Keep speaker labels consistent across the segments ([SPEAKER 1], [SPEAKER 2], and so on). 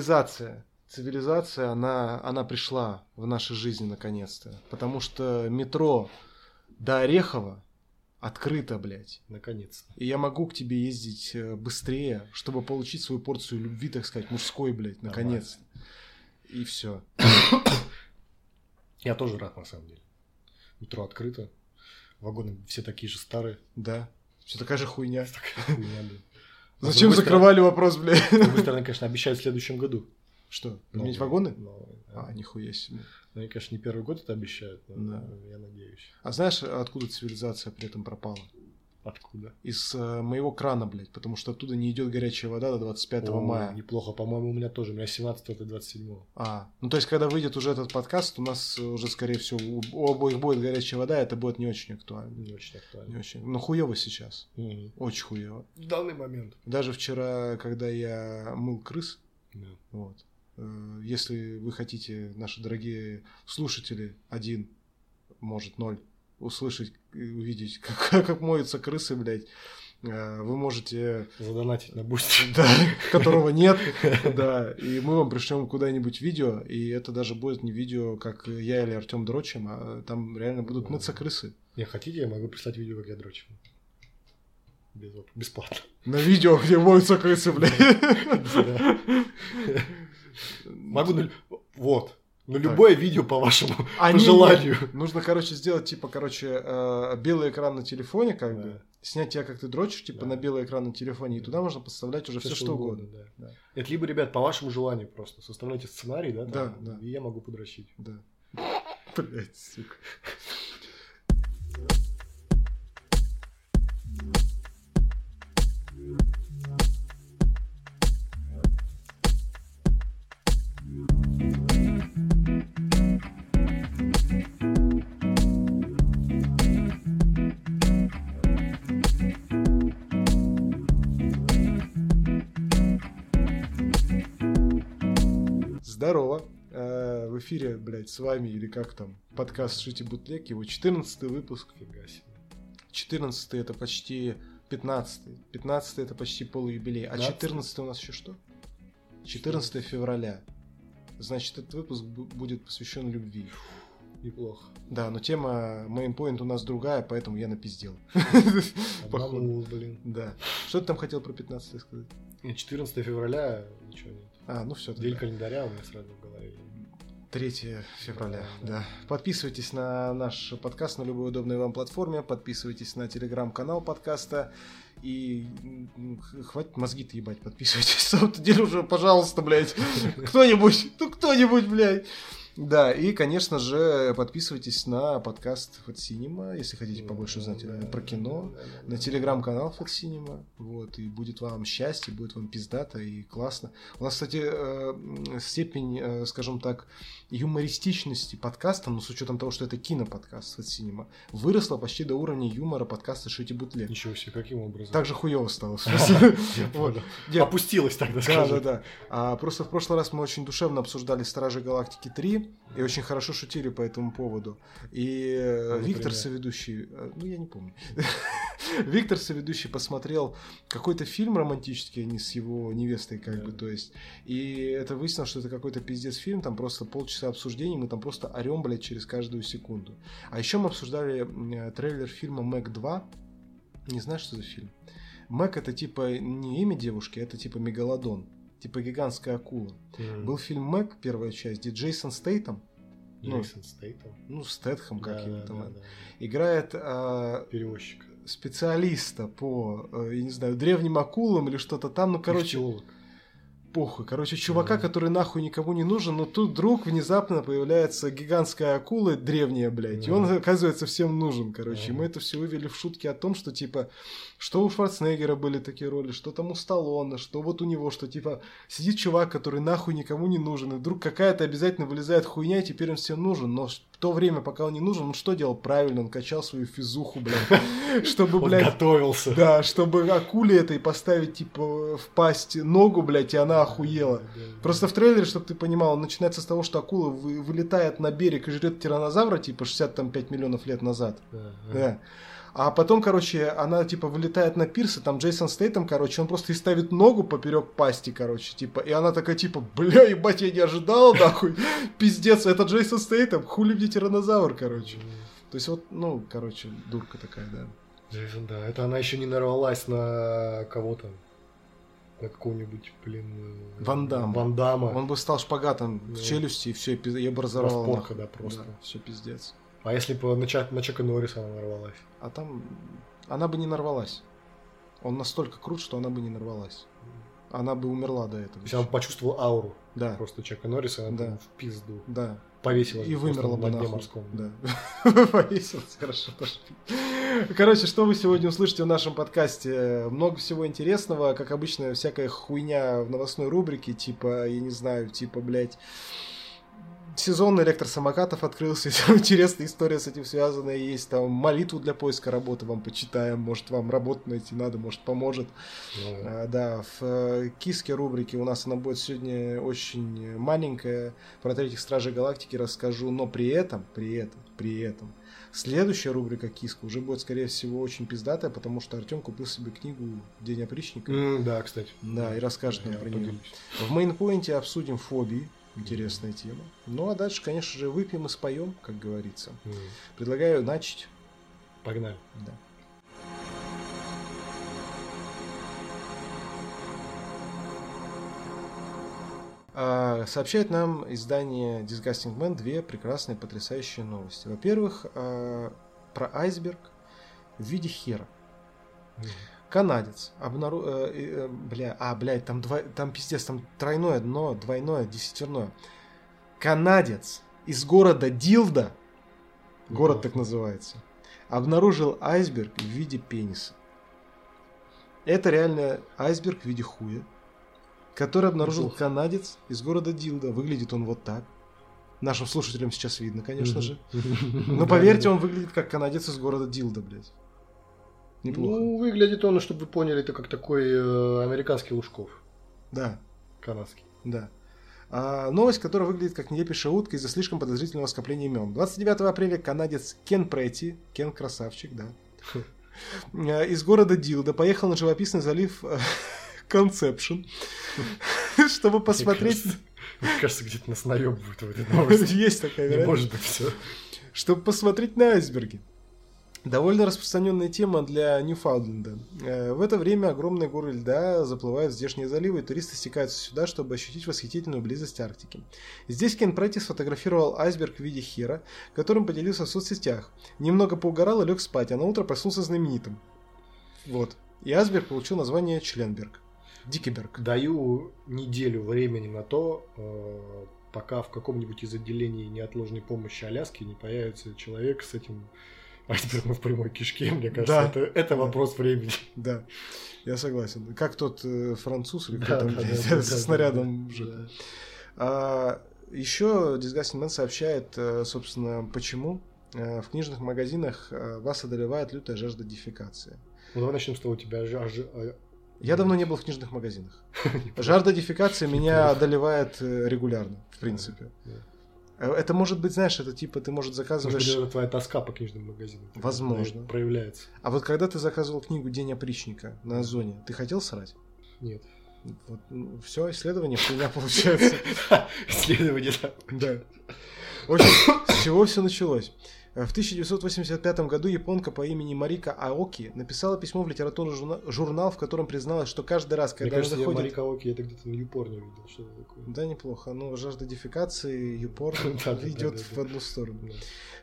[SPEAKER 1] цивилизация. Цивилизация, она, она пришла в наши жизни наконец-то. Потому что метро до Орехова открыто, блядь.
[SPEAKER 2] Наконец-то.
[SPEAKER 1] И я могу к тебе ездить э, быстрее, чтобы получить свою порцию любви, так сказать, мужской, блядь, наконец. И все.
[SPEAKER 2] Я тоже рад, на самом деле. Метро открыто. Вагоны все такие же старые.
[SPEAKER 1] Да. Все такая же хуйня.
[SPEAKER 2] Хуйня, блин. Но с
[SPEAKER 1] Зачем
[SPEAKER 2] другой
[SPEAKER 1] закрывали вопрос, блядь?
[SPEAKER 2] С другой стороны, конечно, обещают в следующем году.
[SPEAKER 1] Что,
[SPEAKER 2] Но-
[SPEAKER 1] поменять вагоны?
[SPEAKER 2] но-
[SPEAKER 1] А, нихуя себе.
[SPEAKER 2] Ну, они, конечно, не первый год это обещают, но
[SPEAKER 1] Да.
[SPEAKER 2] я надеюсь.
[SPEAKER 1] А знаешь, откуда цивилизация при этом пропала?
[SPEAKER 2] Откуда?
[SPEAKER 1] Из э, моего крана, блядь, потому что оттуда не идет горячая вода до 25
[SPEAKER 2] О,
[SPEAKER 1] мая.
[SPEAKER 2] Неплохо, по-моему, у меня тоже. У меня 17 это 27
[SPEAKER 1] А, ну то есть, когда выйдет уже этот подкаст, у нас уже, скорее всего, у, у обоих будет горячая вода, и это будет не очень актуально.
[SPEAKER 2] Не очень
[SPEAKER 1] Не
[SPEAKER 2] актуально.
[SPEAKER 1] очень. Ну хуево сейчас.
[SPEAKER 2] Мгм.
[SPEAKER 1] Очень хуево.
[SPEAKER 2] В данный момент.
[SPEAKER 1] Даже вчера, когда я мыл крыс,
[SPEAKER 2] Да.
[SPEAKER 1] вот, э, если вы хотите, наши дорогие слушатели, один, может, ноль, услышать, и увидеть, как, как моются крысы, блядь, э, вы можете
[SPEAKER 2] Задонатить на бусте.
[SPEAKER 1] да, которого нет, да, и мы вам пришлем куда-нибудь видео, и это даже будет не видео, как я или Артем дрочим, а там реально будут мыться крысы.
[SPEAKER 2] Не, хотите, я могу прислать видео, как я дрочу. Без оп- Бесплатно.
[SPEAKER 1] На видео, где моются крысы, блядь.
[SPEAKER 2] Да. Могу... ну, Вот. Ну,
[SPEAKER 1] Так.
[SPEAKER 2] любое видео по вашему
[SPEAKER 1] Они-
[SPEAKER 2] желанию.
[SPEAKER 1] Нужно, короче, сделать, типа, короче, э, белый экран на телефоне, как
[SPEAKER 2] Да.
[SPEAKER 1] бы. Снять тебя, как ты дрочишь, типа,
[SPEAKER 2] Да.
[SPEAKER 1] на белый экран на телефоне, и
[SPEAKER 2] Да.
[SPEAKER 1] туда можно подставлять уже все, что угодно.
[SPEAKER 2] да.
[SPEAKER 1] Да.
[SPEAKER 2] Это либо, ребят, по вашему желанию просто. Составляйте сценарий, да? там,
[SPEAKER 1] Да, да.
[SPEAKER 2] И я могу подрочить.
[SPEAKER 1] Да. Блять, сука. Здорово. Э, В эфире, блядь, с вами, или как там, подкаст «Шите бутлек», его 14 выпуск.
[SPEAKER 2] Фига себе.
[SPEAKER 1] 14 это почти 15 15 это почти полуюбилей. А
[SPEAKER 2] 15?
[SPEAKER 1] 14 у нас еще что? 14 февраля. Значит, этот выпуск бу- будет посвящен любви.
[SPEAKER 2] Неплохо.
[SPEAKER 1] Да, но тема мейнпоинт у нас другая, поэтому я напиздел.
[SPEAKER 2] А
[SPEAKER 1] Походу.
[SPEAKER 2] Обманул, блин.
[SPEAKER 1] Да. Что ты там хотел про 15 сказать?
[SPEAKER 2] И 14 февраля ничего нет.
[SPEAKER 1] А, ну все.
[SPEAKER 2] Дель календаря у меня сразу в голове.
[SPEAKER 1] 3 февраля,
[SPEAKER 2] Да.
[SPEAKER 1] да. Подписывайтесь на наш подкаст на любой удобной вам платформе, подписывайтесь на телеграм-канал подкаста и м, х- хватит мозги-то ебать, подписывайтесь. В самом-то деле уже, пожалуйста, блядь, кто-нибудь, ну кто-нибудь, блядь. Да, и, конечно же, подписывайтесь на подкаст Hot Cinema, если хотите побольше узнать э, про кино, на телеграм-канал Hot Cinema, вот, и будет вам счастье, будет вам пиздато и классно. У нас, кстати, э, м, степень, э, скажем так, юмористичности подкаста, ну, с учетом того, что это киноподкаст от Cinema, выросла почти до уровня юмора подкаста Шити Бутле.
[SPEAKER 2] Ничего себе, каким образом?
[SPEAKER 1] Так же хуево стало. в смысле.
[SPEAKER 2] Я
[SPEAKER 1] Вот.
[SPEAKER 2] понял.
[SPEAKER 1] Я-
[SPEAKER 2] Опустилась тогда,
[SPEAKER 1] Да, да,
[SPEAKER 2] скажем.
[SPEAKER 1] да. А просто в прошлый раз мы очень душевно обсуждали Стражи Галактики 3 и очень хорошо шутили по этому поводу. И э,
[SPEAKER 2] Ну,
[SPEAKER 1] Виктор,
[SPEAKER 2] например?
[SPEAKER 1] соведущий, э, ну я не помню. Виктор, соведущий, посмотрел какой-то фильм романтический, они с его невестой, как
[SPEAKER 2] Да.
[SPEAKER 1] бы, то есть. И это выяснилось, что это какой-то пиздец фильм, там просто полчаса обсуждений, мы там просто орем, блядь, через каждую секунду. А еще мы обсуждали м, э, трейлер фильма Мэг 2. Не знаешь, что за фильм? Мэг это типа не имя девушки, это типа мегалодон. Типа гигантская акула.
[SPEAKER 2] М.
[SPEAKER 1] Был фильм Мэг, первая часть, где Джейсон Стейтом, ну,
[SPEAKER 2] Джейсон Стейтом.
[SPEAKER 1] ну, Стэтхэм, как
[SPEAKER 2] Да,
[SPEAKER 1] его
[SPEAKER 2] да,
[SPEAKER 1] там,
[SPEAKER 2] да, да.
[SPEAKER 1] играет а,
[SPEAKER 2] Перевозчик.
[SPEAKER 1] специалиста по, э, я не знаю, древним акулам или что-то там, ну, короче,
[SPEAKER 2] Археолог.
[SPEAKER 1] похуй. Короче, чувака,
[SPEAKER 2] Да.
[SPEAKER 1] который нахуй никому не нужен, но тут вдруг внезапно появляется гигантская акула, древняя, блядь, и
[SPEAKER 2] Да.
[SPEAKER 1] он, оказывается, всем нужен, короче. И
[SPEAKER 2] Ага.
[SPEAKER 1] мы это все вывели в шутке о том, что, типа, что у Шварценеггера были такие роли, что там у Сталлоне, что вот у него, что, типа, сидит чувак, который нахуй никому не нужен, и вдруг какая-то обязательно вылезает хуйня, и теперь он всем нужен, но в то время, пока он не нужен, он что делал правильно? Он качал свою физуху, блядь, чтобы,
[SPEAKER 2] Он
[SPEAKER 1] ну, блядь,
[SPEAKER 2] готовился.
[SPEAKER 1] да, чтобы акуле этой поставить, типа, в пасть ногу, блядь, и она охуела. Просто в трейлере, чтобы ты понимал, он начинается с того, что акула вы- вылетает на берег и жрет тиранозавра, типа 65 миллионов лет назад. Да. А потом, короче, она типа вылетает на пирс, и там Джейсон Стейтем, короче, он просто и ставит ногу поперек пасти, короче, типа. И она такая, типа, бля, ебать, я не ожидал, нахуй. Пиздец, это Джейсон Стейтем, хули мне тиранозавр, короче. То есть вот, ну, короче, дурка такая, да.
[SPEAKER 2] Джейсон, да. Это она еще не нарвалась на кого-то. На какого-нибудь, блин... э,
[SPEAKER 1] Ван Дамма.
[SPEAKER 2] Ван Дамма.
[SPEAKER 1] Он бы стал шпагатом
[SPEAKER 2] Ну.
[SPEAKER 1] в челюсти, и все, я бы разорвал.
[SPEAKER 2] Распорка, да, просто.
[SPEAKER 1] все пиздец.
[SPEAKER 2] А если бы на, Чак- на Чака Норриса она нарвалась?
[SPEAKER 1] А там она бы не нарвалась. Он настолько крут, что она бы не нарвалась. Она бы умерла до
[SPEAKER 2] То
[SPEAKER 1] этого.
[SPEAKER 2] есть она бы почувствовала ауру
[SPEAKER 1] Да,
[SPEAKER 2] просто Чака Норриса, она бы
[SPEAKER 1] Да.
[SPEAKER 2] в пизду
[SPEAKER 1] да.
[SPEAKER 2] повесилась.
[SPEAKER 1] И
[SPEAKER 2] бы просто
[SPEAKER 1] вымерла бы
[SPEAKER 2] на дне
[SPEAKER 1] нахуй.
[SPEAKER 2] морском.
[SPEAKER 1] Да. Повесилась, хорошо пошли. Короче, что вы сегодня услышите в нашем подкасте? Много всего интересного, как обычно, всякая хуйня в новостной рубрике, типа, я не знаю, типа, блядь, сезон электросамокатов открылся, и самая интересная история с этим связана. Есть там молитву для поиска работы вам почитаем, может, вам работу найти надо, может, поможет.
[SPEAKER 2] Ну, да.
[SPEAKER 1] А, Да, в э, киске рубрике у нас она будет сегодня очень маленькая. Про третьих стражей галактики расскажу, но при этом, при этом, при этом. Следующая рубрика киска уже будет, скорее всего, очень пиздатая, потому что Артем купил себе книгу «День опричника».
[SPEAKER 2] М, да, кстати.
[SPEAKER 1] Да, и расскажет нам
[SPEAKER 2] Я
[SPEAKER 1] про нее.
[SPEAKER 2] поделюсь.
[SPEAKER 1] В мейнпоинте обсудим фобии. Интересная тема. Ну а дальше, конечно же, выпьем и споем, как говорится.
[SPEAKER 2] М,
[SPEAKER 1] Предлагаю начать.
[SPEAKER 2] Погнали.
[SPEAKER 1] Да. А, Сообщает нам издание Disgusting Man две прекрасные, потрясающие новости. Во-первых, а, про айсберг в виде хера. Канадец обнару... э, э, э, Бля, а, блядь, там, два... там пиздец, там тройное дно, двойное, десятерное. Канадец из города Дилда, город так называется, обнаружил айсберг в виде пениса. Это реально айсберг в виде хуя, который обнаружил
[SPEAKER 2] Неплохо.
[SPEAKER 1] канадец из города Дилда. Выглядит он вот так. Нашим слушателям сейчас видно, конечно же. Но поверьте, он выглядит как канадец из города Дилда, блядь. Неплохо.
[SPEAKER 2] Ну, выглядит он, чтобы вы поняли, это как такой э, американский Лужков.
[SPEAKER 1] Да.
[SPEAKER 2] Канадский.
[SPEAKER 1] Да. А, новость, которая выглядит как нелепейшая утка из-за слишком подозрительного скопления имен. 29 апреля канадец Кен Претти, Кен красавчик, да, э, из города Дилда поехал на живописный залив э, Концепшн, чтобы посмотреть...
[SPEAKER 2] кажется, Мне кажется, где-то нас наебывают в этой новости.
[SPEAKER 1] Есть такая
[SPEAKER 2] Не
[SPEAKER 1] вероятность.
[SPEAKER 2] может быть все.
[SPEAKER 1] чтобы посмотреть на айсберги. Довольно распространенная тема для Ньюфаундленда. Э, В это время огромные горы льда заплывают в здешние заливы, и туристы стекаются сюда, чтобы ощутить восхитительную близость Арктики. Здесь Кен Претти сфотографировал айсберг в виде хера, которым поделился в соцсетях. Немного поугарал и лег спать, а на утро проснулся знаменитым. Вот. И айсберг получил название Членберг. Дикиберг.
[SPEAKER 2] Даю неделю времени на то, э, пока в каком-нибудь из отделений неотложной помощи Аляски не появится человек с этим айсбергом в прямой кишке. Мне кажется,
[SPEAKER 1] Да.
[SPEAKER 2] это, это вопрос времени.
[SPEAKER 1] Да, я согласен. Как тот э, француз или кто
[SPEAKER 2] Да,
[SPEAKER 1] там
[SPEAKER 2] да, да,
[SPEAKER 1] блядь,
[SPEAKER 2] да, да,
[SPEAKER 1] со
[SPEAKER 2] да,
[SPEAKER 1] снарядом
[SPEAKER 2] да.
[SPEAKER 1] в жопе.
[SPEAKER 2] Да.
[SPEAKER 1] А, еще Disgusting Man сообщает, э, собственно, почему э, в книжных магазинах э, вас одолевает лютая жажда дефекации.
[SPEAKER 2] Ну, давай начнем с того, у тебя же... аж- а,
[SPEAKER 1] Я давно не был в книжных магазинах. Жажда дефекации меня одолевает э, регулярно, в принципе.
[SPEAKER 2] Да.
[SPEAKER 1] Э, Это может быть, знаешь, это типа ты, может,
[SPEAKER 2] Может быть,
[SPEAKER 1] заказываешь...
[SPEAKER 2] это твоя тоска по книжным магазинам. так
[SPEAKER 1] Возможно.
[SPEAKER 2] она Проявляется.
[SPEAKER 1] А вот когда ты заказывал книгу «День опричника» на Озоне, ты хотел срать?
[SPEAKER 2] Нет.
[SPEAKER 1] Вот, все, исследование хуйня получается.
[SPEAKER 2] Исследование, да.
[SPEAKER 1] Да. В общем, с чего все началось? Э, В 1985 году японка по имени Марика Аоки написала письмо в литературный журна- журнал, в котором призналась, что каждый раз,
[SPEAKER 2] Мне
[SPEAKER 1] когда она
[SPEAKER 2] кажется, я
[SPEAKER 1] заходит...
[SPEAKER 2] Марика Оки, я это где-то на Юпорне видел, что это такое.
[SPEAKER 1] Да, неплохо. Но жажда дефекации, юпор
[SPEAKER 2] Да, да, да,
[SPEAKER 1] идет
[SPEAKER 2] да,
[SPEAKER 1] в
[SPEAKER 2] да.
[SPEAKER 1] одну сторону.
[SPEAKER 2] Да.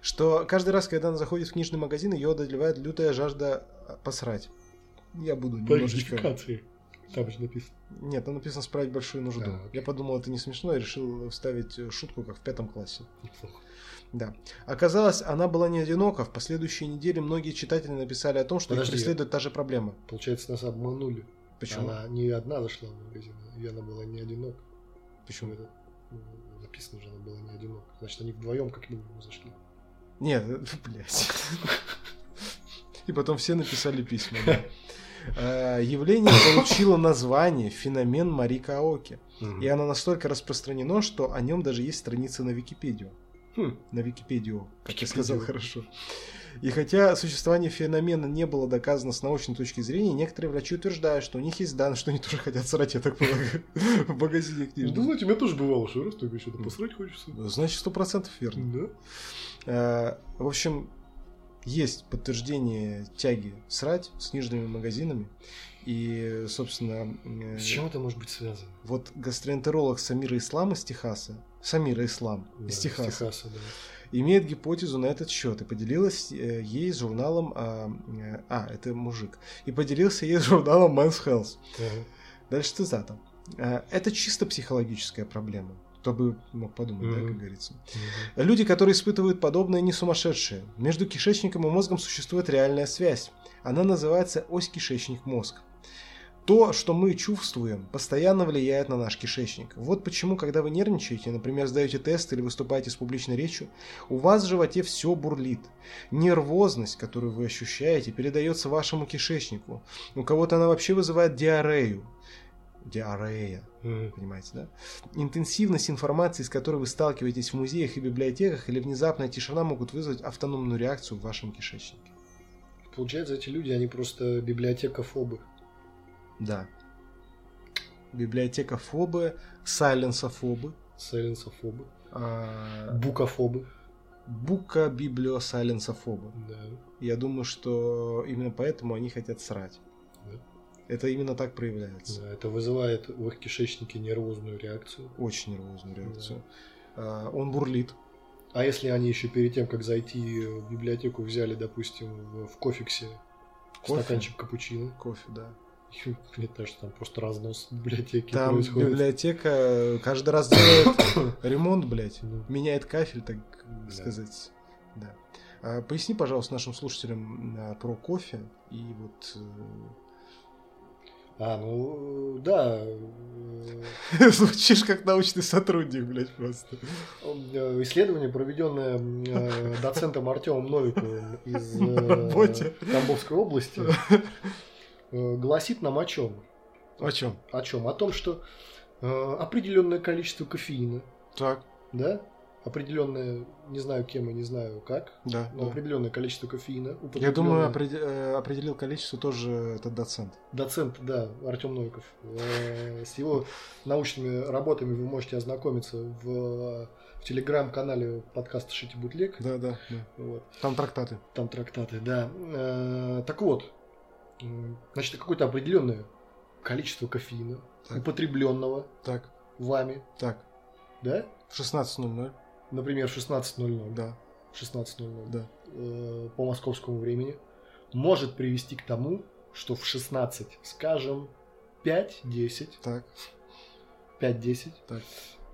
[SPEAKER 1] Что каждый раз, когда она заходит в книжный магазин, ее одолевает лютая жажда э, посрать. Я буду немножечко...
[SPEAKER 2] Квалификации. Там же написано.
[SPEAKER 1] Нет, там написано «справить большую нужду».
[SPEAKER 2] А, окей.
[SPEAKER 1] Я подумал, это не смешно, и решил вставить э, шутку, как в пятом классе.
[SPEAKER 2] Неплохо.
[SPEAKER 1] Оказалось, она была не одинока. В последующие недели многие читатели написали о том, что
[SPEAKER 2] Подожди.
[SPEAKER 1] их преследует та же проблема.
[SPEAKER 2] Получается, нас обманули.
[SPEAKER 1] Почему?
[SPEAKER 2] Она не одна зашла в магазин, и она была не одинока.
[SPEAKER 1] Почему?
[SPEAKER 2] Это ну, написано же, она была не одинока. Значит, они вдвоем как минимум зашли.
[SPEAKER 1] Нет, блядь. И потом все написали А, письма. да. Э, Явление получило название «Феномен Мари Каоки».
[SPEAKER 2] Мгм.
[SPEAKER 1] И оно настолько распространено, что о нем даже есть страница на Википедию.
[SPEAKER 2] Хм.
[SPEAKER 1] На Википедию, как я сказал
[SPEAKER 2] Википедию.
[SPEAKER 1] хорошо. И хотя существование феномена не было доказано с научной точки зрения, некоторые врачи утверждают, что у них есть данные, что они тоже хотят срать, я так полагаю, в магазине
[SPEAKER 2] Ну,
[SPEAKER 1] книжном.
[SPEAKER 2] знаете, у меня тоже бывало, что раз только что-то
[SPEAKER 1] Мгм.
[SPEAKER 2] посрать хочется.
[SPEAKER 1] Ну, Значит, сто процентов верно.
[SPEAKER 2] Да.
[SPEAKER 1] Э, В общем, есть подтверждение тяги срать с книжными магазинами. И, собственно, э,
[SPEAKER 2] С чем это может быть связано?
[SPEAKER 1] вот гастроэнтеролог Самира Ислам из Техаса, Самира Ислам из
[SPEAKER 2] Да,
[SPEAKER 1] Техаса,
[SPEAKER 2] С Техаса, да.
[SPEAKER 1] имеет гипотезу на этот счет и поделилась э, ей с журналом... а, э, А, это мужик. И поделился ей с журналом Men's Health.
[SPEAKER 2] Ага.
[SPEAKER 1] Дальше цитата. Э, Это чисто психологическая проблема. Кто бы мог подумать, да, как
[SPEAKER 2] Мгм.
[SPEAKER 1] говорится.
[SPEAKER 2] Мгм.
[SPEAKER 1] Люди, которые испытывают подобное, не сумасшедшие. Между кишечником и мозгом существует реальная связь. Она называется ось кишечник-мозг. То, что мы чувствуем, постоянно влияет на наш кишечник. Вот почему, когда вы нервничаете, например, сдаете тест или выступаете с публичной речью, у вас в животе все бурлит. Нервозность, которую вы ощущаете, передается вашему кишечнику. У кого-то она вообще вызывает диарею. Диарея
[SPEAKER 2] Мгм.
[SPEAKER 1] понимаете, да? Интенсивность информации, с которой вы сталкиваетесь в музеях и библиотеках, или внезапная тишина могут вызвать автономную реакцию в вашем кишечнике.
[SPEAKER 2] Э, Получается, эти люди, они просто библиотекофобы.
[SPEAKER 1] Да. Библиотекофобы, сайленсофобы,
[SPEAKER 2] Сайленсофобы.
[SPEAKER 1] а,
[SPEAKER 2] Букофобы.
[SPEAKER 1] букабиблиосайленсофобы.
[SPEAKER 2] Да.
[SPEAKER 1] Я думаю, что именно поэтому они хотят срать.
[SPEAKER 2] Да.
[SPEAKER 1] Это именно так проявляется.
[SPEAKER 2] Да, Это вызывает в их кишечнике нервозную реакцию.
[SPEAKER 1] Очень нервозную реакцию. А, он бурлит.
[SPEAKER 2] А если они еще перед тем, как зайти в библиотеку, взяли, допустим, в, в кофиксе
[SPEAKER 1] Кофе?
[SPEAKER 2] стаканчик капучино,
[SPEAKER 1] Кофе, да.
[SPEAKER 2] мне кажется, там просто разнос библиотеки
[SPEAKER 1] Там
[SPEAKER 2] происходит.
[SPEAKER 1] библиотека каждый раз делает ремонт, блядь.
[SPEAKER 2] Ну,
[SPEAKER 1] меняет кафель, так
[SPEAKER 2] Да.
[SPEAKER 1] сказать. Да. А, поясни, пожалуйста, нашим слушателям а, про кофе и вот.
[SPEAKER 2] А, ну, да. э,
[SPEAKER 1] э, Звучишь как научный сотрудник, блядь, просто.
[SPEAKER 2] э, Исследование, проведенное э, доцентом Артемом Новиковым из э,
[SPEAKER 1] На работе.
[SPEAKER 2] Тамбовской области, э, гласит нам о чем?
[SPEAKER 1] О чем?
[SPEAKER 2] О чем? О том, что э, определенное количество кофеина,
[SPEAKER 1] Так,
[SPEAKER 2] да, определенное, не знаю кем и не знаю как,
[SPEAKER 1] да.
[SPEAKER 2] но
[SPEAKER 1] да.
[SPEAKER 2] определенное количество кофеина.
[SPEAKER 1] Я
[SPEAKER 2] употребленное-
[SPEAKER 1] думаю, опреде- э, определил количество тоже этот доцент.
[SPEAKER 2] Доцент, да, Артем Новиков. Э, С его научными работами вы можете ознакомиться в, в телеграм-канале подкаста «Шити Бутлек».
[SPEAKER 1] Да, да, да.
[SPEAKER 2] Вот,
[SPEAKER 1] Там трактаты.
[SPEAKER 2] там трактаты, да. Э, Так вот, м, значит, какое-то определенное количество кофеина,
[SPEAKER 1] Так.
[SPEAKER 2] употребленного
[SPEAKER 1] Так,
[SPEAKER 2] вами,
[SPEAKER 1] так.
[SPEAKER 2] да,
[SPEAKER 1] В 16.00.
[SPEAKER 2] например, в 16.00,
[SPEAKER 1] Да,
[SPEAKER 2] 16.00
[SPEAKER 1] да.
[SPEAKER 2] э, по московскому времени, может привести к тому, что в 16, скажем, 5-10,
[SPEAKER 1] Так,
[SPEAKER 2] 5-10,
[SPEAKER 1] Так.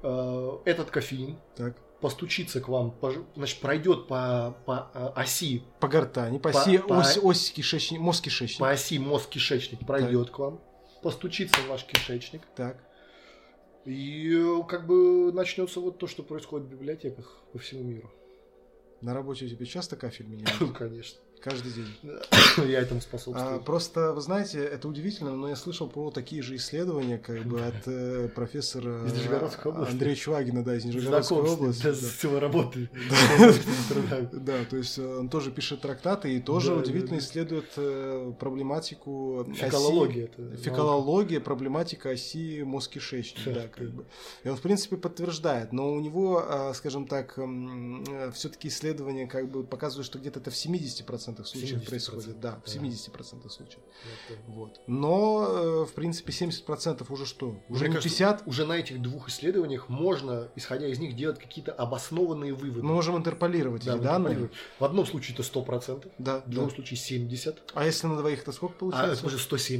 [SPEAKER 2] э, этот кофеин
[SPEAKER 1] так.
[SPEAKER 2] постучится к вам, пож- значит, пройдет по, по э, оси,
[SPEAKER 1] По гортани, по
[SPEAKER 2] По-
[SPEAKER 1] оси,
[SPEAKER 2] по-
[SPEAKER 1] ось, ось кишечник, мозг кишечник.
[SPEAKER 2] по оси мозг-кишечник, пройдет к вам, постучится в ваш кишечник,
[SPEAKER 1] Так.
[SPEAKER 2] и э, как бы начнется вот то, что происходит в библиотеках по всему миру.
[SPEAKER 1] На работе у тебя часто кафель меняют?
[SPEAKER 2] Ну, Конечно.
[SPEAKER 1] Каждый день.
[SPEAKER 2] Я этому
[SPEAKER 1] А,
[SPEAKER 2] способствую.
[SPEAKER 1] просто, вы знаете, это удивительно, но я слышал про такие же исследования, как бы от э, профессора а,
[SPEAKER 2] Из Нижегородской области.
[SPEAKER 1] Андрея Чувагина, да, из Нижегородской
[SPEAKER 2] Знаком с ним,
[SPEAKER 1] области.
[SPEAKER 2] да, с его работой.
[SPEAKER 1] Да. Да, то есть э, он тоже пишет трактаты и тоже
[SPEAKER 2] Да,
[SPEAKER 1] удивительно
[SPEAKER 2] да, да.
[SPEAKER 1] исследует э, проблематику оси-
[SPEAKER 2] Фекалология. это
[SPEAKER 1] Фекалология, проблематика оси мозг-кишечник, да,
[SPEAKER 2] Да,
[SPEAKER 1] как
[SPEAKER 2] да.
[SPEAKER 1] бы. И он, в принципе, подтверждает, но у него, э, скажем так, все-таки исследования как бы показывают, что где-то это в 70% случаев
[SPEAKER 2] 70%,
[SPEAKER 1] происходит, да, в
[SPEAKER 2] да.
[SPEAKER 1] 70% случаев.
[SPEAKER 2] наука.
[SPEAKER 1] Вот. Но, э, в принципе, 70% уже что? Уже
[SPEAKER 2] Мне
[SPEAKER 1] не
[SPEAKER 2] кажется,
[SPEAKER 1] 50?
[SPEAKER 2] Уже на этих двух исследованиях можно, исходя из них, делать какие-то обоснованные выводы.
[SPEAKER 1] Мы можем интерполировать
[SPEAKER 2] Да,
[SPEAKER 1] Ну, эти
[SPEAKER 2] мы
[SPEAKER 1] данные.
[SPEAKER 2] понимаем. В одном случае это 100%,
[SPEAKER 1] Да,
[SPEAKER 2] в
[SPEAKER 1] да.
[SPEAKER 2] другом случае 70%,
[SPEAKER 1] А если на двоих, то сколько
[SPEAKER 2] а это
[SPEAKER 1] получается?
[SPEAKER 2] уже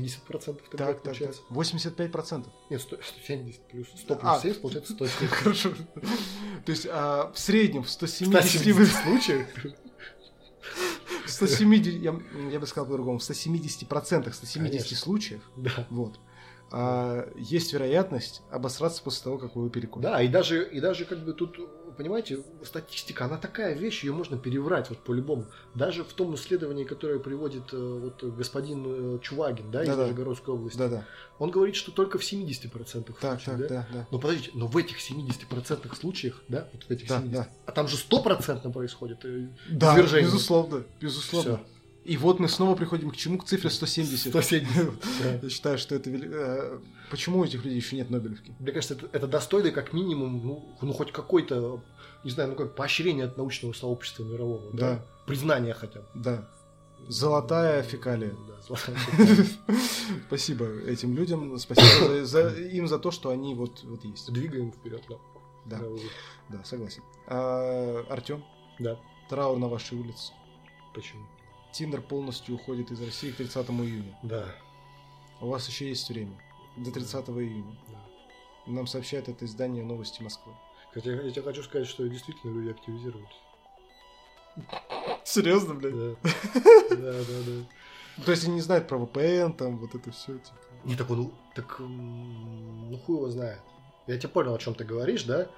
[SPEAKER 2] 170% тогда
[SPEAKER 1] так, так, так.
[SPEAKER 2] получается.
[SPEAKER 1] 85%.
[SPEAKER 2] Нет, 100, 170 плюс 100 плюс
[SPEAKER 1] А.
[SPEAKER 2] 70 получается 170.
[SPEAKER 1] Хорошо. То есть а, в среднем в 170...
[SPEAKER 2] 170 случаев?
[SPEAKER 1] в 170 я, я бы сказал по-другому. В 170%, 170
[SPEAKER 2] Конечно.
[SPEAKER 1] случаев,
[SPEAKER 2] Да.
[SPEAKER 1] вот, а, есть вероятность обосраться после того, как вы его перекурите.
[SPEAKER 2] Да, и даже, и даже как бы тут понимаете, статистика, она такая вещь, ее можно переврать вот по-любому. Даже в том исследовании, которое приводит э, вот господин э, Чувагин, да, из
[SPEAKER 1] Да-да.
[SPEAKER 2] Нижегородской области,
[SPEAKER 1] Да-да.
[SPEAKER 2] он говорит, что только в 70% случаев,
[SPEAKER 1] Так, так,
[SPEAKER 2] да?
[SPEAKER 1] да, да.
[SPEAKER 2] Но подождите, но в этих 70% случаях, да, вот в этих
[SPEAKER 1] Да,
[SPEAKER 2] 70%,
[SPEAKER 1] да.
[SPEAKER 2] а там же стопроцентно происходит. э,
[SPEAKER 1] Да,
[SPEAKER 2] Извержение.
[SPEAKER 1] безусловно, безусловно.
[SPEAKER 2] всё.
[SPEAKER 1] И вот мы снова приходим к чему? К цифре 170.
[SPEAKER 2] 170. да.
[SPEAKER 1] Я считаю, что это... вели- э, Почему у этих людей еще нет Нобелевки?
[SPEAKER 2] Мне кажется, это, это достойно как минимум, ну, ну, хоть какой-то, не знаю, ну как поощрение от научного сообщества мирового, да?
[SPEAKER 1] Да.
[SPEAKER 2] Признание хотя бы.
[SPEAKER 1] Да. Золотая фекалия.
[SPEAKER 2] Да, золотая фекалия.
[SPEAKER 1] Спасибо этим людям, спасибо за- за- им за то, что они вот, вот есть.
[SPEAKER 2] Двигаем вперед, да.
[SPEAKER 1] Да,
[SPEAKER 2] Да, уже.
[SPEAKER 1] да, согласен. А, Артем,
[SPEAKER 2] Да.
[SPEAKER 1] траур на вашей улице.
[SPEAKER 2] Почему?
[SPEAKER 1] Тиндер полностью уходит из России к 30 июня.
[SPEAKER 2] Да.
[SPEAKER 1] У вас еще есть время. До 30 июня.
[SPEAKER 2] да.
[SPEAKER 1] Нам сообщает это издание «Новости Москвы».
[SPEAKER 2] Хотя я тебе хочу сказать, что действительно люди активизируются.
[SPEAKER 1] Серьезно,
[SPEAKER 2] Да.
[SPEAKER 1] блядь?
[SPEAKER 2] Да, да, да.
[SPEAKER 1] Ну, То есть они не знают про VPN, там вот это типа. все.
[SPEAKER 2] Не, так он, так, м, ну хуй его знает. Я тебя понял, о чем ты говоришь, да?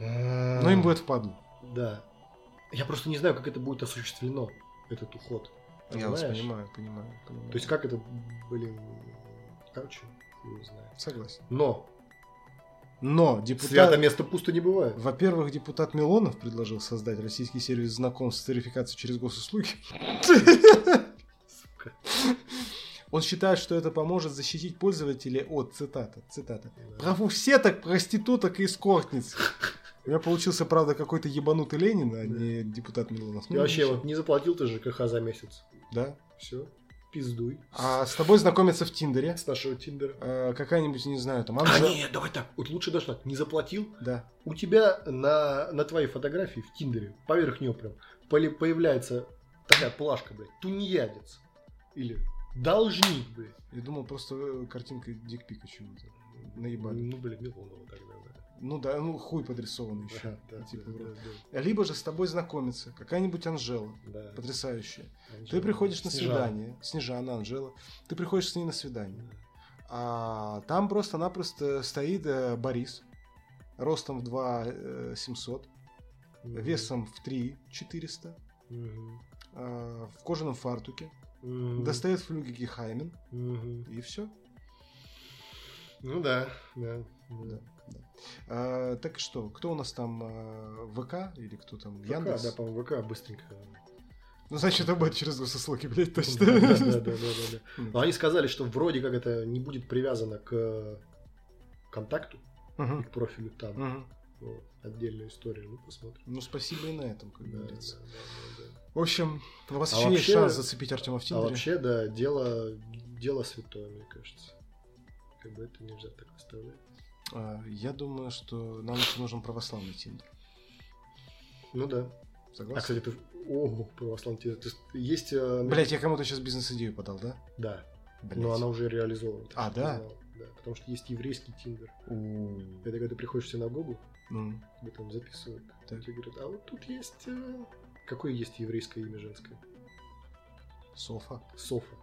[SPEAKER 2] А. Э,
[SPEAKER 1] Но Ну, им будет впаду.
[SPEAKER 2] Да. Я просто не знаю, как это будет осуществлено, этот уход.
[SPEAKER 1] Я вас
[SPEAKER 2] Понимаешь?
[SPEAKER 1] понимаю, понимаю, понимаю.
[SPEAKER 2] То есть как это, блин, короче, хуй его знает.
[SPEAKER 1] Согласен.
[SPEAKER 2] Но
[SPEAKER 1] Но депутат...
[SPEAKER 2] свято место пусто не бывает.
[SPEAKER 1] Во-первых, депутат Милонов предложил создать российский сервис знакомств с верификацией через госуслуги.
[SPEAKER 2] Сука.
[SPEAKER 1] Он считает, что это поможет защитить пользователей от, цитата, цитата,
[SPEAKER 2] Да.
[SPEAKER 1] правовсеток, проституток и эскортниц. У меня получился, правда, какой-то ебанутый Ленин, а не депутат Милонов.
[SPEAKER 2] И
[SPEAKER 1] Ну,
[SPEAKER 2] вообще,
[SPEAKER 1] ничего.
[SPEAKER 2] вот не заплатил ты ЖКХ за месяц.
[SPEAKER 1] Да.
[SPEAKER 2] Все, пиздуй.
[SPEAKER 1] А с тобой знакомятся в Тиндере.
[SPEAKER 2] С нашего Тиндера.
[SPEAKER 1] Э, Какая-нибудь, не знаю, там
[SPEAKER 2] А
[SPEAKER 1] Анжела.
[SPEAKER 2] нет, давай так, вот лучше даже так, не заплатил,
[SPEAKER 1] Да.
[SPEAKER 2] У тебя на, на твоей фотографии в Тиндере, поверх нее прям, поли- появляется такая плашка, блядь, тунеядец. Или должник, блядь.
[SPEAKER 1] Я думал, просто э, картинка дикпика чего-то. Наебали.
[SPEAKER 2] Ну, блядь, Милонова тогда, да.
[SPEAKER 1] Ну да, ну хуй подрисован еще.
[SPEAKER 2] Да, да,
[SPEAKER 1] Типа,
[SPEAKER 2] да,
[SPEAKER 1] вроде.
[SPEAKER 2] да,
[SPEAKER 1] Либо же с тобой знакомится какая-нибудь Анжела,
[SPEAKER 2] да.
[SPEAKER 1] потрясающая. Ты
[SPEAKER 2] Анжела.
[SPEAKER 1] приходишь на
[SPEAKER 2] Снежана.
[SPEAKER 1] свидание, Снежана, Анжела, ты приходишь с ней на свидание,
[SPEAKER 2] Да.
[SPEAKER 1] а там просто-напросто стоит э, Борис, ростом в 2 э, 700,
[SPEAKER 2] Мгм.
[SPEAKER 1] весом в 3 400,
[SPEAKER 2] Мгм.
[SPEAKER 1] э, в кожаном фартуке,
[SPEAKER 2] Мгм.
[SPEAKER 1] достает флюгики Хаймен,
[SPEAKER 2] Мгм.
[SPEAKER 1] и все.
[SPEAKER 2] Ну да, да.
[SPEAKER 1] Да, да. А, так что, кто у нас там э, ВК или кто там
[SPEAKER 2] ВК,
[SPEAKER 1] Яндекс?
[SPEAKER 2] да, по-моему, ВК быстренько.
[SPEAKER 1] Ну, значит, это будет через госуслуги, блядь, точно.
[SPEAKER 2] Да, да, да, да, да, да.
[SPEAKER 1] Мгм.
[SPEAKER 2] Но они сказали, что вроде как это не будет привязано к э, контакту и
[SPEAKER 1] Мгм.
[SPEAKER 2] к профилю там.
[SPEAKER 1] Мгм.
[SPEAKER 2] Вот, отдельная история, ну посмотрим.
[SPEAKER 1] Ну, спасибо и на этом, как
[SPEAKER 2] Да,
[SPEAKER 1] говорится.
[SPEAKER 2] да, да, да, да.
[SPEAKER 1] В общем, у вас
[SPEAKER 2] А
[SPEAKER 1] еще есть
[SPEAKER 2] вообще-
[SPEAKER 1] шанс зацепить Артема в
[SPEAKER 2] А
[SPEAKER 1] Тиндере.
[SPEAKER 2] вообще, да, дело, дело святое, мне кажется. Как бы это нельзя так оставлять.
[SPEAKER 1] А, я думаю, что нам еще нужен православный Тиндер.
[SPEAKER 2] Ну да. А,
[SPEAKER 1] Согласен?
[SPEAKER 2] кстати, ты... О, православный Тиндер. Ты с- Есть... э,
[SPEAKER 1] Блять, я кому-то сейчас бизнес-идею подал, да?
[SPEAKER 2] Да,
[SPEAKER 1] Блять.
[SPEAKER 2] но она уже реализована.
[SPEAKER 1] А, да?
[SPEAKER 2] Да, потому что есть еврейский Тиндер. Это когда ты приходишь в синагогу,
[SPEAKER 1] ну,
[SPEAKER 2] тебе там записывают.
[SPEAKER 1] Так.
[SPEAKER 2] Тебе говорят, а вот тут есть... э, Какое есть еврейское имя женское?
[SPEAKER 1] Софа.
[SPEAKER 2] Софа.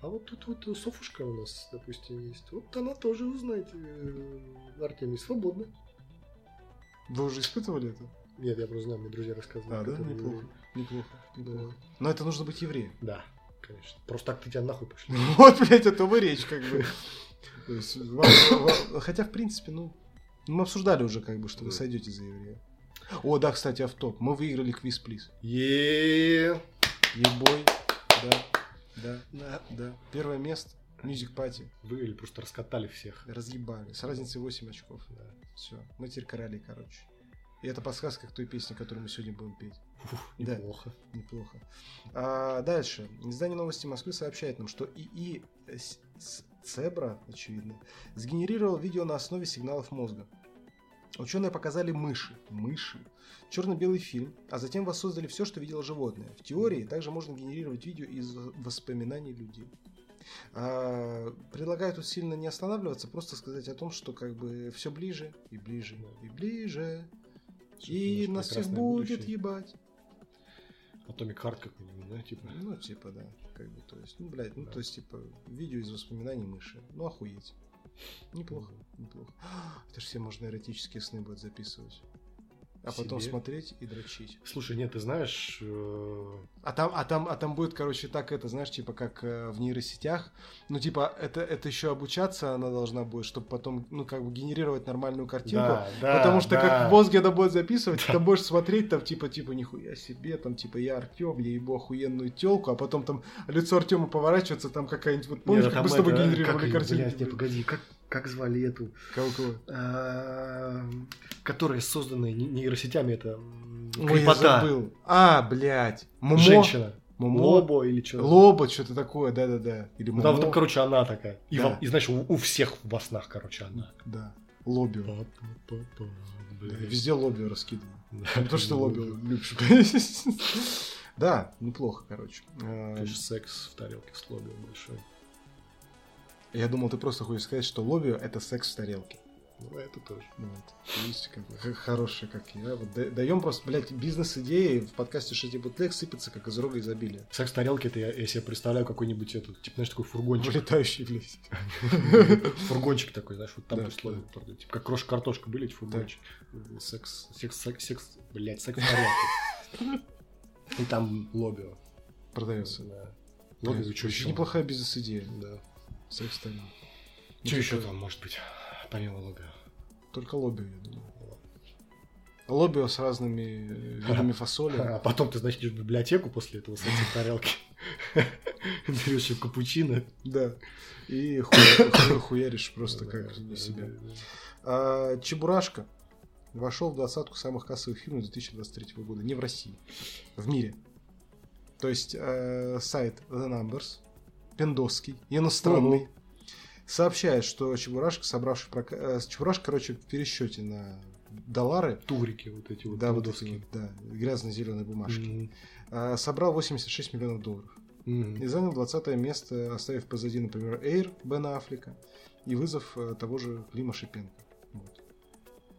[SPEAKER 2] А вот тут вот Софушка у нас, допустим, есть. Вот она тоже, вы знаете, э, Артемий, свободна.
[SPEAKER 1] Вы уже испытывали это?
[SPEAKER 2] Нет, я просто знаю, мне друзья рассказывали.
[SPEAKER 1] А, да?
[SPEAKER 2] которые-
[SPEAKER 1] Неплохо. Неплохо.
[SPEAKER 2] Да.
[SPEAKER 1] Неплохо. Но это нужно быть евреем.
[SPEAKER 2] Да, конечно. Просто так ты тебя нахуй пошли.
[SPEAKER 1] Вот, блядь, о том и речь, как бы. То есть, вам- вам- Хотя, в принципе, ну, мы обсуждали уже, как бы, что вы
[SPEAKER 2] Да.
[SPEAKER 1] сойдете за еврея. О, да, кстати, автоп. Мы выиграли квиз, плиз.
[SPEAKER 2] Е.
[SPEAKER 1] Ебой. Да, да,
[SPEAKER 2] Да.
[SPEAKER 1] да. Первое место. Music Party.
[SPEAKER 2] Вы или просто раскатали всех.
[SPEAKER 1] Разъебали. С разницей 8 очков.
[SPEAKER 2] Да.
[SPEAKER 1] Все. Мы теперь короли, короче. И это подсказка к той песне, которую мы сегодня будем петь.
[SPEAKER 2] Фух,
[SPEAKER 1] Да.
[SPEAKER 2] неплохо.
[SPEAKER 1] Неплохо. А, дальше. Издание новости Москвы сообщает нам, что ИИ С- С- Цебра, очевидно, сгенерировал видео на основе сигналов мозга. Ученые показали мыши, мыши, черно-белый фильм, а затем воссоздали все, что видело животное. В теории также можно генерировать видео из воспоминаний людей. А, предлагаю тут сильно не останавливаться, просто сказать о том, что как бы все ближе и ближе и ближе, и
[SPEAKER 2] Наше
[SPEAKER 1] нас всех
[SPEAKER 2] прекрасное
[SPEAKER 1] будет
[SPEAKER 2] будущее.
[SPEAKER 1] ебать.
[SPEAKER 2] Atomic Heart как-нибудь, да, типа.
[SPEAKER 1] Ну, типа, да. Как бы, то есть, ну, блядь, ну,
[SPEAKER 2] Да.
[SPEAKER 1] то есть, типа, видео из воспоминаний мыши. Ну, охуеть. Неплохо, неплохо. Это же все можно эротические сны будет записывать. А потом
[SPEAKER 2] Себе.
[SPEAKER 1] смотреть и дрочить.
[SPEAKER 2] Слушай, нет, ты знаешь, э,
[SPEAKER 1] А там, а там, а там будет, короче, так это, знаешь, типа как э, в нейросетях. Ну, типа, это, это еще обучаться она должна будет, чтобы потом, ну, как бы генерировать нормальную картинку.
[SPEAKER 2] да, да,
[SPEAKER 1] Типа, Потому что
[SPEAKER 2] да.
[SPEAKER 1] как в мозге она будет записывать, ты там будешь смотреть, там типа, типа, нихуя себе, там типа, я Артем, я ебу охуенную телку, а потом там лицо Артема поворачивается, там какая-нибудь, вот помнишь,
[SPEAKER 2] Нет,
[SPEAKER 1] как
[SPEAKER 2] ну,
[SPEAKER 1] мы
[SPEAKER 2] там
[SPEAKER 1] с тобой
[SPEAKER 2] это, как
[SPEAKER 1] генерировали
[SPEAKER 2] её, блядь, не,
[SPEAKER 1] картинку?
[SPEAKER 2] погоди, как, как звали эту,
[SPEAKER 1] Кого, кого?
[SPEAKER 2] э, которая созданная не- нейросетями, это м,
[SPEAKER 1] Ой, я
[SPEAKER 2] крепота,
[SPEAKER 1] забыл. А, блядь. Момо.
[SPEAKER 2] женщина,
[SPEAKER 1] Момо. Лобо.
[SPEAKER 2] лобо или что?
[SPEAKER 1] что-то такое, да-да-да. Или
[SPEAKER 2] Ну,
[SPEAKER 1] Момо.
[SPEAKER 2] там, там, короче, она такая. И,
[SPEAKER 1] Да.
[SPEAKER 2] во- и знаешь, у, у всех во снах, короче, она.
[SPEAKER 1] Да, лобио.
[SPEAKER 2] Па-па-па-па,
[SPEAKER 1] Да,
[SPEAKER 2] блядь.
[SPEAKER 1] Везде лобио раскидано.
[SPEAKER 2] Да.
[SPEAKER 1] Не то, что лобио любишь. Да, неплохо, короче. Э,
[SPEAKER 2] Конечно, секс в тарелке с лобио большой.
[SPEAKER 1] Э, Я думал, ты просто хочешь сказать, что лобио это секс в тарелке.
[SPEAKER 2] Ну, это тоже.
[SPEAKER 1] Вот. Видите, как бы, х- хорошие какие. да? Вот да- даем просто, блядь, бизнес-идеи в подкасте 6 бутлег сыпется, как из рога изобилия.
[SPEAKER 2] Секс в тарелке, это я, я себе представляю какой-нибудь этот, типа, знаешь, такой фургончик.
[SPEAKER 1] Вылетающий, блядь.
[SPEAKER 2] Фургончик такой, знаешь, вот там
[SPEAKER 1] Да,
[SPEAKER 2] пусть лобио продают. Типа, как крошка картошка были эти фургончики. Секс, секс, секс, секс, блядь, секс в тарелке. И там лобио.
[SPEAKER 1] Продается.
[SPEAKER 2] Да.
[SPEAKER 1] Блин,
[SPEAKER 2] Лобио, что
[SPEAKER 1] очень
[SPEAKER 2] еще?
[SPEAKER 1] неплохая бизнес-идея.
[SPEAKER 2] Да.
[SPEAKER 1] Секс в тарелке.
[SPEAKER 2] Что
[SPEAKER 1] Ну,
[SPEAKER 2] еще
[SPEAKER 1] такое.
[SPEAKER 2] там может быть, помимо лобио?
[SPEAKER 1] Только лобио, я думаю. Лобио с разными э, видами фасоли.
[SPEAKER 2] А потом ты, значит, идешь в библиотеку после этого секса в тарелке. Берешь себе капучино.
[SPEAKER 1] Да. И хуя- хуя- хуяришь просто
[SPEAKER 2] Да,
[SPEAKER 1] как
[SPEAKER 2] да, да,
[SPEAKER 1] не себя.
[SPEAKER 2] да, да.
[SPEAKER 1] А, Чебурашка вошел в двадцатку самых кассовых фильмов 2023 года. Не в России, в мире. То есть э, сайт The Numbers, пиндосский, иностранный, сообщает, что Чебурашка, собравший прок... э, Чебурашка, короче, в пересчете на доллары,
[SPEAKER 2] Турики вот эти вот.
[SPEAKER 1] да, вот эти
[SPEAKER 2] лудовские.
[SPEAKER 1] вот, да, грязно-зеленой бумажки,
[SPEAKER 2] Мгм.
[SPEAKER 1] э, собрал 86 миллионов долларов.
[SPEAKER 2] Мгм.
[SPEAKER 1] И занял 20 место, оставив позади, например, Эйр Бена Аффлека и вызов э, того же Клима Шипенко. Вот.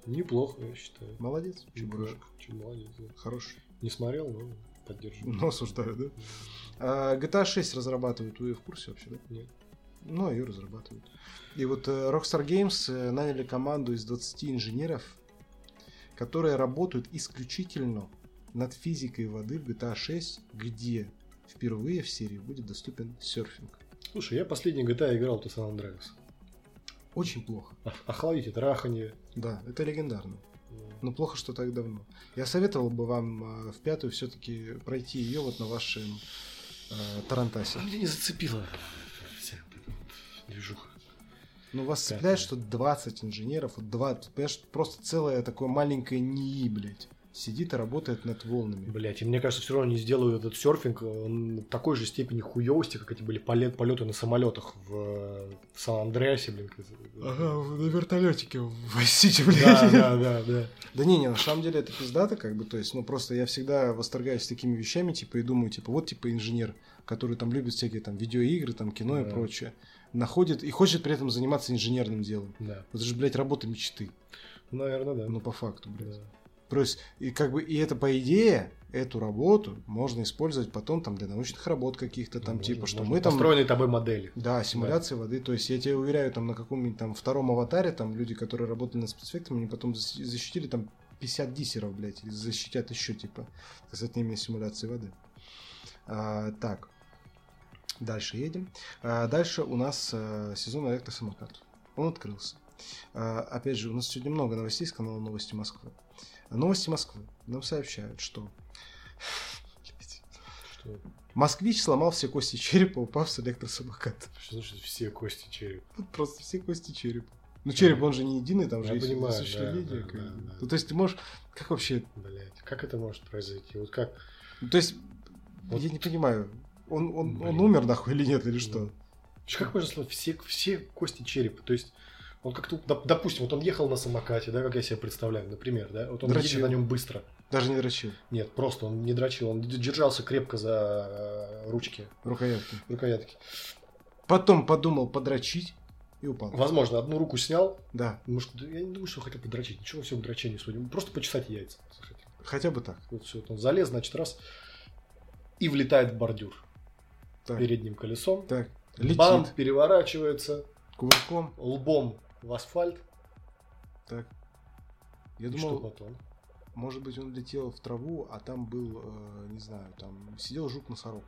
[SPEAKER 2] Неплохо, я считаю.
[SPEAKER 1] Молодец, Чебурашка.
[SPEAKER 2] Чебурашка. Чё, молодец, да.
[SPEAKER 1] Хороший.
[SPEAKER 2] Не смотрел, но поддерживаю.
[SPEAKER 1] Но осуждаю, да? А, GTA 6 разрабатывают, вы в курсе вообще, да?
[SPEAKER 2] Нет.
[SPEAKER 1] Ну, ее разрабатывают. И вот э, Rockstar Games э, наняли команду из 20 инженеров, которые работают исключительно над физикой воды в GTA 6, где впервые в серии будет доступен серфинг.
[SPEAKER 2] Слушай, я последний GTA играл, то Сан Андреас.
[SPEAKER 1] Очень плохо.
[SPEAKER 2] А- Охладить и трахание.
[SPEAKER 1] Да, это легендарно.
[SPEAKER 2] Ну,
[SPEAKER 1] Но плохо, что так давно. Я советовал бы вам э, в пятую все-таки пройти ее вот на вашем э, Тарантасе.
[SPEAKER 2] а Меня не зацепила вся вот эта вот движуха.
[SPEAKER 1] Ну, вас
[SPEAKER 2] Пятая.
[SPEAKER 1] цепляет, что 20 инженеров, вот 20, понимаешь, просто целое такое маленькое НИИ, блядь, сидит и работает над волнами.
[SPEAKER 2] Блять, и мне кажется, все равно не сделают этот серфинг он такой же степени хуевости, как эти были полет, полеты на самолетах в, э, в Сан-Андреасе, блин. как это-
[SPEAKER 1] на вертолетике возите,
[SPEAKER 2] Да, да, да, да.
[SPEAKER 1] Да не, не, на самом деле это пиздато, как бы, то есть, ну, просто я всегда восторгаюсь такими вещами, типа, и думаю, типа, вот, типа, инженер, который там любит всякие там видеоигры, там, кино и
[SPEAKER 2] Да.
[SPEAKER 1] прочее, находит и хочет при этом заниматься инженерным делом.
[SPEAKER 2] Да.
[SPEAKER 1] Это же, блядь, работа мечты.
[SPEAKER 2] Наверное, да.
[SPEAKER 1] Ну, по факту, блядь.
[SPEAKER 2] Да.
[SPEAKER 1] То есть, и как бы, и это, по идее, эту работу можно использовать потом там для научных работ каких-то там,
[SPEAKER 2] Ну,
[SPEAKER 1] типа,
[SPEAKER 2] можно-
[SPEAKER 1] что
[SPEAKER 2] можно
[SPEAKER 1] мы там...
[SPEAKER 2] Построенные тобой модели.
[SPEAKER 1] Да, симуляции воды. То есть, я тебе уверяю, там на каком-нибудь там втором аватаре, там люди, которые работали над спецэффектом, они потом зас- защитили там 50 диссеров, блядь, или защитят еще, типа, касательно симуляции воды. А, так. Дальше едем. А, дальше у нас а, сезон электросамокатов. Он открылся. А, опять же, у нас сегодня много новостей с канала Новости Москвы. Новости Москвы нам сообщают, что
[SPEAKER 2] Что,
[SPEAKER 1] москвич сломал все кости черепа, упав с электросамоката.
[SPEAKER 2] что значит все кости черепа?
[SPEAKER 1] Тут просто все кости черепа. Ну, череп, он же не единый, там же
[SPEAKER 2] Я
[SPEAKER 1] есть
[SPEAKER 2] понимаю,
[SPEAKER 1] сочленение,
[SPEAKER 2] да,
[SPEAKER 1] как
[SPEAKER 2] да,
[SPEAKER 1] бы.
[SPEAKER 2] да,
[SPEAKER 1] Ну, то есть ты можешь... Как вообще...
[SPEAKER 2] Блять, как это может произойти? Вот как?
[SPEAKER 1] Ну, то есть,
[SPEAKER 2] Вот.
[SPEAKER 1] я не понимаю, он, он, он
[SPEAKER 2] Блин.
[SPEAKER 1] умер, нахуй, или нет, или что?
[SPEAKER 2] Ну, Ж Как можно сломать все, все кости черепа? То есть он как-то, доп- допустим, вот он ехал на самокате, да, как я себе представляю, например, да, вот он
[SPEAKER 1] Дрочил.
[SPEAKER 2] едет на нем быстро.
[SPEAKER 1] Даже не дрочил.
[SPEAKER 2] Нет, просто он не дрочил, он д- держался крепко за э, ручки,
[SPEAKER 1] Рукоятки.
[SPEAKER 2] рукоятки.
[SPEAKER 1] Потом подумал подрочить и упал.
[SPEAKER 2] Возможно, одну руку снял,
[SPEAKER 1] Да,
[SPEAKER 2] может, да я не думаю, что хотел подрочить, ничего все к дрочению судим, просто почесать яйца. захотел.
[SPEAKER 1] хотя бы так.
[SPEAKER 2] Вот все, он залез, значит, раз, и влетает в бордюр
[SPEAKER 1] Так,
[SPEAKER 2] передним колесом.
[SPEAKER 1] так. летит
[SPEAKER 2] Бам, переворачивается,
[SPEAKER 1] кувырком.
[SPEAKER 2] лбом в асфальт.
[SPEAKER 1] Так. Я
[SPEAKER 2] И
[SPEAKER 1] думал,
[SPEAKER 2] что потом?
[SPEAKER 1] Может быть, он летел в траву, а там был, э, не знаю, там сидел жук-носорог.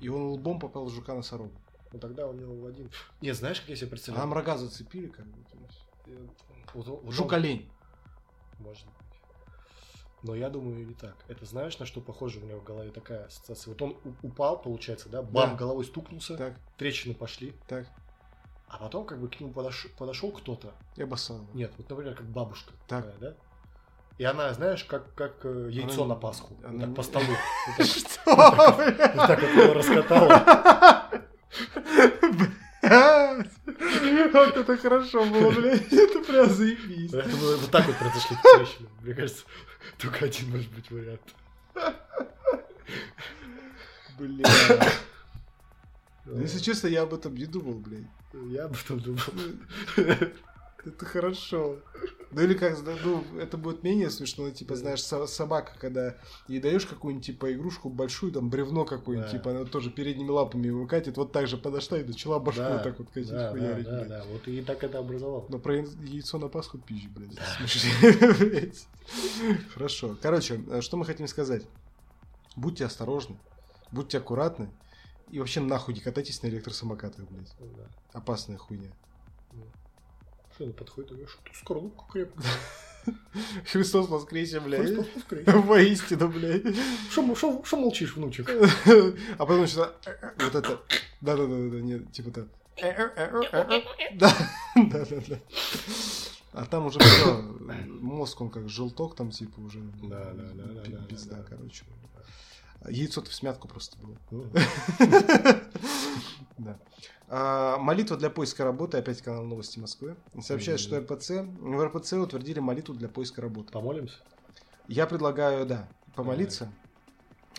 [SPEAKER 1] И он лбом попал в жука-носорога.
[SPEAKER 2] Ну тогда у него один. Не, знаешь, как я себе
[SPEAKER 1] А
[SPEAKER 2] представляю?
[SPEAKER 1] там рога зацепили как бы. то есть.
[SPEAKER 2] Э, вот- вот он-
[SPEAKER 1] Жук-олень.
[SPEAKER 2] Может быть. Но я думаю, не так. Это знаешь, на что похоже у меня в голове такая ассоциация? Вот он у- упал, получается, да? Бам,
[SPEAKER 1] Да.
[SPEAKER 2] головой стукнулся,
[SPEAKER 1] Так,
[SPEAKER 2] трещины пошли.
[SPEAKER 1] так.
[SPEAKER 2] А потом как бы к нему подош- подошел кто-то.
[SPEAKER 1] И обоссал. его.
[SPEAKER 2] Нет, вот, например, как бабушка.
[SPEAKER 1] Так.
[SPEAKER 2] такая, да? И она, знаешь, как, как э, яйцо
[SPEAKER 1] Она-
[SPEAKER 2] на Пасху. Вот
[SPEAKER 1] она
[SPEAKER 2] так
[SPEAKER 1] не-
[SPEAKER 2] по столу. Вот Ну, так
[SPEAKER 1] Что?
[SPEAKER 2] вот так вот его раскатала.
[SPEAKER 1] Блядь. Вот это хорошо было, блядь. Это прям заебись.
[SPEAKER 2] Это было вот так вот произошли трещины. Мне кажется, только один может быть вариант.
[SPEAKER 1] Блядь. Ну, Если честно, я об этом не думал, блядь.
[SPEAKER 2] Я об этом думал.
[SPEAKER 1] Это хорошо. Ну или как, ну, это будет менее смешно, ну, типа, знаешь, со- собака, когда ей даешь какую-нибудь, типа, игрушку большую, там, бревно какое-нибудь,
[SPEAKER 2] Да.
[SPEAKER 1] типа, она тоже передними лапами его катит, вот так же подошла и начала башку
[SPEAKER 2] Да,
[SPEAKER 1] вот так вот катить,
[SPEAKER 2] Да, да,
[SPEAKER 1] хуярить,
[SPEAKER 2] да,
[SPEAKER 1] блядь.
[SPEAKER 2] да. Вот и так это образовало.
[SPEAKER 1] Но Ну, про яйцо на Пасху пизжу, блядь. смешно. Блядь. Хорошо. Короче, э, что мы хотим сказать? Будьте осторожны, будьте аккуратны, и вообще нахуй не катайтесь на электросамокатах, блядь.
[SPEAKER 2] Да.
[SPEAKER 1] Опасная хуйня.
[SPEAKER 2] Что она подходит и говорит, что ты скорлупку крепко.
[SPEAKER 1] Христос воскресе, блядь.
[SPEAKER 2] Скорлупку крепко.
[SPEAKER 1] Воистину, блядь.
[SPEAKER 2] Шо м- шо- шо молчишь, внучек?
[SPEAKER 1] А потом еще вот это. Да-да-да, нет, типа там. Да, да, да, да. А там уже все, мозг, он как желток там, типа, уже
[SPEAKER 2] Да, да, да, да,
[SPEAKER 1] пи-
[SPEAKER 2] да,
[SPEAKER 1] пизда,
[SPEAKER 2] да.
[SPEAKER 1] короче. А Яйцо-то в смятку просто было.
[SPEAKER 2] Ну,
[SPEAKER 1] Да. А, Молитва для поиска работы, опять канал Новости Москвы, сообщает, что
[SPEAKER 2] Мгм.
[SPEAKER 1] РПЦ, в РПЦ утвердили молитву для поиска работы.
[SPEAKER 2] Помолимся?
[SPEAKER 1] Я предлагаю, да, помолиться.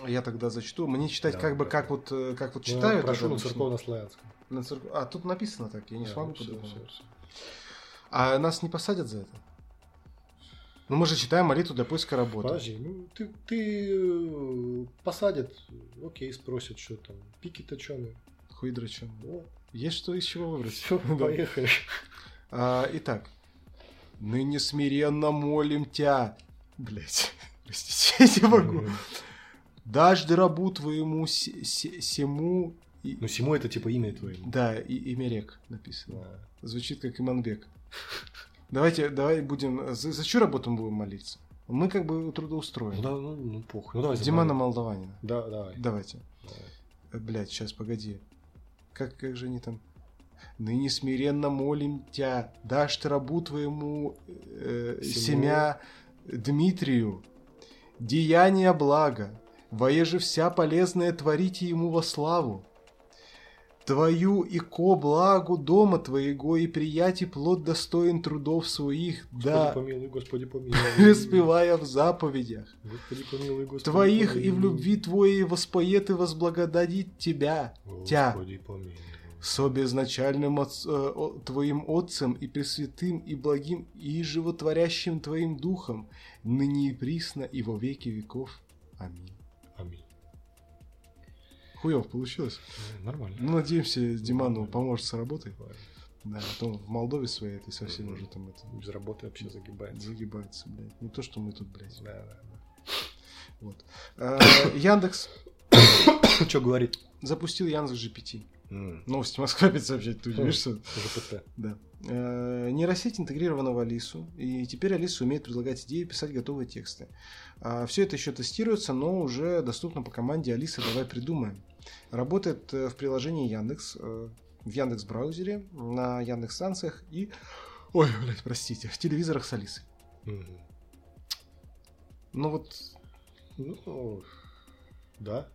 [SPEAKER 1] Я тогда зачту. Мне читать
[SPEAKER 2] Давай,
[SPEAKER 1] как бы,
[SPEAKER 2] давай.
[SPEAKER 1] как вот, э, как вот
[SPEAKER 2] Ну,
[SPEAKER 1] читают.
[SPEAKER 2] Прошу
[SPEAKER 1] это
[SPEAKER 2] на
[SPEAKER 1] обычно.
[SPEAKER 2] церковно-славянском.
[SPEAKER 1] На церкв- А тут написано так, я не
[SPEAKER 2] Да,
[SPEAKER 1] смогу
[SPEAKER 2] ну, всё,
[SPEAKER 1] по-другому.
[SPEAKER 2] всё, всё.
[SPEAKER 1] А нас не посадят за это? Ну мы же читаем молитву для поиска работы.
[SPEAKER 2] Подожди, ну ты, ты э, посадят, окей, спросят, что там, пики точеные.
[SPEAKER 1] Хуй дрочен. Есть что из чего выбрать.
[SPEAKER 2] все,
[SPEAKER 1] Да.
[SPEAKER 2] поехали.
[SPEAKER 1] А, итак. Ныне смиренно молим тебя. Блять. Простите, я не могу. Дажды рабу твоему се- се- сему... и-
[SPEAKER 2] Ну, Симо это типа имя твоему.
[SPEAKER 1] Да, и, имя рек написано.
[SPEAKER 2] Да.
[SPEAKER 1] Звучит как Иманбек. Давайте, давай будем... За, за чью работу мы будем молиться? Мы как бы
[SPEAKER 2] Ну,
[SPEAKER 1] трудоустроены.
[SPEAKER 2] да, ну, ну, похуй. Ну, давай
[SPEAKER 1] Димана
[SPEAKER 2] замолвим.
[SPEAKER 1] Молдаванина.
[SPEAKER 2] Да, давай.
[SPEAKER 1] Давайте. Блять, сейчас, погоди. Как, как же они там? Ныне смиренно молим тебя, дашь ты рабу твоему э,
[SPEAKER 2] Всему.
[SPEAKER 1] семя Дмитрию, деяния блага, воеже вся полезная творите ему во славу. Твою и ко благу дома твоего и прияти плод достоин трудов своих,
[SPEAKER 2] Господи
[SPEAKER 1] да,
[SPEAKER 2] помилуй, Господи помилуй.
[SPEAKER 1] преуспевая в заповедях.
[SPEAKER 2] Господи помилуй, Господи
[SPEAKER 1] Твоих и в
[SPEAKER 2] помилуй.
[SPEAKER 1] любви твоей воспоет и возблагодарит тебя, тя,
[SPEAKER 2] Господи помилуй.
[SPEAKER 1] со безначальным отц- э, о- твоим отцем и пресвятым и благим и животворящим твоим духом, ныне и присно и во веки веков. Аминь.
[SPEAKER 2] Аминь.
[SPEAKER 1] Хуев получилось.
[SPEAKER 2] Ну, Нормально.
[SPEAKER 1] Ну, надеемся, Диману поможет с работой.
[SPEAKER 2] Давай.
[SPEAKER 1] Да, а то в Молдове своей этой совсем уже там это
[SPEAKER 2] Без работы вообще загибается.
[SPEAKER 1] загибается, блядь. Не то, что мы тут, блядь.
[SPEAKER 2] Да, да, да.
[SPEAKER 1] Вот. Э, Яндекс
[SPEAKER 2] Что говорит?
[SPEAKER 1] запустил Яндекс GPT.
[SPEAKER 2] М,
[SPEAKER 1] Новости Москвы опять сообщать, ты удивишься.
[SPEAKER 2] ЖПТ.
[SPEAKER 1] Да. Э, Нейросеть интегрирована в Алису, и теперь Алиса умеет предлагать идеи и писать готовые тексты. Все это еще тестируется, но уже доступно по команде Алиса «Давай придумаем». Работает э, в приложении Яндекс, э, в Яндекс браузере, на Яндекс станциях и... Ой, блядь, простите, в телевизорах с Алисой.
[SPEAKER 2] Мгм.
[SPEAKER 1] Ну вот
[SPEAKER 2] Ну, да.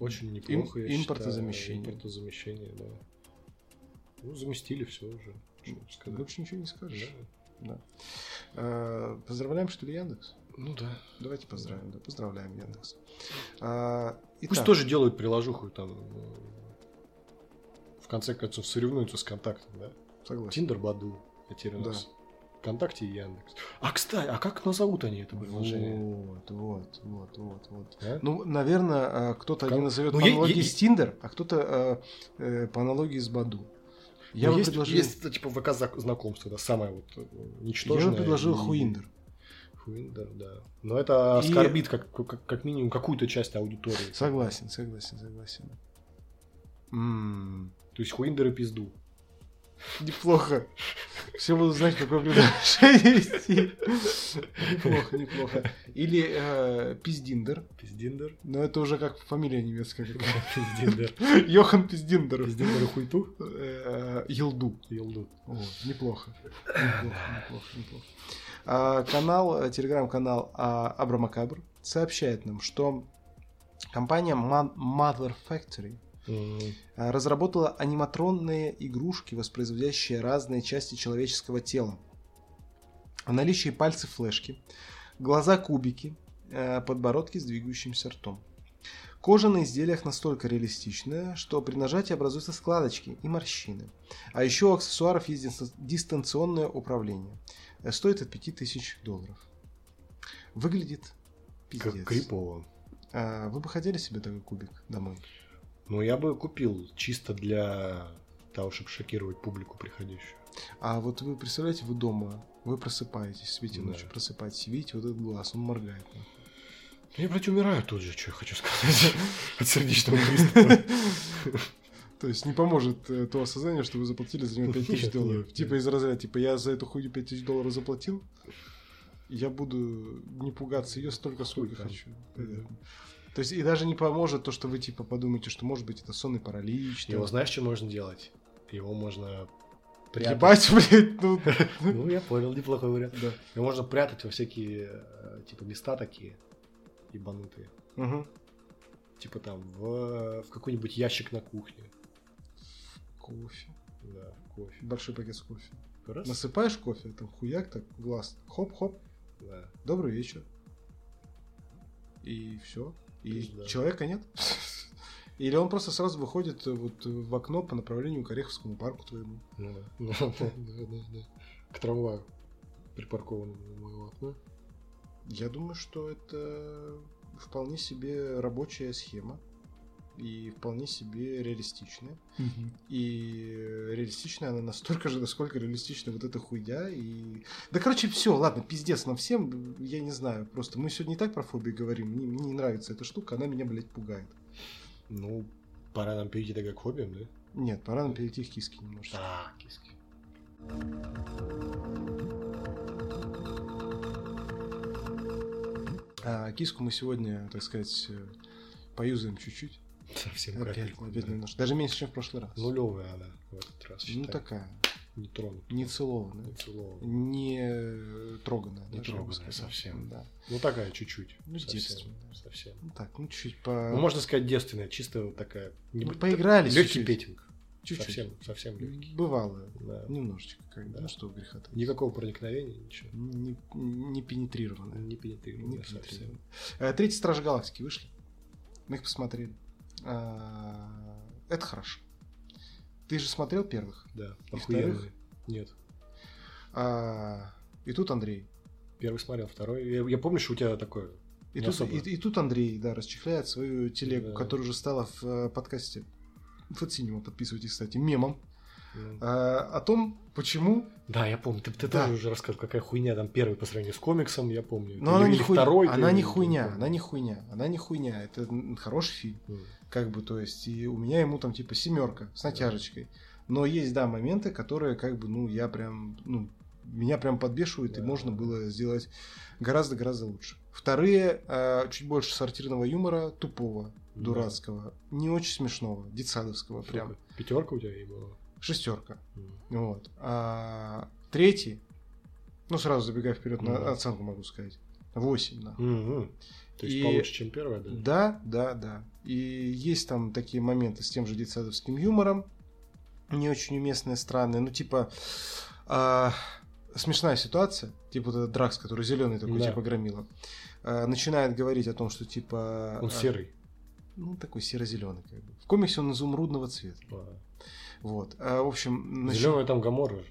[SPEAKER 2] Очень неплохо, я
[SPEAKER 1] импортозамещение.
[SPEAKER 2] считаю. Импортозамещение, да. Ну, заместили все уже. Что тут сказать.
[SPEAKER 1] больше ну, ничего не скажешь.
[SPEAKER 2] Да.
[SPEAKER 1] Э, Поздравляем, что ли, Яндекс?
[SPEAKER 2] Ну да.
[SPEAKER 1] Давайте поздравим, да, поздравляем Яндекс. А,
[SPEAKER 2] Пусть
[SPEAKER 1] итак.
[SPEAKER 2] тоже делают приложуху там. э, В конце концов, соревнуются с контактом, да?
[SPEAKER 1] Согласен.
[SPEAKER 2] Тиндер Баду. а теперь у
[SPEAKER 1] Да.
[SPEAKER 2] нас ВКонтакте и Яндекс. А кстати, а как назовут они это приложение?
[SPEAKER 1] Вот, вот, вот, вот, вот.
[SPEAKER 2] А?
[SPEAKER 1] Ну, наверное, кто-то
[SPEAKER 2] Как-
[SPEAKER 1] один назовет
[SPEAKER 2] Ну,
[SPEAKER 1] по
[SPEAKER 2] е-
[SPEAKER 1] аналогии
[SPEAKER 2] е-
[SPEAKER 1] с Тиндер, а кто-то э, э, по аналогии с Баду. Я
[SPEAKER 2] Ну,
[SPEAKER 1] бы
[SPEAKER 2] есть,
[SPEAKER 1] предложил,
[SPEAKER 2] есть, это, типа ВК знакомство, да, самое вот э,
[SPEAKER 1] я бы
[SPEAKER 2] ничтожное.
[SPEAKER 1] предложил
[SPEAKER 2] и-
[SPEAKER 1] Хуиндер.
[SPEAKER 2] Виндер, да. Но это
[SPEAKER 1] И-
[SPEAKER 2] оскорбит как, как, как минимум какую-то часть аудитории.
[SPEAKER 1] Согласен, согласен, согласен. М,
[SPEAKER 2] То есть Хуиндеры пизду.
[SPEAKER 1] Неплохо. Все будут знать, какое предложение идти. Неплохо, неплохо. Или э, Пиздиндер.
[SPEAKER 2] Пиздиндер.
[SPEAKER 1] Но это уже как фамилия немецкая. какая-то.
[SPEAKER 2] Пиздиндер.
[SPEAKER 1] Йохан Пиздиндер.
[SPEAKER 2] Пиздиндер и хуйту.
[SPEAKER 1] Э, Елду.
[SPEAKER 2] Елду.
[SPEAKER 1] О, неплохо. Неплохо, неплохо, неплохо. А, канал, э, телеграм-канал а, Абрамакабр сообщает нам, что компания Man- Madler Factory а, разработала аниматронные игрушки, воспроизводящие разные части человеческого тела. В наличии пальцы флешки, глаза кубики, э, подбородки с двигающимся ртом. Кожа на изделиях настолько реалистичная, что при нажатии образуются складочки и морщины. А еще у аксессуаров есть дис- дистанционное управление. Э, Стоит от 5000 долларов. Выглядит пиздец.
[SPEAKER 2] Как крипово.
[SPEAKER 1] А, Вы бы хотели себе такой кубик домой?
[SPEAKER 2] Ну, я бы купил чисто для того, чтобы шокировать публику приходящую.
[SPEAKER 1] А вот вы представляете, вы дома, вы просыпаетесь, спите
[SPEAKER 2] Да.
[SPEAKER 1] ночью, просыпаетесь, видите вот этот глаз, он моргает.
[SPEAKER 2] Ну, Я, блядь, умираю тут же, что я хочу сказать. От сердечного приступа.
[SPEAKER 1] То есть не поможет э, то осознание, что вы заплатили за него 5000
[SPEAKER 2] Нет,
[SPEAKER 1] долларов.
[SPEAKER 2] нет,
[SPEAKER 1] Типа
[SPEAKER 2] нет.
[SPEAKER 1] из разряда, типа я за эту хуйню 5000 долларов заплатил, я буду не пугаться ее столько, сколько
[SPEAKER 2] там.
[SPEAKER 1] хочу. Понятно. То есть и даже не поможет то, что вы типа подумаете, что может быть это сонный паралич. там.
[SPEAKER 2] Его знаешь, что можно делать? Его можно прятать.
[SPEAKER 1] Ебать, блядь, ну...
[SPEAKER 2] Ну, я понял, неплохой вариант.
[SPEAKER 1] Да.
[SPEAKER 2] Его можно прятать во всякие, э, типа, места такие ебанутые.
[SPEAKER 1] Мгм.
[SPEAKER 2] Типа там в, в какой-нибудь ящик на кухне.
[SPEAKER 1] Кофе.
[SPEAKER 2] Да, в кофе.
[SPEAKER 1] Большой пакет с кофе.
[SPEAKER 2] Раз.
[SPEAKER 1] Насыпаешь кофе, там хуяк так, глаз, хоп-хоп,
[SPEAKER 2] Да.
[SPEAKER 1] добрый вечер. И все. И
[SPEAKER 2] Пизда.
[SPEAKER 1] человека нет. Или он просто сразу выходит э, вот э, в окно по направлению к Ореховскому парку твоему.
[SPEAKER 2] Ну да. Ну да, да, да, да. К трамваю, припаркованному у моего окна.
[SPEAKER 1] Я думаю, что это вполне себе рабочая схема. И вполне себе реалистичная. И э, реалистичная она настолько же, насколько реалистична вот эта хуйня. И... Да, короче, все, ладно, пиздец нам всем, я не знаю. Просто мы сегодня и так про фобии говорим, мне, мне не нравится эта штука, она меня, блядь, пугает.
[SPEAKER 2] Ну, пора нам перейти тогда к хоббиям, да?
[SPEAKER 1] Нет, пора нам перейти к киске немножко.
[SPEAKER 2] А, киски.
[SPEAKER 1] А, киску мы сегодня, так сказать, э, поюзаем чуть-чуть.
[SPEAKER 2] Совсем
[SPEAKER 1] Опять,
[SPEAKER 2] капельку.
[SPEAKER 1] опять
[SPEAKER 2] да.
[SPEAKER 1] немножко. Даже меньше, чем в прошлый раз.
[SPEAKER 2] Нулевая она в этот раз.
[SPEAKER 1] ну
[SPEAKER 2] считай.
[SPEAKER 1] такая,
[SPEAKER 2] Не тронут.
[SPEAKER 1] не целованная,
[SPEAKER 2] Не целованная.
[SPEAKER 1] не э, троганная.
[SPEAKER 2] Не
[SPEAKER 1] даже, я бы
[SPEAKER 2] троганная
[SPEAKER 1] сказал.
[SPEAKER 2] совсем.
[SPEAKER 1] Да.
[SPEAKER 2] Ну такая чуть-чуть.
[SPEAKER 1] Ну,
[SPEAKER 2] Совсем,
[SPEAKER 1] девственная.
[SPEAKER 2] Совсем.
[SPEAKER 1] Ну так, ну чуть-чуть по...
[SPEAKER 2] Ну, можно сказать, девственная, чисто вот такая.
[SPEAKER 1] Ну, поигрались
[SPEAKER 2] Легкий
[SPEAKER 1] чуть-чуть.
[SPEAKER 2] петинг.
[SPEAKER 1] чуть-чуть.
[SPEAKER 2] Совсем, совсем легкий.
[SPEAKER 1] Бывало.
[SPEAKER 2] Да.
[SPEAKER 1] Немножечко, когда.
[SPEAKER 2] Да.
[SPEAKER 1] Ну что греха таить.
[SPEAKER 2] Никакого проникновения, ничего.
[SPEAKER 1] Не, не пенетрированная.
[SPEAKER 2] Не
[SPEAKER 1] Не
[SPEAKER 2] пенетрировано совсем.
[SPEAKER 1] пенетрированная. Э, Третий Страж Галактики вышли. Мы их посмотрели. А, Это хорошо. Ты же смотрел первых?
[SPEAKER 2] Да,
[SPEAKER 1] И
[SPEAKER 2] охуенный.
[SPEAKER 1] вторых?
[SPEAKER 2] Нет.
[SPEAKER 1] А, И тут Андрей.
[SPEAKER 2] Первый смотрел, второй. Я, я помню, что у тебя такое.
[SPEAKER 1] И
[SPEAKER 2] Не
[SPEAKER 1] тут,
[SPEAKER 2] особо.
[SPEAKER 1] и, и тут Андрей, да, расчехляет свою телегу,
[SPEAKER 2] Да.
[SPEAKER 1] которая уже стала в э, подкасте Фотсинема, подписывайтесь, кстати, мемом,
[SPEAKER 2] ну,
[SPEAKER 1] а, о том, почему...
[SPEAKER 2] Да, я помню. Ты, ты
[SPEAKER 1] Да.
[SPEAKER 2] тоже уже рассказывал, какая хуйня там первый по сравнению с комиксом, я помню.
[SPEAKER 1] Но
[SPEAKER 2] Или-
[SPEAKER 1] она не,
[SPEAKER 2] или
[SPEAKER 1] хуй-
[SPEAKER 2] второй,
[SPEAKER 1] она
[SPEAKER 2] ты-
[SPEAKER 1] не хуйня,
[SPEAKER 2] помню.
[SPEAKER 1] она не хуйня, она не хуйня, это м, хороший фильм.
[SPEAKER 2] М.
[SPEAKER 1] как бы, то есть, и у меня ему там типа семерка с натяжечкой. Но есть, да, моменты, которые, как бы, ну, я прям, ну, меня прям подбешивают, и
[SPEAKER 2] Да.
[SPEAKER 1] можно было сделать гораздо-гораздо лучше. Вторые, э, чуть больше сортирного юмора, тупого,
[SPEAKER 2] Да.
[SPEAKER 1] дурацкого, не очень смешного, детсадовского
[SPEAKER 2] Сколько?
[SPEAKER 1] прям. М-м.
[SPEAKER 2] Пятерка у тебя и была.
[SPEAKER 1] Шестерка.
[SPEAKER 2] М.
[SPEAKER 1] Вот. А, третий, ну, сразу забегая вперед, на
[SPEAKER 2] Да.
[SPEAKER 1] оценку могу сказать. Восемь, нахуй.
[SPEAKER 2] М-м. То есть
[SPEAKER 1] И-
[SPEAKER 2] получше, чем первая, да?
[SPEAKER 1] Да, да, да. И есть там такие моменты с тем же детсадовским юмором, не очень уместные, странные. Ну, типа, а, смешная ситуация. Типа вот этот Дракс, который зеленый такой,
[SPEAKER 2] Да.
[SPEAKER 1] типа громила. а, начинает говорить о том, что типа...
[SPEAKER 2] Он
[SPEAKER 1] а,
[SPEAKER 2] серый.
[SPEAKER 1] ну, такой серо-зеленый как бы. В комиксе он изумрудного цвета. Вот. А, в общем, начи-
[SPEAKER 2] Зеленая там Гамора. же.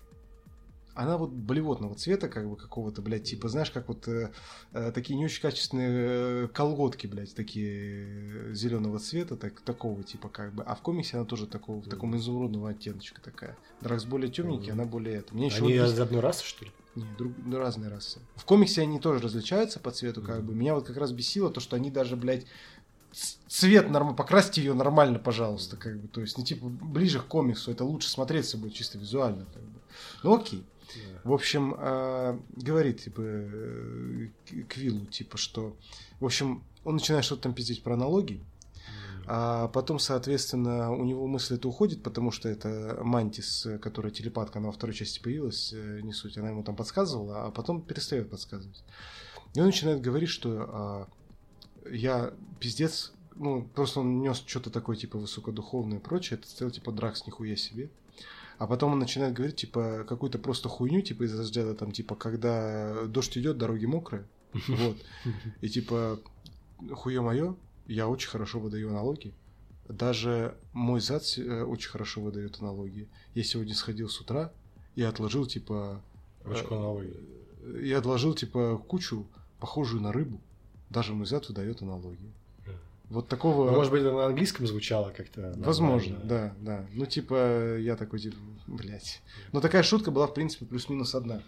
[SPEAKER 1] она вот блевотного цвета, как бы какого-то, блядь, типа, знаешь, как вот э, э, такие не очень качественные э, колготки, блядь, такие зеленого цвета, так, такого типа, как бы. А в комиксе она тоже такого, в таком изумрудного оттеночка такая. Дракс более темненький,
[SPEAKER 2] Мгм.
[SPEAKER 1] она более это. Мне еще
[SPEAKER 2] Они из одной расы, что ли?
[SPEAKER 1] Не, друг, ну, разные расы. В комиксе они тоже различаются по цвету, как бы. Меня вот как раз бесило то, что они даже, блядь, ц- цвет норм... покрасьте ее нормально, пожалуйста, как бы. То есть, ну, типа, ближе к комиксу, это лучше смотреться будет чисто визуально, как бы. Ну, окей. В общем, э, говорит, типа, э, к- Квиллу, типа, что... В общем, он начинает что-то там пиздить про налоги, а потом, соответственно, у него мысль это уходит, потому что это Мантис, э, которая телепатка, она во второй части появилась, э, не суть, она ему там подсказывала, а потом перестает подсказывать. И он начинает говорить, что а, я пиздец, ну, просто он нес что-то такое, типа, высокодуховное и прочее, это стоял, типа, Дракс, нихуя себе. А потом он начинает говорить, типа, какую-то просто хуйню, типа, из разряда, там, типа, когда дождь идет, дороги мокрые, вот. И типа, хуе мое, я очень хорошо выдаю налоги. Даже мой зад э, очень хорошо выдает налоги. Я сегодня сходил с утра и отложил, типа... э,
[SPEAKER 2] Очень налоги.
[SPEAKER 1] э, Я отложил, типа, кучу, похожую на рыбу. Даже мой зад выдает налоги.
[SPEAKER 2] Да.
[SPEAKER 1] Вот такого...
[SPEAKER 2] Ну, может быть, это на английском звучало как-то. нормально.
[SPEAKER 1] Возможно, да, да. Ну, типа, я такой, типа, блядь. Но такая шутка была, в принципе, плюс-минус одна.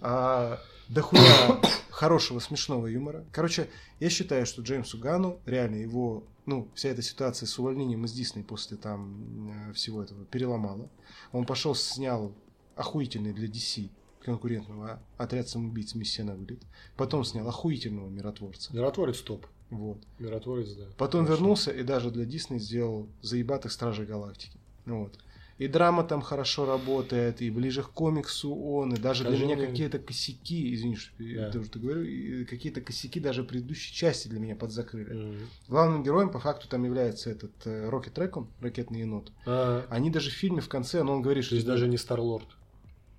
[SPEAKER 1] а, дохуя хорошего смешного юмора. Короче, я считаю, что Джеймсу Гану реально его, ну, вся эта ситуация с увольнением из Дисней после там э, всего этого переломала. Он пошел, снял охуительный для DC конкурентного отряд самоубийц «Миссия на вылет». Потом снял охуительного миротворца.
[SPEAKER 2] Миротворец топ.
[SPEAKER 1] Вот.
[SPEAKER 2] Миротворец, да.
[SPEAKER 1] Потом
[SPEAKER 2] Хорошо.
[SPEAKER 1] вернулся и даже для Дисней сделал заебатых Стражей Галактики. Вот. И драма там хорошо работает, и ближе к комиксу он, и даже
[SPEAKER 2] Скажи
[SPEAKER 1] для меня
[SPEAKER 2] мне-
[SPEAKER 1] какие-то косяки, извини, что я
[SPEAKER 2] Да.
[SPEAKER 1] тоже так говорю, и какие-то косяки даже предыдущей части для меня подзакрыли.
[SPEAKER 2] Мгм.
[SPEAKER 1] Главным героем по факту там является этот э, Рокет Рекон, ракетный енот.
[SPEAKER 2] А,
[SPEAKER 1] Они даже в фильме в конце, но он говорит,
[SPEAKER 2] То
[SPEAKER 1] что...
[SPEAKER 2] есть даже не Старлорд.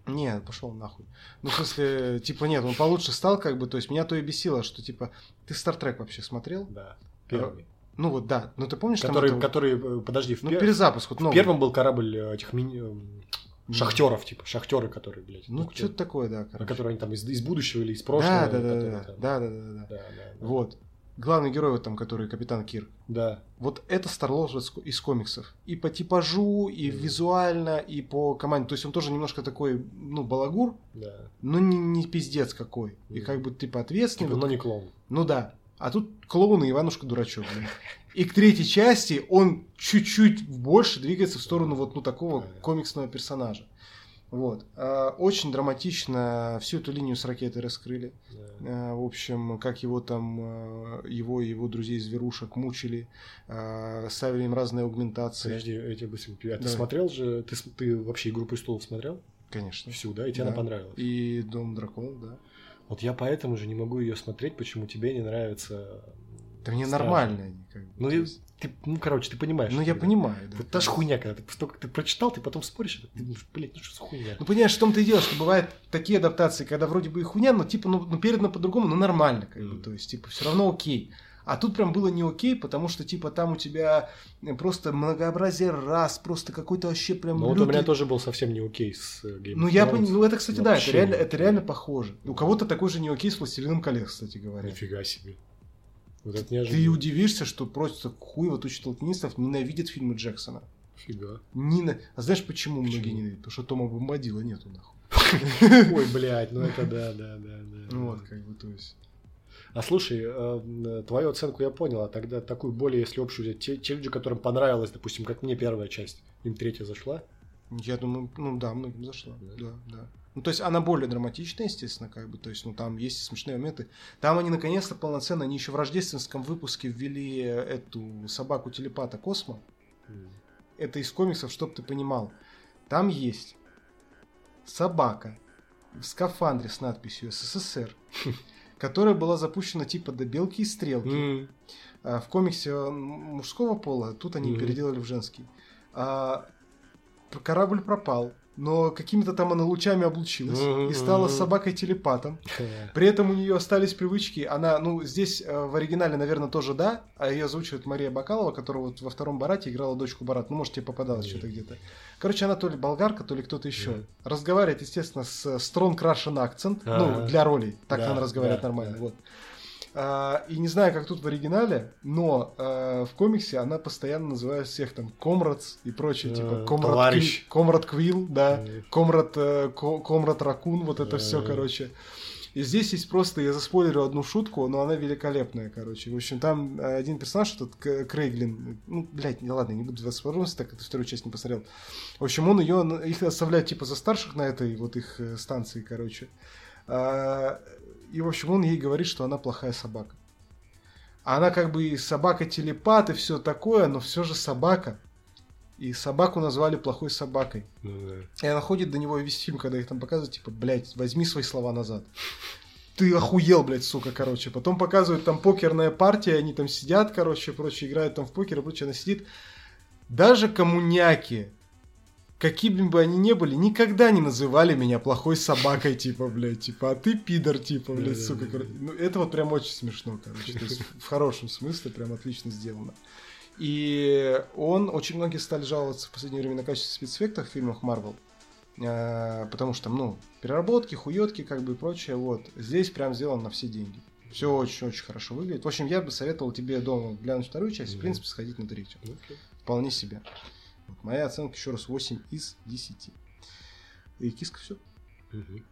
[SPEAKER 1] Не, пошел нахуй. Ну, в смысле, э, типа нет, он получше стал как бы, то есть меня то и бесило, что типа, ты Стартрек вообще смотрел?
[SPEAKER 2] Да. Первый. Ну,
[SPEAKER 1] Ну вот, да, но ты помнишь,
[SPEAKER 2] который,
[SPEAKER 1] там... это-
[SPEAKER 2] который, э, подожди, в,
[SPEAKER 1] Ну,
[SPEAKER 2] пер-
[SPEAKER 1] перезапуск. Вот
[SPEAKER 2] в
[SPEAKER 1] новый.
[SPEAKER 2] первом был корабль э, этих мини... шахтеров, типа, шахтеры, которые, блядь,
[SPEAKER 1] Ну,
[SPEAKER 2] только-
[SPEAKER 1] что-то такое, да,
[SPEAKER 2] на
[SPEAKER 1] короче.
[SPEAKER 2] которые они там из, из будущего или из
[SPEAKER 1] Да,
[SPEAKER 2] прошлого.
[SPEAKER 1] да, да,
[SPEAKER 2] которые
[SPEAKER 1] да,
[SPEAKER 2] там-
[SPEAKER 1] да, да, да, да.
[SPEAKER 2] да, да, да.
[SPEAKER 1] Вот. Главный герой вот там, который капитан Кир.
[SPEAKER 2] Да.
[SPEAKER 1] Вот это Старлорд из ко- из комиксов. И по типажу, и
[SPEAKER 2] Мгм.
[SPEAKER 1] визуально, и по команде. То есть он тоже немножко такой, ну, балагур,
[SPEAKER 2] Да.
[SPEAKER 1] но не, не пиздец какой. И
[SPEAKER 2] Мгм.
[SPEAKER 1] как бы типа ответственный.
[SPEAKER 2] Типа,
[SPEAKER 1] вот.
[SPEAKER 2] но не клоун.
[SPEAKER 1] Ну да. А тут клоун и Иванушка дурачок. блин. И к третьей части он чуть-чуть больше двигается в сторону вот ну такого
[SPEAKER 2] Понятно.
[SPEAKER 1] комиксного персонажа. Вот. А, Очень драматично всю эту линию с ракетой раскрыли.
[SPEAKER 2] Да.
[SPEAKER 1] Э, В общем, как его там, э, его и его друзей-зверушек мучили, э, ставили им разные аугментации.
[SPEAKER 2] Подожди, я тебя быстренько. А ты
[SPEAKER 1] Давай.
[SPEAKER 2] смотрел же, ты, с- ты вообще «Игру престолов» смотрел?
[SPEAKER 1] Конечно.
[SPEAKER 2] Всю, да? И тебе
[SPEAKER 1] Да.
[SPEAKER 2] она понравилась?
[SPEAKER 1] И Дом драконов, да.
[SPEAKER 2] Вот я поэтому же не могу ее смотреть, почему тебе не нравится... м,
[SPEAKER 1] Да мне
[SPEAKER 2] «Стражи».
[SPEAKER 1] нормально они как бы.
[SPEAKER 2] Ну,
[SPEAKER 1] То
[SPEAKER 2] я-
[SPEAKER 1] есть-
[SPEAKER 2] Ты, ну, короче, ты понимаешь.
[SPEAKER 1] ну
[SPEAKER 2] что
[SPEAKER 1] я
[SPEAKER 2] я-
[SPEAKER 1] понимаю, да.
[SPEAKER 2] Вот та же хуйня, когда ты столько ты прочитал, ты потом споришь, и ты думаешь, блядь, ну что за хуйня?
[SPEAKER 1] Ну понимаешь, в том-то и дело, что бывают такие адаптации, когда вроде бы и хуйня, но типа, ну, ну, передано по-другому, но нормально, как бы,
[SPEAKER 2] Мгм.
[SPEAKER 1] то есть, типа, все равно окей. А тут прям было не окей, потому что, типа, там у тебя э, просто многообразие раз, просто какой-то вообще прям
[SPEAKER 2] Ну, вот у
[SPEAKER 1] лютый-
[SPEAKER 2] меня тоже был совсем не окей с э, Game
[SPEAKER 1] Ну,
[SPEAKER 2] of
[SPEAKER 1] я
[SPEAKER 2] Thrones.
[SPEAKER 1] пони- ну, это, кстати, да, это
[SPEAKER 2] Вообще
[SPEAKER 1] реально,
[SPEAKER 2] не
[SPEAKER 1] это
[SPEAKER 2] окей.
[SPEAKER 1] реально похоже. У кого-то такой же не окей с «Властелином колец», кстати говоря.
[SPEAKER 2] Нифига себе. Вот это
[SPEAKER 1] Ты
[SPEAKER 2] неожиданно.
[SPEAKER 1] удивишься, что просто хуево тучи толкинистов ненавидят фильмы Джексона.
[SPEAKER 2] Фига.
[SPEAKER 1] Нена- А знаешь, почему, многие
[SPEAKER 2] Почему?
[SPEAKER 1] ненавидят? Потому что Тома Бомбадила нету, нахуй.
[SPEAKER 2] Ой, блядь, ну это да, да, да, да.
[SPEAKER 1] Ну, вот, как бы, то есть...
[SPEAKER 2] А слушай, э, твою оценку я понял, а тогда такую более, если общую взять, те, те люди, которым понравилось, допустим, как мне первая часть, им третья зашла.
[SPEAKER 1] Я думаю, ну да, многим зашла.
[SPEAKER 2] Да?
[SPEAKER 1] Да, да. Ну, то есть она более драматичная, естественно, как бы, то есть, ну, там есть и смешные моменты. Там они наконец-то полноценно, они еще в рождественском выпуске ввели э, эту собаку-телепата Космо. Это из комиксов, чтоб ты понимал. Там есть собака в скафандре с надписью СССР, которая была запущена типа до белки и стрелки.
[SPEAKER 2] М.
[SPEAKER 1] А В комиксе он мужского пола, тут они
[SPEAKER 2] Мгм.
[SPEAKER 1] переделали в женский. А, п- Корабль пропал, но какими-то там она лучами облучилась
[SPEAKER 2] Мгм,
[SPEAKER 1] и стала
[SPEAKER 2] мгм.
[SPEAKER 1] собакой-телепатом.
[SPEAKER 2] Ха.
[SPEAKER 1] При этом у нее остались привычки. Она, ну, здесь э, в оригинале, наверное, тоже да, а ее озвучивает Мария Бакалова, которая вот во втором Барате играла дочку Барат. Ну, может, тебе попадалось
[SPEAKER 2] Мгм.
[SPEAKER 1] что-то где-то. Короче, она то ли болгарка, то ли кто-то еще.
[SPEAKER 2] Мгм.
[SPEAKER 1] Разговаривает, естественно, с э, strong Russian акцент.
[SPEAKER 2] Ага.
[SPEAKER 1] Ну, для ролей. Так
[SPEAKER 2] А. Да,
[SPEAKER 1] она разговаривает
[SPEAKER 2] да,
[SPEAKER 1] нормально.
[SPEAKER 2] да.
[SPEAKER 1] Вот. А, и не знаю, как тут в оригинале, но а, в комиксе она постоянно называет всех там комрадс и прочее,
[SPEAKER 2] Э,
[SPEAKER 1] типа комрад,
[SPEAKER 2] товарищ.
[SPEAKER 1] Кви- комрад Квилл, да,
[SPEAKER 2] Э,
[SPEAKER 1] комрад, э, ко- комрад Ракун, вот это все,
[SPEAKER 2] Э.
[SPEAKER 1] короче. И здесь есть просто, я заспойлерю одну шутку, но она великолепная, короче. В общем, там э, один персонаж, этот К- Крейглин, ну, блядь, не ладно, не буду вас подробности, так как ты вторую часть не посмотрел. В общем, он ее, их оставляет типа за старших на этой вот их э, станции, короче. А, И, в общем, он ей говорит, что она плохая собака. А Она как бы и собака-телепат и все такое, но все же собака. И собаку назвали плохой собакой.
[SPEAKER 2] ну да.
[SPEAKER 1] И она ходит до него весь фильм, когда их там показывают, типа, блядь, возьми свои слова назад. Ты охуел, блядь, сука, короче. Потом показывают там покерная партия, они там сидят, короче, прочее, играют там в покер и прочее. Она сидит. Даже коммуняки, какими бы они ни были, никогда не называли меня плохой собакой, типа, блядь, типа, а ты пидор, типа, блядь,
[SPEAKER 2] Да-да-да.
[SPEAKER 1] сука. короче. Ну, это вот прям очень смешно, короче. То есть в хорошем смысле прям отлично сделано. И он, очень многие стали жаловаться в последнее время на качество спецэффектов в фильмах Марвел. Э, Потому что там, ну, переработки, хуетки, как бы и прочее. Вот. Здесь прям сделано на все деньги. Все очень-очень хорошо выглядит. В общем, я бы советовал тебе дома глянуть вторую часть, в
[SPEAKER 2] Да.
[SPEAKER 1] принципе, сходить на третью.
[SPEAKER 2] Ну, окей.
[SPEAKER 1] Вполне себе. Вот моя оценка, еще раз, 8 из 10. И киска все.
[SPEAKER 2] Мгм.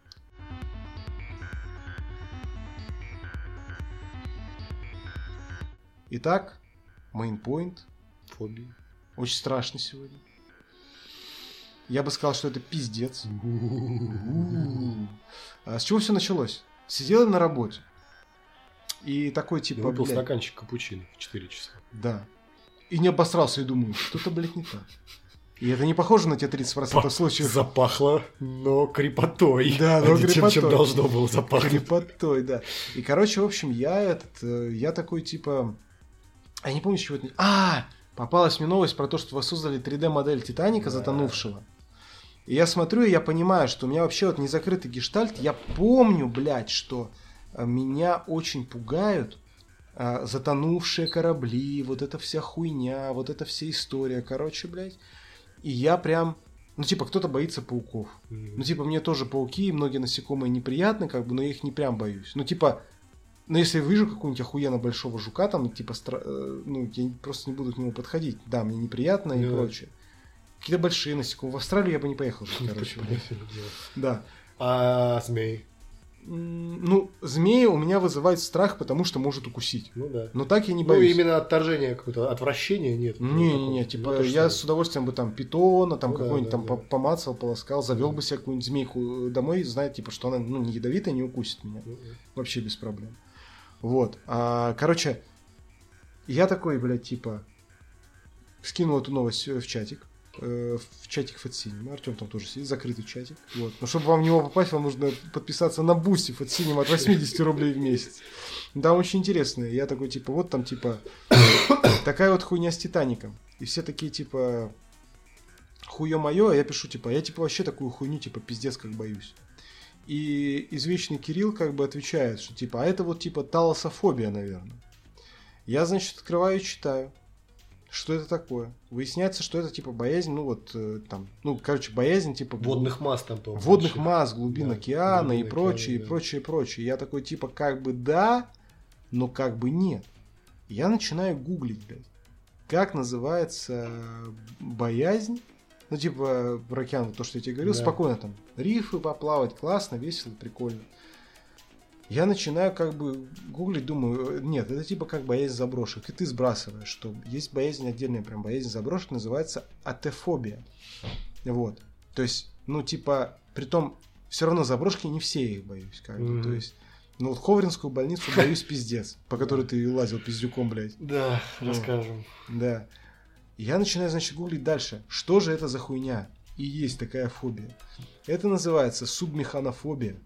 [SPEAKER 1] Итак, мейнпоинт.
[SPEAKER 2] Фобии.
[SPEAKER 1] Очень страшно сегодня. Я бы сказал, что это пиздец. А С чего все началось? Сидела на работе. И такой
[SPEAKER 2] Я
[SPEAKER 1] типа,
[SPEAKER 2] выпил
[SPEAKER 1] блядь,
[SPEAKER 2] стаканчик капучино в 4 часа.
[SPEAKER 1] да. И не обосрался и думаю, что-то, блядь, не так. И это не похоже на те 30% случаев.
[SPEAKER 2] Запахло, но крепотой.
[SPEAKER 1] Да,
[SPEAKER 2] А
[SPEAKER 1] но
[SPEAKER 2] не Тем, чем
[SPEAKER 1] крепотой.
[SPEAKER 2] должно было запахнуть.
[SPEAKER 1] Крепотой, да. И, короче, в общем, я этот, э, я такой, типа, я не помню, с чего это... А, попалась мне новость про то, что воссоздали 3D-модель Титаника
[SPEAKER 2] Да.
[SPEAKER 1] затонувшего. И я смотрю, и я понимаю, что у меня вообще вот не закрытый гештальт. Я помню, блядь, что э, меня очень пугают а, затонувшие корабли, вот эта вся хуйня, вот эта вся история, короче, блядь. И я прям... Ну, типа, кто-то боится пауков. Ну, типа, мне тоже пауки и многие насекомые неприятны, как бы, но я их не прям боюсь. Ну, типа, ну, если я вижу какого-нибудь охуенно большого жука, там, типа, стра- э, ну, я не- просто не буду к нему подходить. Да, мне неприятно и
[SPEAKER 2] Ну да.
[SPEAKER 1] прочее. Какие-то большие насекомые. В Австралию я бы не поехал жить,
[SPEAKER 2] Ну,
[SPEAKER 1] короче.
[SPEAKER 2] понятное
[SPEAKER 1] блядь.
[SPEAKER 2] дело.
[SPEAKER 1] Да.
[SPEAKER 2] А змей?
[SPEAKER 1] М, Ну, змеи у меня вызывает страх, потому что может укусить.
[SPEAKER 2] Ну да.
[SPEAKER 1] Но так я не
[SPEAKER 2] Ну,
[SPEAKER 1] боюсь.
[SPEAKER 2] именно отторжение какое-то, отвращение нет.
[SPEAKER 1] Не-не-не,
[SPEAKER 2] Ну,
[SPEAKER 1] типа
[SPEAKER 2] то,
[SPEAKER 1] я
[SPEAKER 2] что-
[SPEAKER 1] с удовольствием бы там питона, там
[SPEAKER 2] Ну да,
[SPEAKER 1] какой-нибудь
[SPEAKER 2] да,
[SPEAKER 1] там
[SPEAKER 2] да.
[SPEAKER 1] по- помацал, полоскал, завел бы себе какую-нибудь змейку э, домой, зная, типа, что она ну, не ядовитая, не укусит меня.
[SPEAKER 2] Ну, да.
[SPEAKER 1] Вообще без проблем. Вот. А, короче, я такой, блядь, типа, скинул эту новость э, в чатик. э, В чатик Фэтсинема. Артем там тоже сидит, закрытый чатик. Вот. Но чтобы вам в него попасть, вам нужно подписаться на бусти Фэтсинема от 80 рублей в месяц. Да, Ну, очень интересно. Я такой, типа, вот там, типа, такая вот хуйня с Титаником. И все такие, типа, хуё моё, а я пишу, типа, я, типа, вообще такую хуйню, типа, пиздец, как боюсь. И извечный Кирилл как бы отвечает, что типа, а это вот типа талософобия, наверное. Я, значит, открываю и читаю. Что это такое? Выясняется, что это типа боязнь, ну вот э, там, ну, короче, боязнь типа
[SPEAKER 2] Водных масс там, по-моему.
[SPEAKER 1] водных
[SPEAKER 2] вообще.
[SPEAKER 1] масс, глубин
[SPEAKER 2] Да,
[SPEAKER 1] океана и
[SPEAKER 2] глубин океана,
[SPEAKER 1] прочее, и
[SPEAKER 2] да.
[SPEAKER 1] прочее, прочее. Я такой типа как бы да, но как бы нет. Я начинаю гуглить, блядь, как называется боязнь, ну типа про океан, вот то, что я тебе говорил,
[SPEAKER 2] Да.
[SPEAKER 1] спокойно там, рифы поплавать, классно, весело, прикольно. Я начинаю как бы гуглить, думаю, э, нет, это типа как боязнь заброшек. И ты сбрасываешь, что есть боязнь отдельная, прям боязнь заброшек, называется атефобия. Вот. То есть, ну, типа, при том, все равно заброшки не все я их боюсь, как бы.
[SPEAKER 2] Мгм.
[SPEAKER 1] То есть, ну, вот Ховринскую больницу боюсь пиздец, по которой ты лазил пиздюком, блядь.
[SPEAKER 2] Да,
[SPEAKER 1] Ну.
[SPEAKER 2] расскажем.
[SPEAKER 1] Да. Я начинаю, значит, гуглить дальше. Что же это за хуйня? И есть такая фобия. Это называется субмеханофобия.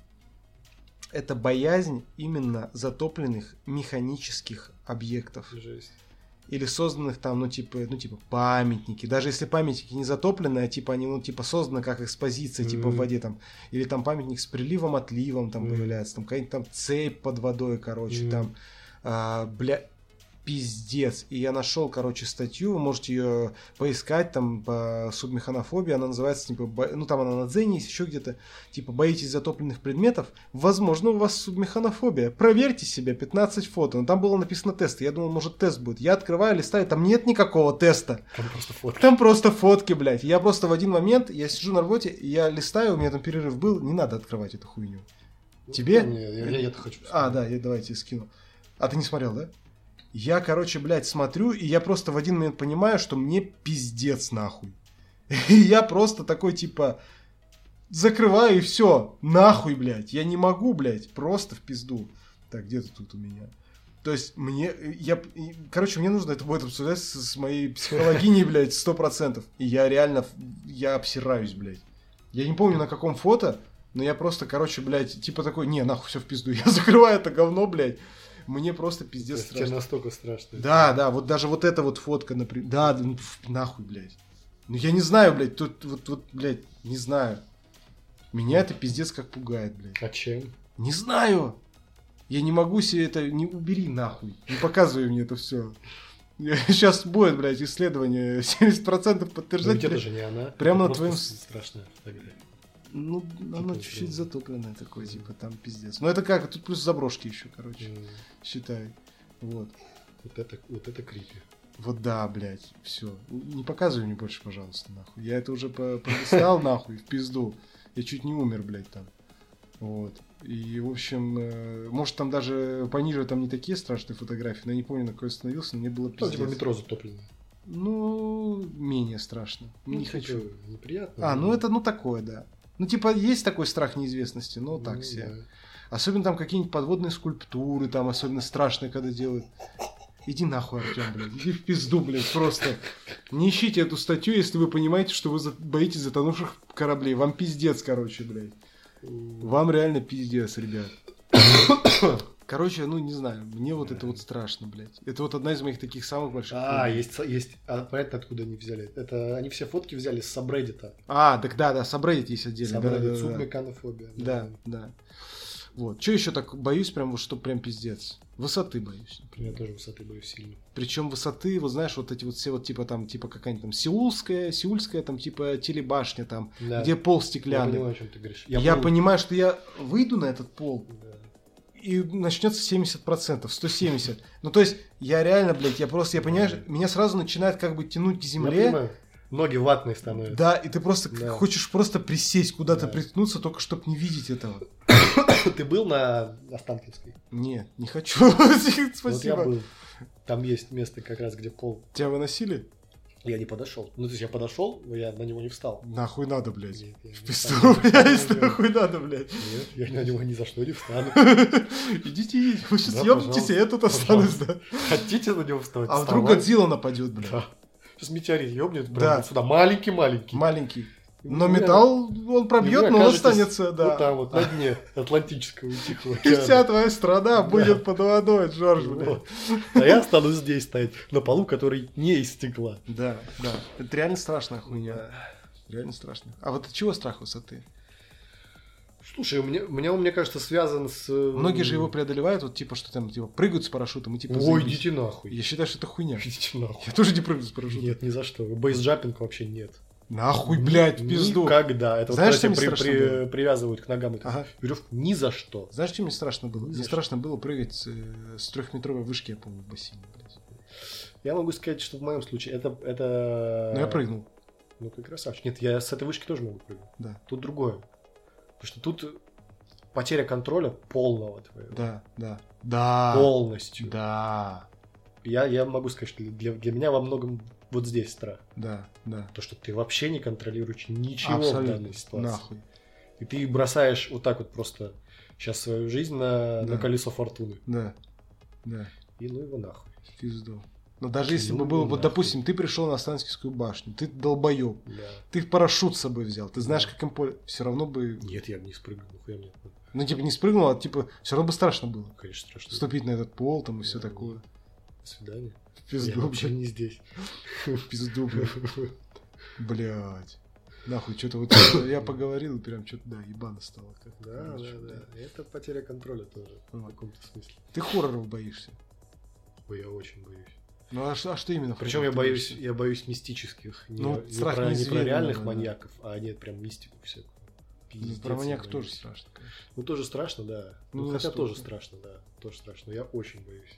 [SPEAKER 1] Это боязнь именно затопленных механических объектов.
[SPEAKER 2] Жесть.
[SPEAKER 1] Или созданных там, ну, типа, ну, типа, памятники. Даже если памятники не затоплены, а типа они, ну, типа, созданы как экспозиция, типа в
[SPEAKER 2] Мгм.
[SPEAKER 1] воде там. Или там памятник с приливом, отливом там
[SPEAKER 2] Мгм.
[SPEAKER 1] появляется, там какая-нибудь там цепь под водой, короче,
[SPEAKER 2] Мгм.
[SPEAKER 1] там. а, бля. пиздец. И я нашел, короче, статью, вы можете ее поискать там по субмеханофобии, она называется, типа, бо... ну там она на Дзене есть, еще где-то, типа, боитесь затопленных предметов, возможно, у вас субмеханофобия. Проверьте себя, 15 фото. Но там было написано тест, я думал, может, тест будет. Я открываю, листаю, там нет никакого теста.
[SPEAKER 2] Там просто фотки.
[SPEAKER 1] Там просто фотки, блядь. Я просто в один момент, я сижу на работе, я листаю, у меня там перерыв был, не надо открывать эту хуйню. Тебе?
[SPEAKER 2] Не, я, я это хочу.
[SPEAKER 1] А, да, я, давайте скину. А ты не смотрел, да? Я, короче, блядь, смотрю, и я просто в один момент понимаю, что мне пиздец нахуй. И я просто такой, типа, закрываю и все, нахуй, блядь, я не могу, блядь, просто в пизду. Так, где ты тут у меня? То есть мне, я, и, короче, мне нужно это будет обсуждать с, с моей психологиней, блядь, сто процентов. И я реально, я обсираюсь, блядь. Я не помню на каком фото, но я просто, короче, блядь, типа такой, не, нахуй, все в пизду, я закрываю это говно, блядь. Мне просто
[SPEAKER 2] То
[SPEAKER 1] пиздец
[SPEAKER 2] есть тебе
[SPEAKER 1] страшно.
[SPEAKER 2] настолько страшно.
[SPEAKER 1] Да, да, вот даже вот эта вот фотка, например. Да, да, ну, ф- нахуй, блядь. Ну я не знаю, блядь, тут вот, вот, блядь, не знаю. Меня это пиздец как пугает, блядь.
[SPEAKER 2] А чем?
[SPEAKER 1] Не знаю! Я не могу себе это... Не убери нахуй. Не показывай мне это все. Сейчас будет, блядь, исследование 70%
[SPEAKER 2] Ну,
[SPEAKER 1] подтверждать.
[SPEAKER 2] ведь это
[SPEAKER 1] блядь.
[SPEAKER 2] же не она.
[SPEAKER 1] прямо
[SPEAKER 2] Это
[SPEAKER 1] на
[SPEAKER 2] просто Страшная фотография.
[SPEAKER 1] Ну, оно
[SPEAKER 2] не
[SPEAKER 1] чуть-чуть
[SPEAKER 2] знаю.
[SPEAKER 1] затопленное такое, типа, там пиздец. Ну это как? Тут плюс заброшки еще, короче,
[SPEAKER 2] М,
[SPEAKER 1] считай. Вот.
[SPEAKER 2] Вот это, вот это крипи.
[SPEAKER 1] Вот да, блядь, все. Не показывай мне больше, пожалуйста, нахуй. Я это уже по- пролистал, нахуй, в пизду. Я чуть не умер, блядь, там. Вот. И, в общем, э, может, там даже пониже там не такие страшные фотографии, но я не помню, на какой остановился, но мне было
[SPEAKER 2] Ну, типа
[SPEAKER 1] пиздец.
[SPEAKER 2] метро затопленное.
[SPEAKER 1] Ну, менее страшно.
[SPEAKER 2] Ну,
[SPEAKER 1] не
[SPEAKER 2] типа,
[SPEAKER 1] хочу.
[SPEAKER 2] Неприятно.
[SPEAKER 1] А, ну это, ну, такое, да. Ну, типа, есть такой страх неизвестности, но так
[SPEAKER 2] Ну,
[SPEAKER 1] себе.
[SPEAKER 2] да.
[SPEAKER 1] Особенно там какие-нибудь подводные скульптуры, там особенно страшные, когда делают. Иди нахуй, Артем, блядь. Иди в пизду, блядь, просто. Не ищите эту статью, если вы понимаете, что вы за- боитесь затонувших кораблей. Вам пиздец, короче, блядь.
[SPEAKER 2] М,
[SPEAKER 1] Вам реально пиздец, ребят. Короче, ну не знаю, мне вот это вот страшно, блядь. Это вот одна из моих таких самых больших.
[SPEAKER 2] А,
[SPEAKER 1] фобий.
[SPEAKER 2] есть, есть. А понятно, откуда они взяли. Это они все фотки взяли с сабреддита.
[SPEAKER 1] А, так да, да, сабреддит есть отдельно. да, да,
[SPEAKER 2] Сабреддит
[SPEAKER 1] да, да.
[SPEAKER 2] субмеканофобия.
[SPEAKER 1] Да, да. Вот. Что еще так боюсь, прям вот что прям пиздец. Высоты боюсь.
[SPEAKER 2] Я тоже высоты боюсь сильно.
[SPEAKER 1] Причем высоты, вот знаешь, вот эти вот все вот типа там, типа какая-нибудь там сеульская, сеульская там типа телебашня там,
[SPEAKER 2] Да.
[SPEAKER 1] где пол
[SPEAKER 2] Я
[SPEAKER 1] стеклянный.
[SPEAKER 2] понимаю, о чем ты говоришь.
[SPEAKER 1] Я,
[SPEAKER 2] был-
[SPEAKER 1] понимаю, что я выйду на этот пол
[SPEAKER 2] Да.
[SPEAKER 1] и начнется 70%, 170. Ну то есть я реально, блядь, я просто, я понимаешь, меня сразу начинает как бы тянуть к
[SPEAKER 2] Я
[SPEAKER 1] земле.
[SPEAKER 2] понимаю. Ноги ватные становятся.
[SPEAKER 1] Да, и ты просто
[SPEAKER 2] Да.
[SPEAKER 1] хочешь просто присесть куда-то,
[SPEAKER 2] Да.
[SPEAKER 1] приткнуться, только чтобы не видеть этого.
[SPEAKER 2] Ты был на Останкинской?
[SPEAKER 1] Нет, не хочу.
[SPEAKER 2] Вот я
[SPEAKER 1] Спасибо.
[SPEAKER 2] был. Там есть место как раз, где пол.
[SPEAKER 1] Тебя выносили?
[SPEAKER 2] Я не подошел. Ну, то есть я подошел, но я на него не встал.
[SPEAKER 1] Нахуй надо, блядь.
[SPEAKER 2] Нет, я не
[SPEAKER 1] В
[SPEAKER 2] встану.
[SPEAKER 1] пизду, блядь, нахуй надо, блядь.
[SPEAKER 2] Нет, я на него ни за что не встану.
[SPEAKER 1] Идите, идите, вы сейчас
[SPEAKER 2] Да,
[SPEAKER 1] ёбнетесь,
[SPEAKER 2] пожалуйста.
[SPEAKER 1] а я тут останусь, да.
[SPEAKER 2] Хотите на него встать?
[SPEAKER 1] А вдруг Годзилла нападет, блядь.
[SPEAKER 2] Сейчас метеорит ёбнет прям
[SPEAKER 1] Да.
[SPEAKER 2] вот сюда. Маленький-маленький.
[SPEAKER 1] Маленький. Но
[SPEAKER 2] Ну,
[SPEAKER 1] металл он пробьет,
[SPEAKER 2] И вы
[SPEAKER 1] но он
[SPEAKER 2] окажетесь
[SPEAKER 1] останется,
[SPEAKER 2] Вот
[SPEAKER 1] да. А.
[SPEAKER 2] там вот, на дне Атлантического и Тихого
[SPEAKER 1] И вся
[SPEAKER 2] океана.
[SPEAKER 1] твоя страна
[SPEAKER 2] Да.
[SPEAKER 1] будет под водой, Джордж, блядь.
[SPEAKER 2] Вот. А я стану здесь стоять, на полу, который не из стекла.
[SPEAKER 1] Да, да. Это реально страшная Реально страшно. А вот от чего страх высоты?
[SPEAKER 2] Слушай, у меня, у меня, он, мне кажется, связан с... э,
[SPEAKER 1] Многие же его преодолевают, вот типа, что там, типа, прыгают с парашютом и типа...
[SPEAKER 2] Ой,
[SPEAKER 1] заебись.
[SPEAKER 2] идите нахуй.
[SPEAKER 1] Я считаю, что это хуйня.
[SPEAKER 2] Идите нахуй.
[SPEAKER 1] Я тоже не прыгаю с парашютом.
[SPEAKER 2] Нет, ни за что. Бейсджапинг вообще нет.
[SPEAKER 1] Нахуй, блядь, в пизду.
[SPEAKER 2] Никогда. Это
[SPEAKER 1] Знаешь,
[SPEAKER 2] вот
[SPEAKER 1] что
[SPEAKER 2] когда тебя
[SPEAKER 1] мне
[SPEAKER 2] при-
[SPEAKER 1] страшно
[SPEAKER 2] при- привязывают к ногам эту
[SPEAKER 1] Ага.
[SPEAKER 2] веревку. Ни за что.
[SPEAKER 1] Знаешь, что мне страшно было? Мне
[SPEAKER 2] Знаешь.
[SPEAKER 1] страшно было прыгать э, с трехметровой вышки, я помню, в бассейне, блядь.
[SPEAKER 2] Я могу сказать, что в моем случае это... это...
[SPEAKER 1] Но Ну, я прыгнул.
[SPEAKER 2] Ну, как красавчик. Нет, я с этой вышки тоже могу прыгать.
[SPEAKER 1] Да.
[SPEAKER 2] Тут другое. Потому что тут потеря контроля полного твоего.
[SPEAKER 1] Да, да. Да.
[SPEAKER 2] Полностью.
[SPEAKER 1] Да.
[SPEAKER 2] Я, я могу сказать, что для, для меня во многом вот здесь страх.
[SPEAKER 1] Да, да.
[SPEAKER 2] То, что ты вообще не контролируешь ничего в данной ситуации.
[SPEAKER 1] Нахуй.
[SPEAKER 2] И ты бросаешь вот так вот просто сейчас свою жизнь на,
[SPEAKER 1] Да.
[SPEAKER 2] на колесо фортуны.
[SPEAKER 1] Да. Да.
[SPEAKER 2] И ну его нахуй.
[SPEAKER 1] в Пизду. Но даже если
[SPEAKER 2] Ну,
[SPEAKER 1] бы было,
[SPEAKER 2] ну,
[SPEAKER 1] вот,
[SPEAKER 2] нахуй.
[SPEAKER 1] допустим, ты пришел на Останкинскую башню, ты долбоеб,
[SPEAKER 2] Да.
[SPEAKER 1] ты парашют с собой взял, ты знаешь,
[SPEAKER 2] Да.
[SPEAKER 1] как им поле, все равно бы,
[SPEAKER 2] Нет, я бы не спрыгнул, нахуя мне. это?
[SPEAKER 1] ну, типа, не спрыгнул, а, типа, все равно бы страшно было.
[SPEAKER 2] Конечно, страшно.
[SPEAKER 1] Ступить на этот пол, там, и все
[SPEAKER 2] Да.
[SPEAKER 1] такое.
[SPEAKER 2] До свидания.
[SPEAKER 1] В
[SPEAKER 2] Я
[SPEAKER 1] пизду,
[SPEAKER 2] вообще
[SPEAKER 1] блядь.
[SPEAKER 2] не здесь.
[SPEAKER 1] В пизду, блядь. Блять. Нахуй, что-то вот я поговорил, и прям что-то, да, ебано стало. Как
[SPEAKER 2] Да, да, да. Это потеря контроля тоже, в
[SPEAKER 1] Вот.
[SPEAKER 2] каком-то смысле.
[SPEAKER 1] Ты хорроров боишься?
[SPEAKER 2] Ой, Я очень боюсь.
[SPEAKER 1] Ну а, ш- а что именно?
[SPEAKER 2] Причем
[SPEAKER 1] ты
[SPEAKER 2] я боюсь,
[SPEAKER 1] боишься?
[SPEAKER 2] я боюсь мистических. Не,
[SPEAKER 1] Ну,
[SPEAKER 2] не
[SPEAKER 1] страх
[SPEAKER 2] про, не про
[SPEAKER 1] неизведанного,
[SPEAKER 2] реальных
[SPEAKER 1] да.
[SPEAKER 2] маньяков, а нет, прям мистику всякую.
[SPEAKER 1] Ну,
[SPEAKER 2] Пиздец,
[SPEAKER 1] Про
[SPEAKER 2] я
[SPEAKER 1] маньяков
[SPEAKER 2] боюсь.
[SPEAKER 1] тоже страшно, конечно.
[SPEAKER 2] Ну, тоже страшно, да. Ну,
[SPEAKER 1] Ну,
[SPEAKER 2] хотя
[SPEAKER 1] настолько.
[SPEAKER 2] тоже страшно, да. Тоже страшно. Но я очень боюсь.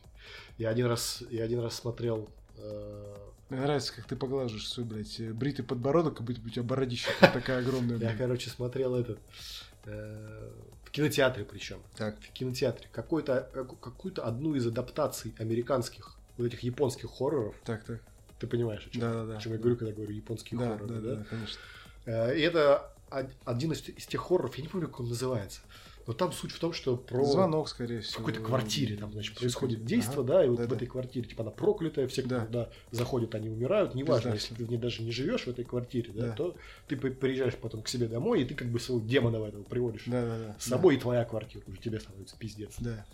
[SPEAKER 2] Я один раз, я один раз смотрел э,
[SPEAKER 1] Мне нравится, как ты поглаживаешь свой, блядь, э, бритый подбородок, как будто бы у тебя бородища там такая огромная.
[SPEAKER 2] Я,
[SPEAKER 1] блядь.
[SPEAKER 2] короче, смотрел этот э, в кинотеатре причем.
[SPEAKER 1] Так.
[SPEAKER 2] В кинотеатре. Какой-то, каку- какую-то одну из адаптаций американских, вот этих японских хорроров.
[SPEAKER 1] Так, так.
[SPEAKER 2] Ты понимаешь, о чем,
[SPEAKER 1] Да-да-да.
[SPEAKER 2] о чем я говорю, когда говорю японские
[SPEAKER 1] Да,
[SPEAKER 2] хорроры,
[SPEAKER 1] да,
[SPEAKER 2] да?
[SPEAKER 1] да, конечно.
[SPEAKER 2] Э, И это од- один из, из тех хорроров, я не помню, как он называется, но там суть в том, что про...
[SPEAKER 1] Звонок, скорее
[SPEAKER 2] В
[SPEAKER 1] всего.
[SPEAKER 2] какой-то квартире там, значит,
[SPEAKER 1] Всё
[SPEAKER 2] происходит
[SPEAKER 1] как-
[SPEAKER 2] действие,
[SPEAKER 1] Ага.
[SPEAKER 2] да, и вот в
[SPEAKER 1] да-да.
[SPEAKER 2] этой квартире, типа, она проклятая, все, кто
[SPEAKER 1] Да.
[SPEAKER 2] туда заходят, они умирают, неважно,
[SPEAKER 1] Пизда.
[SPEAKER 2] если ты в ней даже не живешь в этой квартире, да,
[SPEAKER 1] Да.
[SPEAKER 2] то ты при- приезжаешь потом к себе домой, и ты как бы своего демона в этого приводишь
[SPEAKER 1] Да-да-да.
[SPEAKER 2] с собой, и твоя квартира уже тебе становится пиздец.
[SPEAKER 1] Да.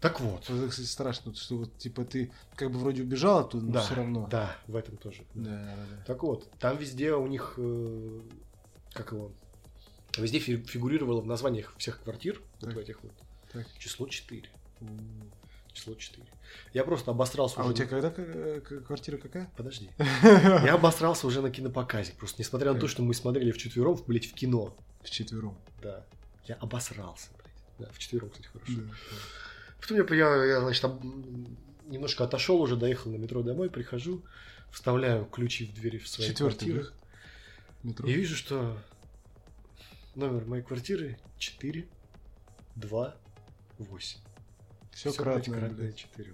[SPEAKER 2] Так вот,
[SPEAKER 1] Вот Это, кстати, страшно, что вот, типа, ты как бы вроде убежал оттуда, но
[SPEAKER 2] да,
[SPEAKER 1] все равно.
[SPEAKER 2] да, в этом тоже.
[SPEAKER 1] Да, да, да.
[SPEAKER 2] Так вот, там везде у них, э, как его, везде фи- фигурировало в названиях всех квартир, вот
[SPEAKER 1] Так.
[SPEAKER 2] в этих вот,
[SPEAKER 1] Так.
[SPEAKER 2] число 4.
[SPEAKER 1] М.
[SPEAKER 2] Число 4. Я просто обосрался
[SPEAKER 1] А
[SPEAKER 2] уже
[SPEAKER 1] у
[SPEAKER 2] на-
[SPEAKER 1] тебя когда э, к- квартира какая?
[SPEAKER 2] Подожди. Я обосрался уже на кинопоказе. Просто несмотря на то, что мы смотрели вчетвером, блядь, в кино.
[SPEAKER 1] В четвером.
[SPEAKER 2] Да. Я обосрался, блядь. Да, вчетвером, кстати, хорошо. Потом я, я, я, значит, об- м, немножко отошел уже, доехал на метро домой, прихожу, вставляю ключи в двери в своей
[SPEAKER 1] Четвертый,
[SPEAKER 2] квартиры.
[SPEAKER 1] да? Метро.
[SPEAKER 2] И вижу, что номер моей квартиры 4, 2, 8.
[SPEAKER 1] Все кратное,
[SPEAKER 2] кратное
[SPEAKER 1] блядь,
[SPEAKER 2] 4.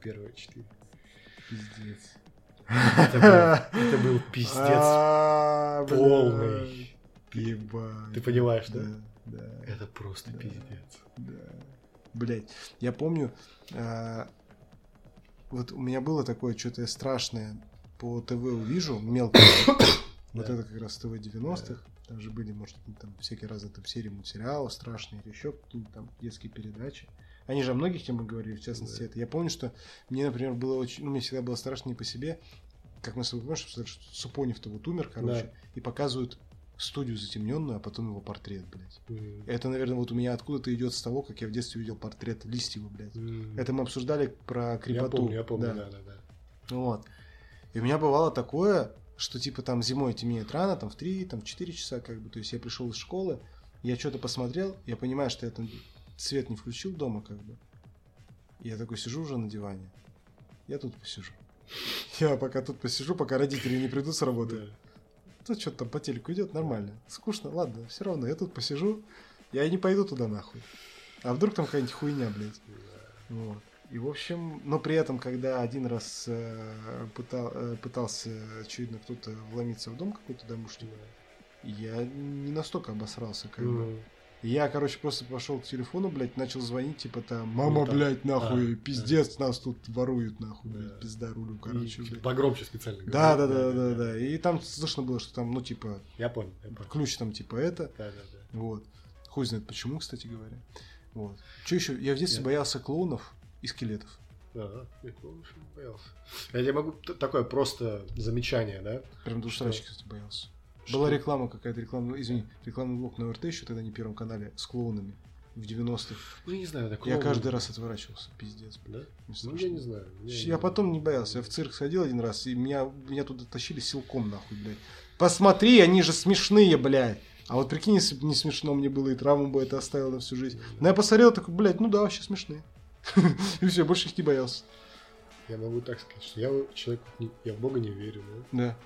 [SPEAKER 2] Первое 4.
[SPEAKER 1] пиздец.
[SPEAKER 2] Это был, это был пиздец.
[SPEAKER 1] А, блядь.
[SPEAKER 2] полный.
[SPEAKER 1] Ебать.
[SPEAKER 2] Ты понимаешь, да?
[SPEAKER 1] Да,
[SPEAKER 2] Это просто
[SPEAKER 1] Да.
[SPEAKER 2] пиздец.
[SPEAKER 1] да. Блять, я помню, а, вот у меня было такое что-то страшное по ТВ увижу, мелкое. Вот
[SPEAKER 2] Да.
[SPEAKER 1] это как раз ТВ 90-х. Там же были, может, какие-то там всякие разные там серии мультсериалов страшные или еще какие-то там детские передачи. Они же о многих темах говорили, в частности,
[SPEAKER 2] Да.
[SPEAKER 1] это. Я помню, что мне, например, было очень... Ну, мне всегда было страшно не по себе. Как мы с тобой понимаешь, что Супонев-то вот умер, короче, и показывают студию затемненную, а потом его портрет, блядь.
[SPEAKER 2] М.
[SPEAKER 1] Это, наверное, вот у меня откуда-то идет с того, как я в детстве видел портрет Листьева, блядь.
[SPEAKER 2] М.
[SPEAKER 1] Это мы обсуждали про крепоту.
[SPEAKER 2] Я помню, я помню,
[SPEAKER 1] Да.
[SPEAKER 2] да, да, да.
[SPEAKER 1] Вот. И у меня бывало такое, что типа там зимой темнеет рано, там в 3, там 4 часа, как бы, то есть я пришел из школы, я что-то посмотрел, я понимаю, что я там свет не включил дома, как бы. И я такой сижу уже на диване. Я тут посижу. Я пока тут посижу, пока родители не придут с работы. Тут что-то там по телеку идет, нормально. Скучно, ладно, все равно, я тут посижу, я и не пойду туда нахуй. А вдруг там какая-нибудь хуйня, блядь. Вот. И, в общем, но при этом, когда один раз э, пытал- э, пытался, очевидно, кто-то вломиться в дом какой-то домушний, я не настолько обосрался, как бы.
[SPEAKER 2] М.
[SPEAKER 1] Я, короче, просто пошел к телефону, блядь, начал звонить, типа там, мама,
[SPEAKER 2] Ну, да.
[SPEAKER 1] блядь, нахуй,
[SPEAKER 2] А,
[SPEAKER 1] пиздец, нас тут воруют, нахуй,
[SPEAKER 2] Да.
[SPEAKER 1] блядь, пизда рулю,
[SPEAKER 2] И,
[SPEAKER 1] короче,
[SPEAKER 2] типа,
[SPEAKER 1] блядь.
[SPEAKER 2] Погромче специально.
[SPEAKER 1] Да, да, да,
[SPEAKER 2] говорю.
[SPEAKER 1] да, да. И там слышно было, что там, ну, типа,
[SPEAKER 2] Я понял, я понял.
[SPEAKER 1] ключ там, типа, это.
[SPEAKER 2] Да, да, да.
[SPEAKER 1] Вот. Хуй знает почему, кстати говоря. Вот. Че еще? Я в детстве
[SPEAKER 2] Я-
[SPEAKER 1] боялся клоунов и скелетов.
[SPEAKER 2] Да, я помню, что боялся. Я тебе могу т- такое просто замечание, да?
[SPEAKER 1] Прям до
[SPEAKER 2] Что?
[SPEAKER 1] усрачки, кстати, боялся.
[SPEAKER 2] Что-
[SPEAKER 1] Была реклама какая-то, реклама, извини, рекламный блок на РТ еще тогда не первом канале с клоунами в 90-х.
[SPEAKER 2] Ну, я не знаю, такое.
[SPEAKER 1] Я каждый раз отворачивался, пиздец, блин,
[SPEAKER 2] Да?
[SPEAKER 1] не
[SPEAKER 2] Ну,
[SPEAKER 1] страшно.
[SPEAKER 2] я не знаю. мне
[SPEAKER 1] Я потом не боялся, я в цирк сходил один раз, и меня, меня туда тащили силком нахуй, блядь. Посмотри, они же смешные, блядь. А вот прикинь, если бы не смешно мне было, и травму бы это оставило на всю жизнь. Но я посмотрел, такой, блядь, ну да, вообще смешные. И все, больше их не боялся.
[SPEAKER 2] Я могу так сказать, что я человек, не- я в Бога не верю, да?
[SPEAKER 1] Да.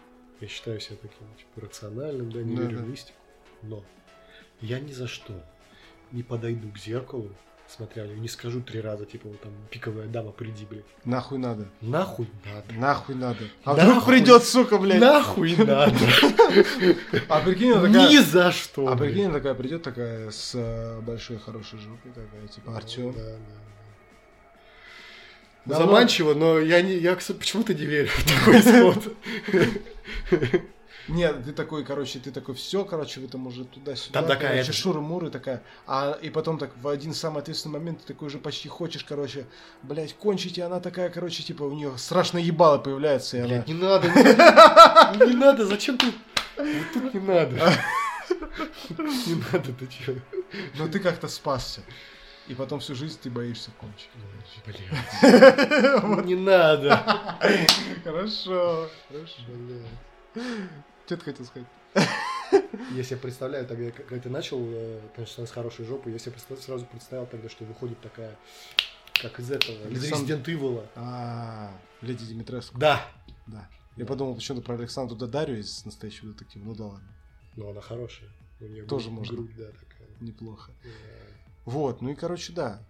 [SPEAKER 2] Я считаю себя таким типа, рациональным, да, не
[SPEAKER 1] Да,
[SPEAKER 2] верю в
[SPEAKER 1] да.
[SPEAKER 2] мистику. Но я ни за что не подойду к зеркалу, смотря в него, не скажу три раза, типа, вот там, пиковая дама, приди, блядь.
[SPEAKER 1] Нахуй надо.
[SPEAKER 2] Нахуй надо.
[SPEAKER 1] Нахуй надо. А
[SPEAKER 2] Нахуй.
[SPEAKER 1] вдруг придет, сука, блядь.
[SPEAKER 2] Нахуй надо.
[SPEAKER 1] А прикинь, она такая...
[SPEAKER 2] Ни за что.
[SPEAKER 1] А
[SPEAKER 2] блядь.
[SPEAKER 1] прикинь, она такая придет такая с э, большой хорошей жопой, такая, типа Артем.
[SPEAKER 2] Да, да, да.
[SPEAKER 1] Да,
[SPEAKER 2] Заманчиво, но я, не, я кстати, почему-то не верю в такой исход.
[SPEAKER 1] Нет, ты такой, короче, ты такой, все, короче, вы там уже туда-сюда.
[SPEAKER 2] Там такая
[SPEAKER 1] короче,
[SPEAKER 2] это-
[SPEAKER 1] шуры-муры такая. А, и потом так в один самый ответственный момент ты такой же почти хочешь, короче, блядь, кончить, и она такая, короче, типа, у нее страшное ебало появляется, и она...
[SPEAKER 2] Блядь, не надо. Не не надо, зачем ты? Вот Тут не надо. Не надо, ты чё?
[SPEAKER 1] Но ты как-то спасся. И потом всю жизнь ты боишься кончить.
[SPEAKER 2] Блин. Не надо.
[SPEAKER 1] Хорошо, хорошо. Что ты хотел сказать?
[SPEAKER 2] Я себе представляю, тогда, как- когда ты начал, э, конечно, с хорошей жопы, я себе представ- сразу представил тогда, что выходит такая, как из этого, из
[SPEAKER 1] Александр-
[SPEAKER 2] Resident Evil.
[SPEAKER 1] А, Леди Димитреску.
[SPEAKER 2] Да.
[SPEAKER 1] Да. Я подумал почему-то про Александру Додарю из настоящего детектива. Ну да ладно,
[SPEAKER 2] Но она хорошая. У нее
[SPEAKER 1] Тоже
[SPEAKER 2] грудь-
[SPEAKER 1] можно.
[SPEAKER 2] грудь, да, такая. Э,
[SPEAKER 1] неплохо.
[SPEAKER 2] Да.
[SPEAKER 1] Вот, ну и короче, да.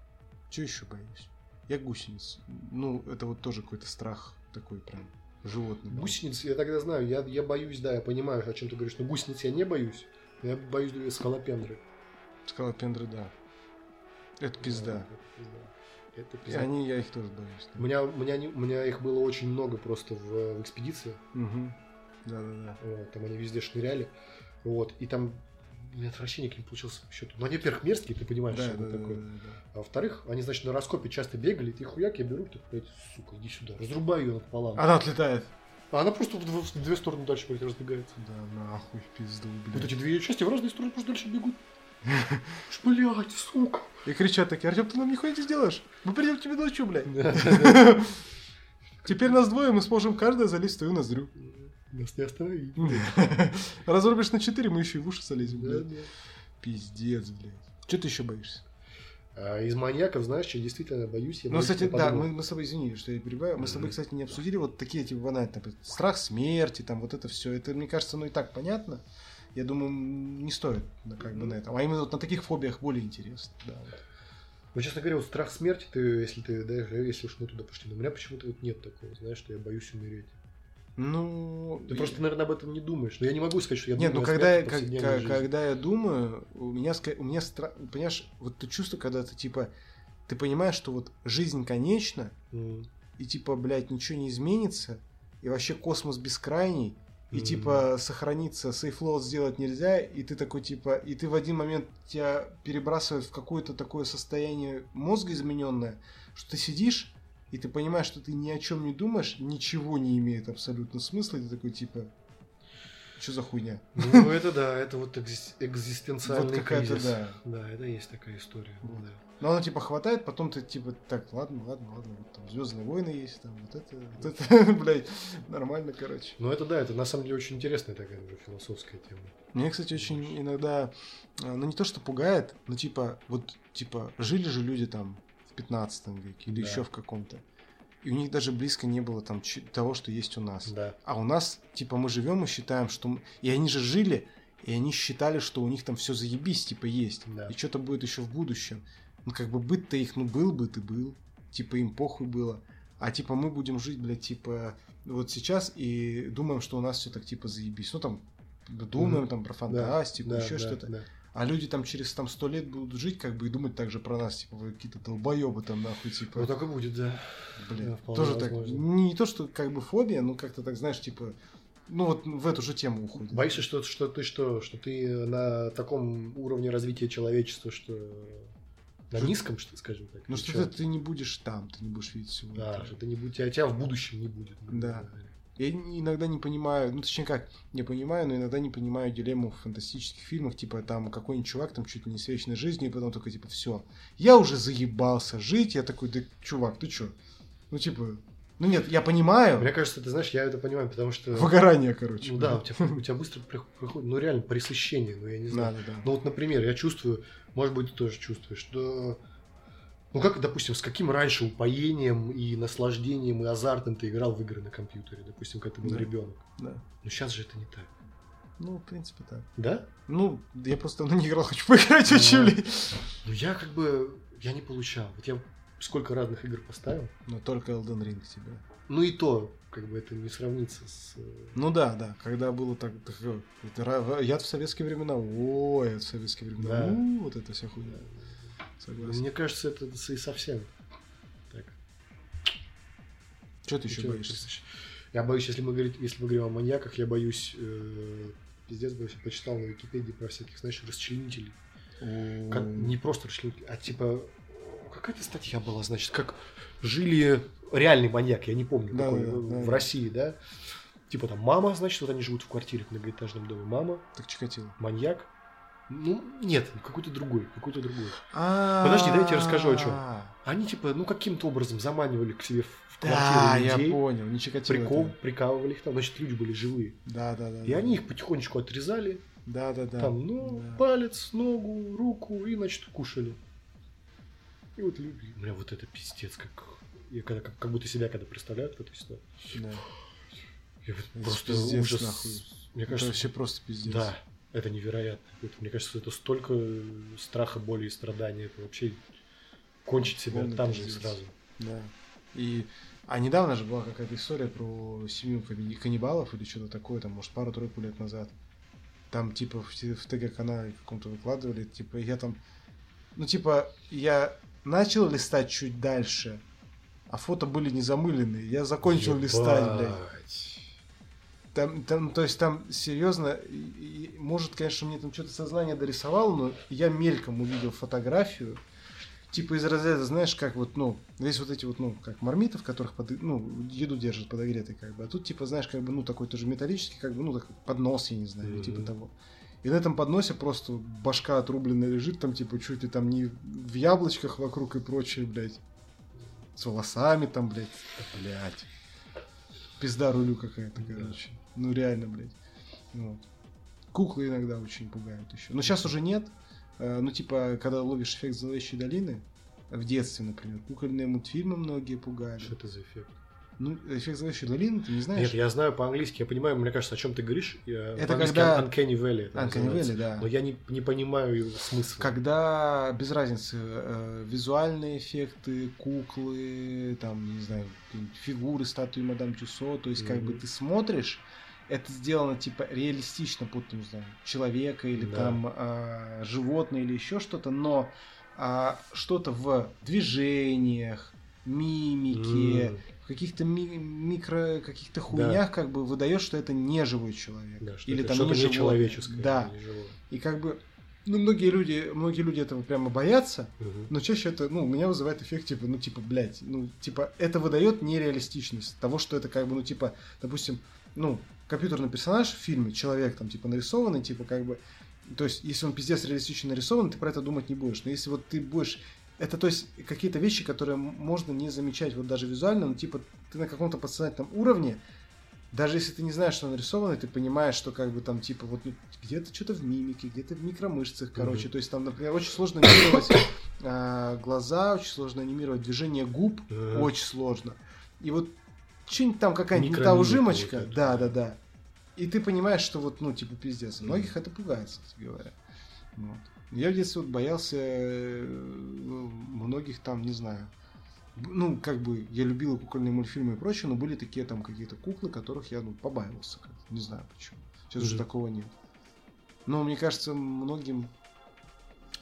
[SPEAKER 1] Чего еще боюсь? Я гусениц. Ну, это вот тоже какой-то страх такой прям животный. был.
[SPEAKER 2] Гусениц, я тогда знаю, я, я боюсь, да, я понимаю, о чем ты говоришь, но гусениц я не боюсь. но Я боюсь э, скалопендры.
[SPEAKER 1] Скалопендры, да. Это пизда.
[SPEAKER 2] Да, это пизда. Это
[SPEAKER 1] И
[SPEAKER 2] пизда.
[SPEAKER 1] они, я их тоже боюсь.
[SPEAKER 2] У меня, у, меня, не- у меня их было очень много просто в, в экспедиции.
[SPEAKER 1] Угу. Да-да-да.
[SPEAKER 2] Вот, там они везде шныряли. Вот, и там у меня отвращение к ним получилось по счету. Ну, они, во-первых, мерзкие, ты понимаешь,
[SPEAKER 1] Да,
[SPEAKER 2] что это
[SPEAKER 1] да, да,
[SPEAKER 2] такое.
[SPEAKER 1] да, да.
[SPEAKER 2] А во-вторых, они, значит, на раскопе часто бегали, и ты хуяк, я беру, ты, блядь, сука, иди сюда, разрубаю ее пополам.
[SPEAKER 1] Она отлетает.
[SPEAKER 2] А она просто в, дв- в две стороны дальше, блядь, разбегается.
[SPEAKER 1] Да нахуй, в пизду,
[SPEAKER 2] Вот
[SPEAKER 1] блядь.
[SPEAKER 2] эти две части в разные стороны просто дальше бегут. Ж, Блядь, сука.
[SPEAKER 1] И кричат такие, Артем, ты нам нихуя не сделаешь? Мы придем к тебе ночью, блядь. Теперь нас двое, мы сможем каждая залезть в твою ноздрю.
[SPEAKER 2] Нас не остановить.
[SPEAKER 1] Разорбишь на четыре, мы еще и в уши залезем,
[SPEAKER 2] Да,
[SPEAKER 1] блядь.
[SPEAKER 2] да.
[SPEAKER 1] Пиздец, блядь. Че ты еще боишься?
[SPEAKER 2] А из маньяков, знаешь, я действительно боюсь. Я
[SPEAKER 1] Ну,
[SPEAKER 2] боюсь,
[SPEAKER 1] кстати,
[SPEAKER 2] я
[SPEAKER 1] да,
[SPEAKER 2] подумал.
[SPEAKER 1] мы, мы с тобой, извини, что я перебиваю, мы с тобой,
[SPEAKER 2] Мгм.
[SPEAKER 1] кстати, не обсудили вот такие, типа, банальные, там, страх смерти, там, вот это все. Это, мне кажется, ну и так понятно. Я думаю, м, не стоит, ну, как бы, на этом. А именно вот на таких фобиях более интересно. Да, вот.
[SPEAKER 2] Ну, честно говоря, вот страх смерти, ты, если ты, да, если уж мы туда пошли, но у меня почему-то вот нет такого, знаешь, что я боюсь умереть.
[SPEAKER 1] Ну,
[SPEAKER 2] Ты
[SPEAKER 1] и-
[SPEAKER 2] просто, наверное, об этом не думаешь. Но я не могу сказать, что я
[SPEAKER 1] Нет,
[SPEAKER 2] думаю
[SPEAKER 1] ну
[SPEAKER 2] о
[SPEAKER 1] когда, я-
[SPEAKER 2] смерти в
[SPEAKER 1] как-
[SPEAKER 2] повседневной
[SPEAKER 1] как-
[SPEAKER 2] жизни.
[SPEAKER 1] когда я думаю, у меня, ска- у меня стра- понимаешь, вот то чувство, когда ты типа, ты понимаешь, что вот жизнь конечна,
[SPEAKER 2] М.
[SPEAKER 1] и типа, блядь, ничего не изменится, и вообще космос бескрайний, и
[SPEAKER 2] Мгм.
[SPEAKER 1] типа сохраниться, сейфлоуд сделать нельзя, и ты такой типа, и ты в один момент тебя перебрасывает в какое-то такое состояние мозга измененное, что ты сидишь, и ты понимаешь, что ты ни о чем не думаешь, ничего не имеет абсолютно смысла, и ты такой типа, что за хуйня?
[SPEAKER 2] Ну, это да, это вот экзи- экзистенциальный
[SPEAKER 1] Вот какая-то,
[SPEAKER 2] кризис.
[SPEAKER 1] да.
[SPEAKER 2] Да, это есть такая история.
[SPEAKER 1] Вот.
[SPEAKER 2] да.
[SPEAKER 1] Но оно типа хватает, потом ты типа так, ладно, ладно, ладно, вот там Звездные войны есть, там вот это, вот это, блядь, нормально, короче.
[SPEAKER 2] Но Ну, это да, это на самом деле очень интересная такая уже философская тема.
[SPEAKER 1] Меня, кстати, очень иногда, а, ну не то, что пугает, но типа, вот, типа, жили же люди там в 15 веке или
[SPEAKER 2] Да.
[SPEAKER 1] еще в каком-то. И у них даже близко не было там чи- того, что есть у нас.
[SPEAKER 2] Да.
[SPEAKER 1] А у нас, типа, мы живем и считаем, что... мы- И они же жили, и они считали, что у них там все заебись, типа, есть.
[SPEAKER 2] Да.
[SPEAKER 1] И что-то будет еще в будущем. Ну, как бы быть-то их, ну, был бы ты был. Типа, им похуй было. А, типа, мы будем жить, блядь, типа, вот сейчас и думаем, что у нас все так, типа, заебись. Ну, там, думаем
[SPEAKER 2] Мгм.
[SPEAKER 1] там про фантастику,
[SPEAKER 2] да,
[SPEAKER 1] еще
[SPEAKER 2] да,
[SPEAKER 1] типа что-то.
[SPEAKER 2] да.
[SPEAKER 1] А люди там через там сто лет будут жить, как бы, и думать также про нас, типа, вы какие-то долбоебы там, нахуй, типа.
[SPEAKER 2] Вот Ну, так и будет, да.
[SPEAKER 1] Блин,
[SPEAKER 2] Да, вполне
[SPEAKER 1] Э, тоже так.
[SPEAKER 2] возможно.
[SPEAKER 1] Не то, что как бы фобия, но как-то так, знаешь, типа, ну вот в эту же тему уходит.
[SPEAKER 2] Боишься, что, что ты что? Что ты на таком уровне развития человечества, что на
[SPEAKER 1] Что-
[SPEAKER 2] низком, что скажем так?
[SPEAKER 1] Ну
[SPEAKER 2] или
[SPEAKER 1] что
[SPEAKER 2] чё?
[SPEAKER 1] ты, ты не будешь там, ты не будешь видеть всего.
[SPEAKER 2] Да,
[SPEAKER 1] этого.
[SPEAKER 2] что ты не будь, тебя, тебя в будущем не будет.
[SPEAKER 1] Да. Я н- иногда не понимаю, ну точнее как, я понимаю, но иногда не понимаю дилемму в фантастических фильмах, типа там какой-нибудь чувак там чуть ли не с вечной жизнью, и потом такой типа все, я уже заебался жить, я такой, да чувак, ты чё? Ну типа, ну нет, я понимаю,
[SPEAKER 2] Мне кажется, ты знаешь, я это понимаю, потому что...
[SPEAKER 1] выгорание, короче.
[SPEAKER 2] Ну да, у тебя, у тебя быстро прих- приходит, ну реально, пресыщение, ну я не знаю.
[SPEAKER 1] Да, да, да.
[SPEAKER 2] Ну вот, например, я чувствую, может быть, ты тоже чувствуешь, что... Ну как, допустим, с каким раньше упоением и наслаждением и азартом ты играл в игры на компьютере, допустим, когда ты был
[SPEAKER 1] Да.
[SPEAKER 2] ребенок.
[SPEAKER 1] да.
[SPEAKER 2] Но сейчас же это не так.
[SPEAKER 1] Ну, в принципе, так.
[SPEAKER 2] Да?
[SPEAKER 1] Ну, я просто давно не играл, хочу поиграть
[SPEAKER 2] Ну,
[SPEAKER 1] очень, блин.
[SPEAKER 2] Ну я как бы, я не получал. Вот я сколько разных игр поставил.
[SPEAKER 1] Но Ну, только Elden Ring тебе.
[SPEAKER 2] Ну и то, как бы это не сравнится с... э,
[SPEAKER 1] Ну да, да, когда было так... так, э, это ра- я в советские времена, ой, я в советские времена,
[SPEAKER 2] Да.
[SPEAKER 1] у, вот это вся хуйня,
[SPEAKER 2] э,
[SPEAKER 1] согласен.
[SPEAKER 2] Мне кажется, это и совсем так.
[SPEAKER 1] Чего ты еще
[SPEAKER 2] Чё,
[SPEAKER 1] боишься?
[SPEAKER 2] слушай, Я боюсь, если мы, говорить, если мы говорим о маньяках, я боюсь, э, пиздец, боюсь, я почитал на Википедии про всяких, знаешь, расчленителей. Как-
[SPEAKER 1] О,
[SPEAKER 2] не просто расчленителей, а типа, какая-то статья была, значит, как жили реальный маньяк, я не помню,
[SPEAKER 1] Да,
[SPEAKER 2] какой,
[SPEAKER 1] да, да,
[SPEAKER 2] в
[SPEAKER 1] да, да.
[SPEAKER 2] России, да? Типа там мама, значит, вот они живут в квартире в многоэтажном доме, мама,
[SPEAKER 1] Так Чикатило.
[SPEAKER 2] маньяк, Ну, нет, какой-то другой, какой-то другой.
[SPEAKER 1] А-а-а.
[SPEAKER 2] Подожди, дай я тебе расскажу, о чём.
[SPEAKER 1] А,
[SPEAKER 2] Они, типа, ну, каким-то образом заманивали к себе в в
[SPEAKER 1] Да,
[SPEAKER 2] квартиру
[SPEAKER 1] я
[SPEAKER 2] людей,
[SPEAKER 1] понял, не Чикатило.
[SPEAKER 2] прикол,
[SPEAKER 1] это.
[SPEAKER 2] прикалывали их там, значит, люди были живые.
[SPEAKER 1] Да, да, да.
[SPEAKER 2] И
[SPEAKER 1] да.
[SPEAKER 2] они их потихонечку отрезали,
[SPEAKER 1] Да, да, да.
[SPEAKER 2] там, ну,
[SPEAKER 1] Да.
[SPEAKER 2] палец, ногу, руку, и, значит, кушали. И вот люди, у меня вот это пиздец, как... Я когда, как, как будто себя когда представляют в этой ситуации.
[SPEAKER 1] Да.
[SPEAKER 2] Я вот
[SPEAKER 1] Это
[SPEAKER 2] просто
[SPEAKER 1] пиздец,
[SPEAKER 2] ужас.
[SPEAKER 1] нахуй.
[SPEAKER 2] Мне
[SPEAKER 1] Это
[SPEAKER 2] кажется,
[SPEAKER 1] вообще просто пиздец.
[SPEAKER 2] да, это невероятно. Это, мне кажется, это столько э, страха, боли и страдания. Это вообще кончить себя
[SPEAKER 1] Полный
[SPEAKER 2] там же и
[SPEAKER 1] пиздец.
[SPEAKER 2] сразу.
[SPEAKER 1] Да. И... А недавно же была какая-то история про семью канни- каннибалов или что-то такое, там, может, пару-тройку лет назад. Там, типа, в, те- в ТГ-канале каком-то выкладывали, типа, я там... Ну, типа, я начал листать чуть дальше, а фото были не замыленные. Я закончил
[SPEAKER 2] Ебать.
[SPEAKER 1] листать, блядь. Там, там, то есть там серьезно, и- и, может, конечно, мне там что-то сознание дорисовало, но я мельком увидел фотографию, типа из разряда, знаешь, как вот, ну, здесь вот эти вот, ну, как мармитов, которых, под, ну, еду держат подогретой, как бы, а тут, типа, знаешь, как бы, ну, такой тоже металлический, как бы, ну, такой поднос, я не знаю, или типа
[SPEAKER 2] Мгм.
[SPEAKER 1] того. И на этом подносе просто башка отрубленная лежит, там, типа, чуть ли там не в яблочках вокруг и прочее, блядь. С волосами там, блядь. Да, Блядь. Пизда рулю какая-то,
[SPEAKER 2] Да.
[SPEAKER 1] короче. Ну реально, блядь. Вот. Куклы иногда очень пугают еще. Но сейчас уже нет. Э, Ну, типа, когда ловишь эффект зловещей долины, в детстве, например, кукольные мультфильмы многие пугали.
[SPEAKER 2] Что это за эффект?
[SPEAKER 1] Ну, эффект зловещей долины, ты не знаешь?
[SPEAKER 2] Нет, я знаю по-английски, я понимаю, мне кажется, о чем ты говоришь.
[SPEAKER 1] Это
[SPEAKER 2] Это
[SPEAKER 1] когда-
[SPEAKER 2] Uncanny Valley. это
[SPEAKER 1] Uncanny
[SPEAKER 2] называется.
[SPEAKER 1] Valley, да.
[SPEAKER 2] Но я не, не понимаю его смысла.
[SPEAKER 1] Когда без разницы э, визуальные эффекты, куклы, там, не знаю, какие-нибудь фигуры, статуи мадам Тюсо, то есть как
[SPEAKER 2] Мгм.
[SPEAKER 1] бы ты смотришь, это сделано типа реалистично, под там, не знаю, человека или
[SPEAKER 2] Да.
[SPEAKER 1] там э, животное или еще что-то, но а, что-то в движениях, мимике,
[SPEAKER 2] М,
[SPEAKER 1] в каких-то ми- микро, каких-то хуйнях как бы выдает, что это не живой человек
[SPEAKER 2] да, что
[SPEAKER 1] или
[SPEAKER 2] это
[SPEAKER 1] там
[SPEAKER 2] что-то
[SPEAKER 1] не животное.
[SPEAKER 2] нечеловеческое. а
[SPEAKER 1] Да.
[SPEAKER 2] не живое.
[SPEAKER 1] И как бы, ну, многие люди, многие люди этого прямо боятся,
[SPEAKER 2] Мгм.
[SPEAKER 1] но чаще это, ну, у меня вызывает эффект, типа, ну, типа, блядь, ну, типа, это выдает нереалистичность того, что это как бы, ну, типа, допустим, ну, компьютерный персонаж в фильме, человек там, типа, нарисованный, типа, как бы, то есть, если он пиздец реалистично нарисован, ты про это думать не будешь. Но если вот ты будешь это, то есть, какие-то вещи, которые м- можно не замечать вот даже визуально, но, типа, ты на каком-то подсознательном уровне, даже если ты не знаешь, что он нарисованный, ты понимаешь, что как бы там, типа, вот ну, где-то что-то в мимике, где-то в микромышцах, короче.
[SPEAKER 2] Мгм.
[SPEAKER 1] То есть там, например, очень сложно анимировать а, глаза, очень сложно анимировать движение губ,
[SPEAKER 2] Ага.
[SPEAKER 1] очень сложно. И вот что-нибудь там какая-нибудь не
[SPEAKER 2] Микромимика
[SPEAKER 1] та ужимочка,
[SPEAKER 2] вот эта.
[SPEAKER 1] да, да, да. И ты понимаешь, что вот, ну, типа, пиздец. Многих это пугает, кстати говоря. Вот. Я в детстве вот боялся э, ну, многих там, не знаю. Б- Ну, как бы, я любил и кукольные мультфильмы и прочее, но были такие там какие-то куклы, которых я, ну, побаивался. как-то. Не знаю почему. Сейчас уже
[SPEAKER 2] Мгм.
[SPEAKER 1] такого нет. Но мне кажется, многим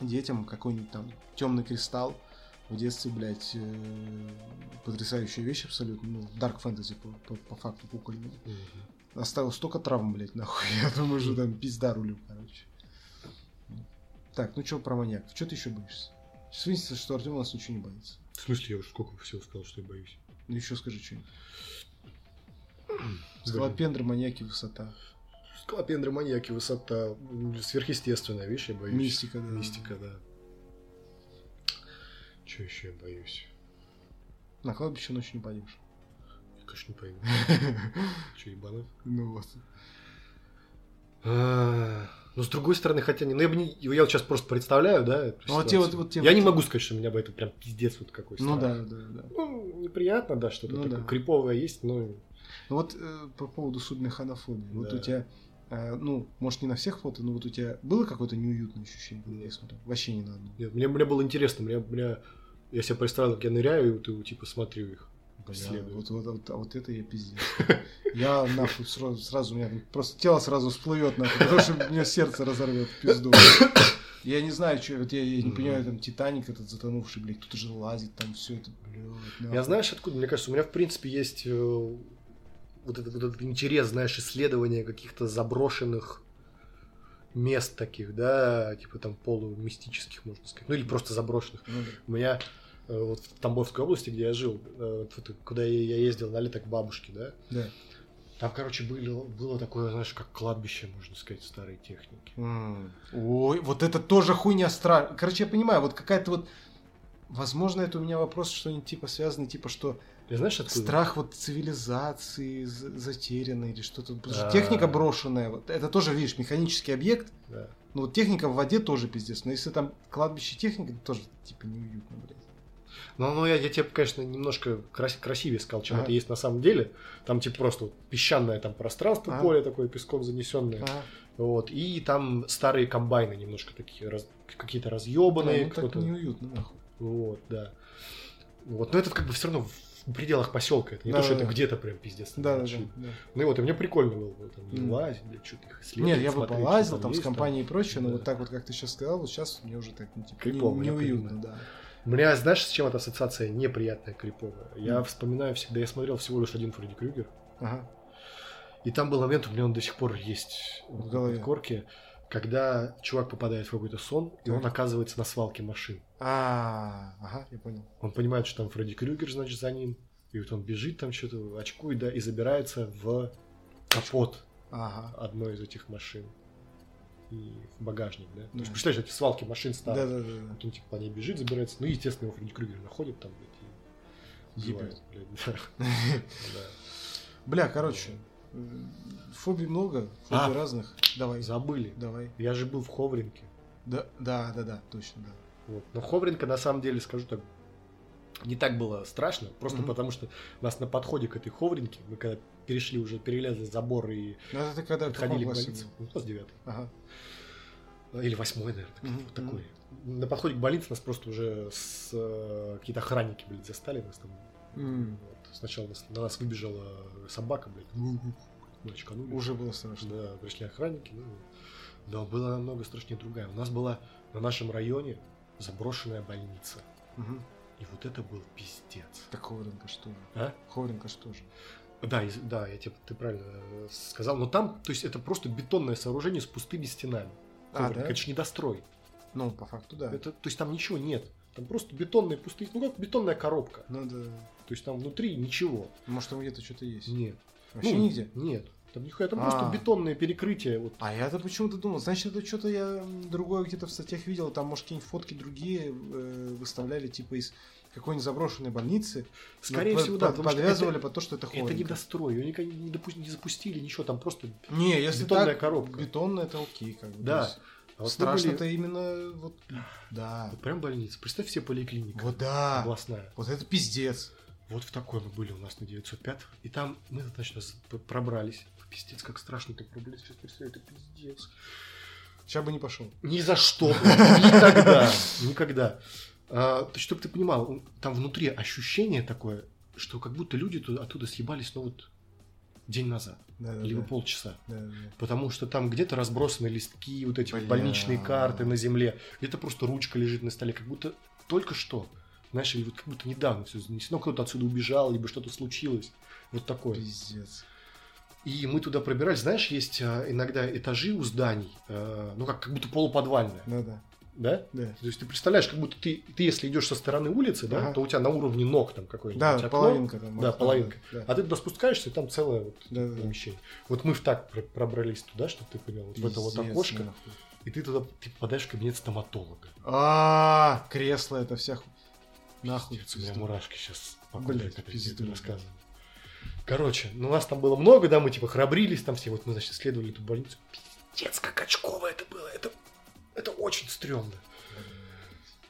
[SPEAKER 1] детям какой-нибудь там темный кристалл в детстве, блядь, э, потрясающая вещь абсолютно. Ну, Dark Fantasy по, по- по факту кукольный.
[SPEAKER 2] Мгм.
[SPEAKER 1] Оставил столько травм, блядь, нахуй. Я думаю, что там пизда рулю, короче. Так, ну что про маньяков? Что ты еще боишься? Сейчас выяснится, что Артем у нас ничего не боится.
[SPEAKER 2] В смысле, я уже сколько всего сказал, что я боюсь.
[SPEAKER 1] Ну еще скажи что-нибудь.
[SPEAKER 2] Блин.
[SPEAKER 1] Скалопендры, маньяки, высота.
[SPEAKER 2] Скалопендры, маньяки, высота, м, сверхъестественная вещь, я боюсь.
[SPEAKER 1] Мистика, да.
[SPEAKER 2] Мистика, да. Че еще я боюсь?
[SPEAKER 1] На кладбище ночью не пойдешь.
[SPEAKER 2] Я, конечно, не пойму. Че, ебанут?
[SPEAKER 1] Ну вот.
[SPEAKER 2] А, Ну, с другой стороны, хотя не... Ну, я, бы не- я вот сейчас просто представляю, да, эту
[SPEAKER 1] Ну, а те
[SPEAKER 2] ситуацию.
[SPEAKER 1] вот- вот те
[SPEAKER 2] Я
[SPEAKER 1] вот-
[SPEAKER 2] не могу сказать, что меня бы это прям пиздец вот какой
[SPEAKER 1] Ну
[SPEAKER 2] страх.
[SPEAKER 1] да, да, да.
[SPEAKER 2] Ну, неприятно, да, что-то
[SPEAKER 1] Ну
[SPEAKER 2] такое
[SPEAKER 1] да.
[SPEAKER 2] криповое есть, но...
[SPEAKER 1] Ну вот э, по поводу судмеханофобии. Вот
[SPEAKER 2] Да.
[SPEAKER 1] у тебя, э, ну, может, не на всех фото, но вот у тебя было какое-то неуютное ощущение, когда я смотрел? Вообще не на одно.
[SPEAKER 2] Нет, мне, мне было интересно, мне, мне... Я себе представил, как я ныряю, и вот, и, типа смотрю их.
[SPEAKER 1] Бля,
[SPEAKER 2] Следует.
[SPEAKER 1] вот, вот, вот, а вот это я пиздец. Я нахуй сразу, сразу у меня просто тело сразу всплывет нахуй, потому что мне сердце разорвет в пизду. Я не знаю, что, вот я, я не
[SPEAKER 2] Мгм.
[SPEAKER 1] понимаю, там Титаник этот затонувший, блядь, кто-то же лазит, там все это, блядь. нахуй.
[SPEAKER 2] Я знаешь откуда? Мне кажется, у меня в принципе есть э, вот этот, вот этот интерес, знаешь, исследования каких-то заброшенных мест таких, да, типа там полумистических, можно сказать, ну или просто заброшенных.
[SPEAKER 1] Ну да.
[SPEAKER 2] У меня э, вот в Тамбовской области, где я жил, э, вот это, куда я я ездил на лето к бабушке, да,
[SPEAKER 1] Да.
[SPEAKER 2] Там, короче, было, было такое, знаешь, как кладбище, можно сказать, старой техники.
[SPEAKER 1] М. Ой, вот это тоже хуйня страшная. Короче, я понимаю, вот какая-то вот... Возможно, это у меня вопрос что-нибудь типа связанный, типа что
[SPEAKER 2] Ты знаешь, откуда?
[SPEAKER 1] страх вот цивилизации з- затерянный или что-то. Потому что
[SPEAKER 2] Да.
[SPEAKER 1] техника брошенная, вот это тоже, видишь, механический объект.
[SPEAKER 2] Да.
[SPEAKER 1] Ну вот техника в воде тоже пиздец. Но если там кладбище техника, то тоже типа неуютно, блядь.
[SPEAKER 2] Ну, ну я, я тебе, конечно, немножко крас- красивее сказал, чем
[SPEAKER 1] Ага.
[SPEAKER 2] это есть на самом деле. Там типа просто вот песчаное там пространство,
[SPEAKER 1] Ага.
[SPEAKER 2] поле такое песком занесенное.
[SPEAKER 1] Ага.
[SPEAKER 2] Вот. И там старые комбайны немножко такие, раз- какие-то
[SPEAKER 1] Блин,
[SPEAKER 2] разъебанные.
[SPEAKER 1] ну так
[SPEAKER 2] кто-то-
[SPEAKER 1] неуютно, нахуй.
[SPEAKER 2] Вот, да. Вот. Но это как бы все равно в пределах поселка. Это не то, что это
[SPEAKER 1] Да-да-да.
[SPEAKER 2] где-то прям пиздец.
[SPEAKER 1] Да, да,
[SPEAKER 2] Чуть-
[SPEAKER 1] да.
[SPEAKER 2] Ну и вот, и мне прикольно было бы там не
[SPEAKER 1] Мгм.
[SPEAKER 2] лазить, блядь, что-то их исследовать.
[SPEAKER 1] Нет, я бы
[SPEAKER 2] смотреть, что
[SPEAKER 1] полазил там с
[SPEAKER 2] есть, а
[SPEAKER 1] компанией и прочее, но
[SPEAKER 2] Да.
[SPEAKER 1] вот так вот, как ты сейчас сказал, вот сейчас мне уже так ну, типа, не-
[SPEAKER 2] Крипово, я
[SPEAKER 1] неуютно, да.
[SPEAKER 2] У меня, знаешь, с чем эта ассоциация неприятная, криповая? Я
[SPEAKER 1] Мгм.
[SPEAKER 2] вспоминаю всегда, я смотрел всего лишь один Фредди Крюгер,
[SPEAKER 1] Ага.
[SPEAKER 2] и там был момент, у меня он до сих пор есть
[SPEAKER 1] В голове.
[SPEAKER 2] в корке, когда чувак попадает в какой-то сон, и он
[SPEAKER 1] Так.
[SPEAKER 2] оказывается на свалке машин.
[SPEAKER 1] А, ага, я понял.
[SPEAKER 2] Он понимает, что там Фредди Крюгер, значит, за ним, и вот он бежит там что-то, очкует, да, и забирается в капот
[SPEAKER 1] Ага.
[SPEAKER 2] одной из этих машин. И в багажник, да? Ты же
[SPEAKER 1] Да.
[SPEAKER 2] представляешь, эти свалки машин
[SPEAKER 1] Да,
[SPEAKER 2] старых.
[SPEAKER 1] да, да.
[SPEAKER 2] Вот он типа по ней бежит, забирается. Ну, и, естественно, его Фредди Крюгер находит там, блядь, и
[SPEAKER 1] Ебет.
[SPEAKER 2] убивает, блядь, да. Да.
[SPEAKER 1] Бля, короче, э, фобий много, фобий
[SPEAKER 2] А.
[SPEAKER 1] разных. Давай,
[SPEAKER 2] Забыли.
[SPEAKER 1] давай.
[SPEAKER 2] Я же был в Ховринке.
[SPEAKER 1] Да, да, да, да, точно, да.
[SPEAKER 2] Вот. Но Ховринка, на самом деле, скажу так, не так было страшно, просто
[SPEAKER 1] Мгм.
[SPEAKER 2] потому что нас на подходе к этой Ховринке, мы когда перешли уже, перелезли забор и
[SPEAKER 1] Ну, это ты когда в
[SPEAKER 2] подходили к
[SPEAKER 1] каком классе
[SPEAKER 2] больнице,
[SPEAKER 1] был?
[SPEAKER 2] ну, класс девятый,
[SPEAKER 1] Ага.
[SPEAKER 2] или восьмой, наверное, так-
[SPEAKER 1] Мгм.
[SPEAKER 2] вот такой. На подходе к больнице нас просто уже с, э, какие-то охранники, блядь, застали, нас там
[SPEAKER 1] М,
[SPEAKER 2] Вот. Сначала нас- на нас выбежала собака, блядь. ну, Мы очканули.
[SPEAKER 1] Уже было страшно.
[SPEAKER 2] Да, пришли охранники. ну, но было намного страшнее другая. У нас была на нашем районе заброшенная больница.
[SPEAKER 1] Мгм.
[SPEAKER 2] И вот это был пиздец.
[SPEAKER 1] Так Ховренко что же?
[SPEAKER 2] А?
[SPEAKER 1] Ховренко что же?
[SPEAKER 2] Да, из- да, я тебе ты правильно э, сказал. Но там, то есть это просто бетонное сооружение с пустыми стенами.
[SPEAKER 1] А,
[SPEAKER 2] Коврик,
[SPEAKER 1] да?
[SPEAKER 2] Это же недострой.
[SPEAKER 1] Ну, по факту, да.
[SPEAKER 2] Это, то есть там ничего нет. Там просто бетонные пустые, ну как бетонная коробка.
[SPEAKER 1] Ну, да.
[SPEAKER 2] То есть там внутри ничего.
[SPEAKER 1] Может, там где-то что-то есть.
[SPEAKER 2] Нет.
[SPEAKER 1] Вообще
[SPEAKER 2] Ну,
[SPEAKER 1] нигде.
[SPEAKER 2] Нет. Там нихуя, там
[SPEAKER 1] А.
[SPEAKER 2] просто бетонное перекрытие. Вот
[SPEAKER 1] А я-то почему-то думал, значит, это что-то я м, другое где-то в статьях видел, там, может, какие-нибудь фотки другие э, выставляли, типа, из какой-нибудь заброшенной больницы.
[SPEAKER 2] Скорее
[SPEAKER 1] Но
[SPEAKER 2] всего,
[SPEAKER 1] Ну, под-
[SPEAKER 2] да,
[SPEAKER 1] под-
[SPEAKER 2] потому что
[SPEAKER 1] Подвязывали
[SPEAKER 2] это,
[SPEAKER 1] под то, что это
[SPEAKER 2] это
[SPEAKER 1] Ховренко.
[SPEAKER 2] недострой, ее никогда не, допу- не запустили, ничего, там просто...
[SPEAKER 1] Не, если
[SPEAKER 2] Бетонная
[SPEAKER 1] так,
[SPEAKER 2] коробка.
[SPEAKER 1] бетонная, это окей, как бы.
[SPEAKER 2] Да.
[SPEAKER 1] то есть
[SPEAKER 2] А вот мы
[SPEAKER 1] Страшно-то
[SPEAKER 2] были-
[SPEAKER 1] именно вот... Да.
[SPEAKER 2] Вот прям больница, представь себе поликлиника
[SPEAKER 1] Вот да.
[SPEAKER 2] областная.
[SPEAKER 1] Вот это пиздец.
[SPEAKER 2] Вот в такой мы были у нас на 905 и там мы, значит, нас п- пробрались. Пиздец, как страшно ты пробрались, сейчас представляю, это пиздец.
[SPEAKER 1] Сейчас бы не пошел.
[SPEAKER 2] Ни за что, блядь, никогда, никогда. А, то есть, чтобы ты понимал, м, там внутри ощущение такое, что как будто люди туда- оттуда съебались, ну вот, день назад,
[SPEAKER 1] Да, да,
[SPEAKER 2] либо
[SPEAKER 1] да.
[SPEAKER 2] полчаса.
[SPEAKER 1] Да, да, да.
[SPEAKER 2] Потому что там где-то разбросаны листки, вот эти вот
[SPEAKER 1] Бля.
[SPEAKER 2] больничные карты на земле. Где-то просто ручка лежит на столе, как будто только что. Знаешь, или вот как будто недавно все занесено, кто-то отсюда убежал, либо что-то случилось. Вот такое.
[SPEAKER 1] Пиздец.
[SPEAKER 2] И мы туда пробирались. Знаешь, есть а, иногда этажи у зданий, э, ну как, как будто полуподвальное,
[SPEAKER 1] Да, да.
[SPEAKER 2] да?
[SPEAKER 1] Да,
[SPEAKER 2] То есть ты представляешь, как будто ты, ты если идешь со стороны улицы, да,
[SPEAKER 1] Ага.
[SPEAKER 2] то у тебя на уровне ног там какое-нибудь
[SPEAKER 1] да
[SPEAKER 2] окно,
[SPEAKER 1] половинка там.
[SPEAKER 2] Да,
[SPEAKER 1] окна,
[SPEAKER 2] половинка.
[SPEAKER 1] Да,
[SPEAKER 2] а ты туда спускаешься, и там целое вот
[SPEAKER 1] да, да. да.
[SPEAKER 2] помещение. Вот мы в так пр- пробрались туда, чтобы ты понял, вот в это вот
[SPEAKER 1] Пиздец, ну.
[SPEAKER 2] окошко.
[SPEAKER 1] нахуй.
[SPEAKER 2] И ты туда ты попадаешь в кабинет стоматолога.
[SPEAKER 1] А, кресло это вся ху- Нахуй.
[SPEAKER 2] Пиздец, у меня
[SPEAKER 1] пизду.
[SPEAKER 2] мурашки сейчас
[SPEAKER 1] Блядь, пизду, блядь.
[SPEAKER 2] рассказываю. Короче, ну нас там было много, да, мы типа храбрились там все, вот мы, значит, исследовали эту больницу. Пиздец, как очково это было, это, это очень стрёмно.
[SPEAKER 1] А,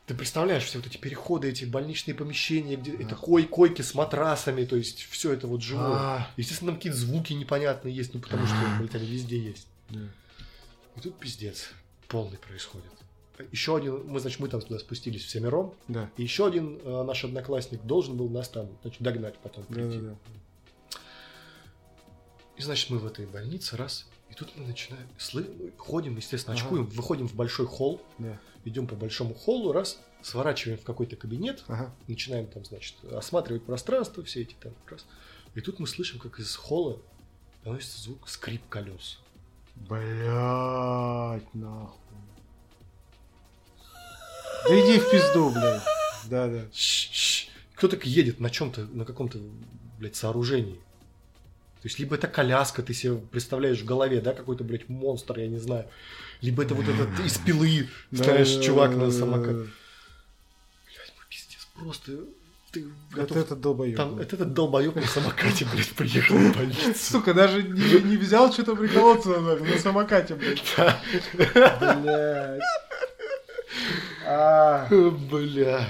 [SPEAKER 2] Ты представляешь, все вот эти переходы, эти больничные помещения, где это
[SPEAKER 1] Нахуй.
[SPEAKER 2] кой койки с матрасами, то есть все это вот живое.
[SPEAKER 1] А,
[SPEAKER 2] Естественно, там какие-то звуки непонятные есть, ну потому что, блядь, они везде есть.
[SPEAKER 1] да.
[SPEAKER 2] И тут пиздец полный происходит. Еще один, мы, значит, мы там туда спустились все миром,
[SPEAKER 1] Да.
[SPEAKER 2] и еще один э, наш одноклассник должен был нас там, значит, догнать потом
[SPEAKER 1] Да,
[SPEAKER 2] прийти.
[SPEAKER 1] да, да.
[SPEAKER 2] И, значит, мы в этой больнице, раз, и тут мы начинаем, слы- ну, ходим, естественно,
[SPEAKER 1] Ага.
[SPEAKER 2] очкуем, выходим в большой холл,
[SPEAKER 1] Да.
[SPEAKER 2] идем по большому холлу, раз, сворачиваем в какой-то кабинет,
[SPEAKER 1] Ага.
[SPEAKER 2] начинаем там, значит, осматривать пространство, все эти там, раз. И тут мы слышим, как из холла доносится звук скрип колес.
[SPEAKER 1] Блять, нахуй. Да иди в пизду, блядь. Да, да.
[SPEAKER 2] Щ-щ. Кто так едет на чем-то, на каком-то, блядь, сооружении. То есть, либо это коляска, ты себе представляешь в голове, да, какой-то, блядь, монстр, я не знаю. Либо это вот этот из пилы ставишь чувак на самокат. Блядь, ну пиздец, просто ты
[SPEAKER 1] Вот
[SPEAKER 2] готов...
[SPEAKER 1] это долбоёб.
[SPEAKER 2] Там,
[SPEAKER 1] блядь.
[SPEAKER 2] это этот долбоёб на самокате, блядь, приехал в больницу.
[SPEAKER 1] Сука, даже не, не взял что-то приколоться надо, на самокате, блядь.
[SPEAKER 2] Да.
[SPEAKER 1] Блядь. А,
[SPEAKER 2] Бля.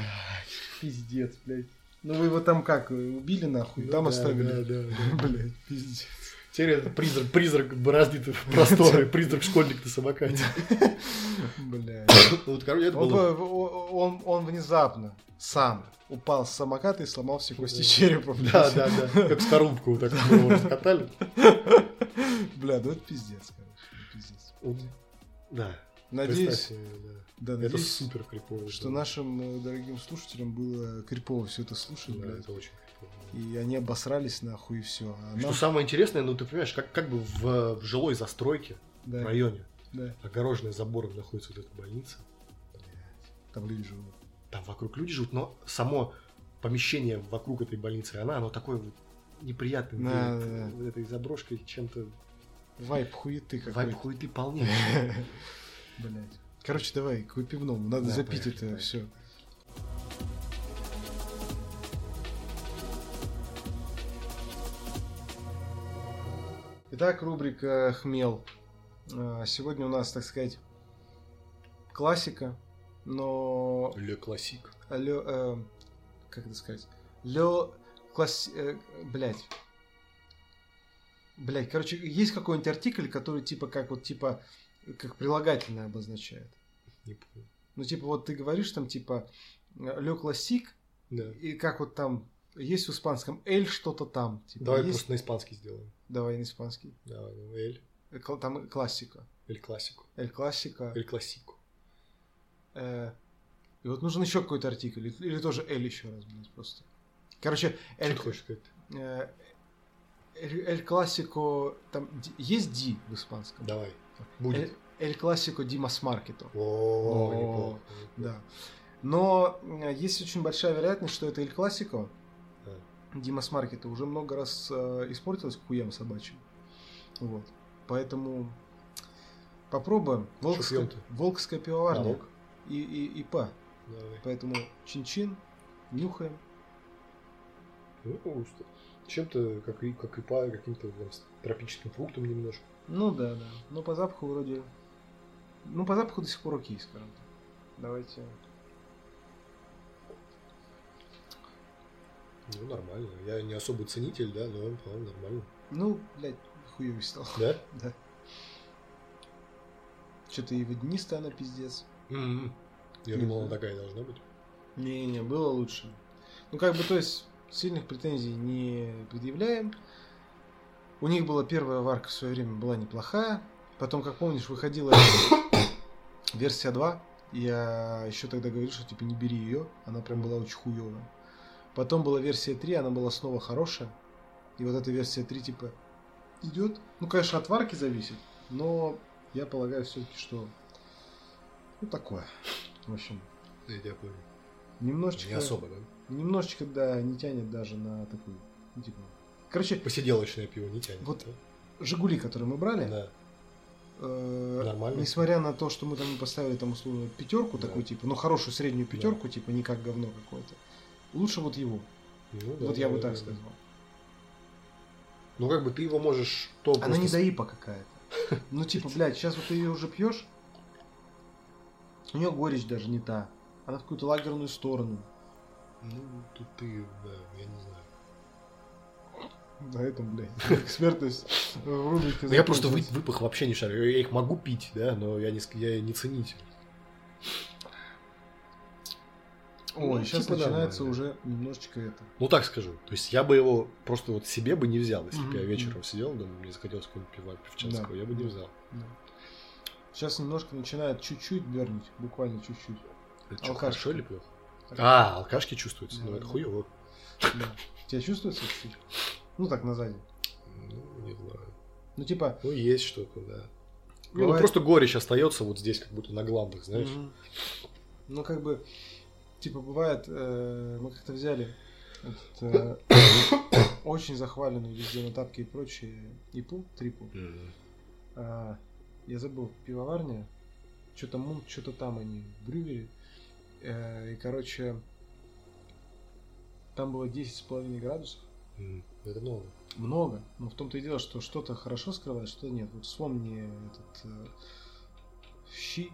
[SPEAKER 1] пиздец, блядь. Ну вы его там как, убили нахуй? Там оставили.
[SPEAKER 2] Да, да, да.
[SPEAKER 1] Блядь, пиздец.
[SPEAKER 2] Теперь это призрак, призрак бороздит просторы, призрак-школьник на самокате.
[SPEAKER 1] Блядь.
[SPEAKER 2] Ну, Вот, короче, это
[SPEAKER 1] Он,
[SPEAKER 2] было...
[SPEAKER 1] бы- он, он внезапно сам упал с самоката и сломал все кости
[SPEAKER 2] Да.
[SPEAKER 1] черепа, блядь.
[SPEAKER 2] Да, да, да. Как старушку вот так вот раскатали.
[SPEAKER 1] Бля, ну это пиздец, короче. это Пиздец.
[SPEAKER 2] Да.
[SPEAKER 1] Надеюсь,
[SPEAKER 2] представь, э,
[SPEAKER 1] да,
[SPEAKER 2] да. Это
[SPEAKER 1] надеюсь,
[SPEAKER 2] супер крипово.
[SPEAKER 1] что нашим э, дорогим слушателям было крипово все это слушать,
[SPEAKER 2] Да,
[SPEAKER 1] блядь.
[SPEAKER 2] это очень крипово.
[SPEAKER 1] И они обосрались нахуй и все. А
[SPEAKER 2] Что
[SPEAKER 1] нам-
[SPEAKER 2] самое интересное, ну ты понимаешь, как, как бы в, в жилой застройке, в
[SPEAKER 1] да,
[SPEAKER 2] районе,
[SPEAKER 1] да,
[SPEAKER 2] огороженная забором находится вот эта больница.
[SPEAKER 1] там люди живут.
[SPEAKER 2] Там вокруг люди живут, но само помещение вокруг этой больницы, она, оно такое вот неприятное.
[SPEAKER 1] Да,
[SPEAKER 2] вот,
[SPEAKER 1] да, да.
[SPEAKER 2] вот этой заброшкой чем-то...
[SPEAKER 1] Вайп хуеты
[SPEAKER 2] Вайп
[SPEAKER 1] какой-то.
[SPEAKER 2] хуеты полнее.
[SPEAKER 1] Блядь. Короче, давай к пивному. Надо
[SPEAKER 2] Да,
[SPEAKER 1] запить
[SPEAKER 2] поехали,
[SPEAKER 1] это
[SPEAKER 2] давай.
[SPEAKER 1] все. Итак, рубрика «Хмел». А, Сегодня у нас, так сказать, классика, но...
[SPEAKER 2] Ле классик.
[SPEAKER 1] лё- э, как это сказать? Лё... Класс... э, блядь. Блядь, короче, есть какой-нибудь артикль, который типа как вот типа как прилагательное обозначает?
[SPEAKER 2] Не помню.
[SPEAKER 1] Ну, типа, вот ты говоришь там, типа, ле классик,
[SPEAKER 2] Да.
[SPEAKER 1] и как вот там, есть в испанском эль что-то там. Типа,
[SPEAKER 2] Давай
[SPEAKER 1] есть-
[SPEAKER 2] просто на испанский сделаем.
[SPEAKER 1] Давай на испанский.
[SPEAKER 2] Давай, ну, эль.
[SPEAKER 1] Э, кл- Там классика.
[SPEAKER 2] Эль классику.
[SPEAKER 1] Эль классика.
[SPEAKER 2] Эль классику.
[SPEAKER 1] э, и вот нужен еще какой-то артикль. Или, или тоже эль еще раз, блядь, просто. Короче,
[SPEAKER 2] Что
[SPEAKER 1] эль...
[SPEAKER 2] ты хочешь сказать?
[SPEAKER 1] э, эль, эль классико... Там ди- есть ди в испанском?
[SPEAKER 2] Давай.
[SPEAKER 1] Эль,
[SPEAKER 2] Будет.
[SPEAKER 1] эль классико димас маркето.
[SPEAKER 2] О,
[SPEAKER 1] О,
[SPEAKER 2] неплохо.
[SPEAKER 1] Да. Но э, есть очень большая вероятность, что это Эль Классико.
[SPEAKER 2] Да.
[SPEAKER 1] Димас Маркета уже много раз э, испортилось к хуям собачьим. Вот. Поэтому попробуем. Волкская,
[SPEAKER 2] пьем-то?
[SPEAKER 1] волкская пивоварня.
[SPEAKER 2] Налог.
[SPEAKER 1] И, и, ИПА.
[SPEAKER 2] Давай.
[SPEAKER 1] Поэтому чин-чин, нюхаем.
[SPEAKER 2] Ну, что- Чем-то, как, и, как ипа, каким-то там, с тропическим фруктом немножко.
[SPEAKER 1] Ну да, да. Но по запаху вроде... Ну, по запаху до сих пор окей, скажем так. Давайте...
[SPEAKER 2] Ну, нормально. Я не особо ценитель, да, но, по-моему, нормально.
[SPEAKER 1] Ну, блядь, хуёвый стал.
[SPEAKER 2] Да?
[SPEAKER 1] Да. Что-то и водянистая она, пиздец. М-м-м.
[SPEAKER 2] Я
[SPEAKER 1] Не
[SPEAKER 2] думал, она
[SPEAKER 1] знаю.
[SPEAKER 2] такая должна быть.
[SPEAKER 1] Не-не, было лучше. Ну, как бы, то есть, сильных претензий не предъявляем. У них была первая варка в свое время была неплохая. Потом, как помнишь, выходила версия 2. Я еще тогда говорил, что типа не бери ее. Она прям была очень хуевая. Потом была версия 3, она была снова хорошая. И вот эта версия 3 типа идет. Ну, конечно, от варки зависит. Но я полагаю все-таки, что ну такое. В общем,
[SPEAKER 2] Я тебя понял.
[SPEAKER 1] немножечко...
[SPEAKER 2] Не особо, да?
[SPEAKER 1] Немножечко, да, не тянет даже на такую, ну, типа... Короче,
[SPEAKER 2] Посиделочное пиво не тянет.
[SPEAKER 1] Вот. Жигули, которые мы брали,
[SPEAKER 2] Да. Да.
[SPEAKER 1] э,
[SPEAKER 2] Нормально.
[SPEAKER 1] несмотря на то, что мы там поставили там условно пятерку
[SPEAKER 2] Да.
[SPEAKER 1] такую, типа, ну хорошую среднюю пятерку, типа, не как говно какое-то, лучше вот его.
[SPEAKER 2] Ну, да,
[SPEAKER 1] вот я
[SPEAKER 2] да,
[SPEAKER 1] бы
[SPEAKER 2] да,
[SPEAKER 1] так
[SPEAKER 2] да.
[SPEAKER 1] сказал.
[SPEAKER 2] Ну, как бы ты его можешь то
[SPEAKER 1] Она не
[SPEAKER 2] Ну, просто-
[SPEAKER 1] доипа какая-то. Ну, типа, блядь, сейчас вот ты ее уже пьешь, у нее горечь даже не та. Она в какую-то лагерную сторону.
[SPEAKER 2] Ну, тут ты, да, я не знаю.
[SPEAKER 1] На этом, блядь, экспертность в рубрике
[SPEAKER 2] Ну, я просто в
[SPEAKER 1] закончилась.
[SPEAKER 2] ип- в ипах вообще не шарю. Я их могу пить, да, но я не, ск- я не ценитель.
[SPEAKER 1] Ой,
[SPEAKER 2] Ну,
[SPEAKER 1] сейчас
[SPEAKER 2] типа
[SPEAKER 1] начинается
[SPEAKER 2] нормально.
[SPEAKER 1] уже немножечко это.
[SPEAKER 2] Ну так скажу. То есть я бы его просто вот себе бы не взял. Если бы я
[SPEAKER 1] Мгм,
[SPEAKER 2] вечером сидел дома, мне захотелось какой-нибудь пива певчанского,
[SPEAKER 1] Да.
[SPEAKER 2] я бы не взял.
[SPEAKER 1] Сейчас немножко начинает чуть-чуть бернуть, буквально чуть-чуть.
[SPEAKER 2] Это что,
[SPEAKER 1] Алкашки.
[SPEAKER 2] хорошо или плохо?
[SPEAKER 1] Так.
[SPEAKER 2] А, алкашки чувствуются, но
[SPEAKER 1] Да,
[SPEAKER 2] это
[SPEAKER 1] да.
[SPEAKER 2] хуево.
[SPEAKER 1] Да. Тебя чувствуется чуть-чуть? Ну так, на сзади.
[SPEAKER 2] Ну, не знаю.
[SPEAKER 1] Ну типа...
[SPEAKER 2] Ну, есть что-то, да. Не, ну
[SPEAKER 1] бывает-
[SPEAKER 2] просто горечь остается вот здесь, как будто на гландах, знаешь.
[SPEAKER 1] Мгм. Ну как бы... Типа бывает, э, мы как-то взяли этот, э, очень захваленную везде на тапке и прочее. Ипу? Трипу?
[SPEAKER 2] Мгм.
[SPEAKER 1] А, я забыл, пивоварня, что-то Мунт, что-то там они, в Брювере. Э, и, короче, там было 10,5 градусов.
[SPEAKER 2] Мгм. Это ну, новое.
[SPEAKER 1] Много. Но в том-то и дело, что что-то хорошо скрывает, что-то нет. Вот вспомни этот э, щи,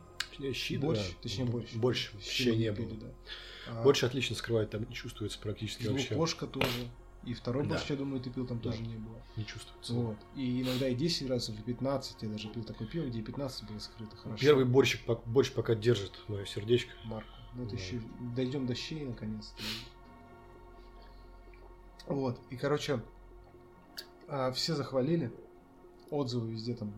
[SPEAKER 2] Щи,
[SPEAKER 1] борщ,
[SPEAKER 2] да.
[SPEAKER 1] точнее борщ.
[SPEAKER 2] Борщ
[SPEAKER 1] Щи
[SPEAKER 2] вообще
[SPEAKER 1] мы
[SPEAKER 2] не
[SPEAKER 1] пили,
[SPEAKER 2] было.
[SPEAKER 1] да. А,
[SPEAKER 2] Борщ отлично скрывает, там не чувствуется практически вообще.
[SPEAKER 1] Лукошка тоже. И второй
[SPEAKER 2] Да.
[SPEAKER 1] борщ, я думаю, ты пил, там
[SPEAKER 2] Да.
[SPEAKER 1] тоже не было.
[SPEAKER 2] Не чувствуется.
[SPEAKER 1] Вот. И иногда и 10 градусов, и 15. Я даже пил такое пиво, где и 15 было скрыто. Хорошо.
[SPEAKER 2] Первый борщик, пок- борщ пока держит мое сердечко.
[SPEAKER 1] Марку. Ну, это
[SPEAKER 2] Да.
[SPEAKER 1] еще дойдем до щей наконец-то. Вот. И, короче, а, все захвалили. Отзывы везде там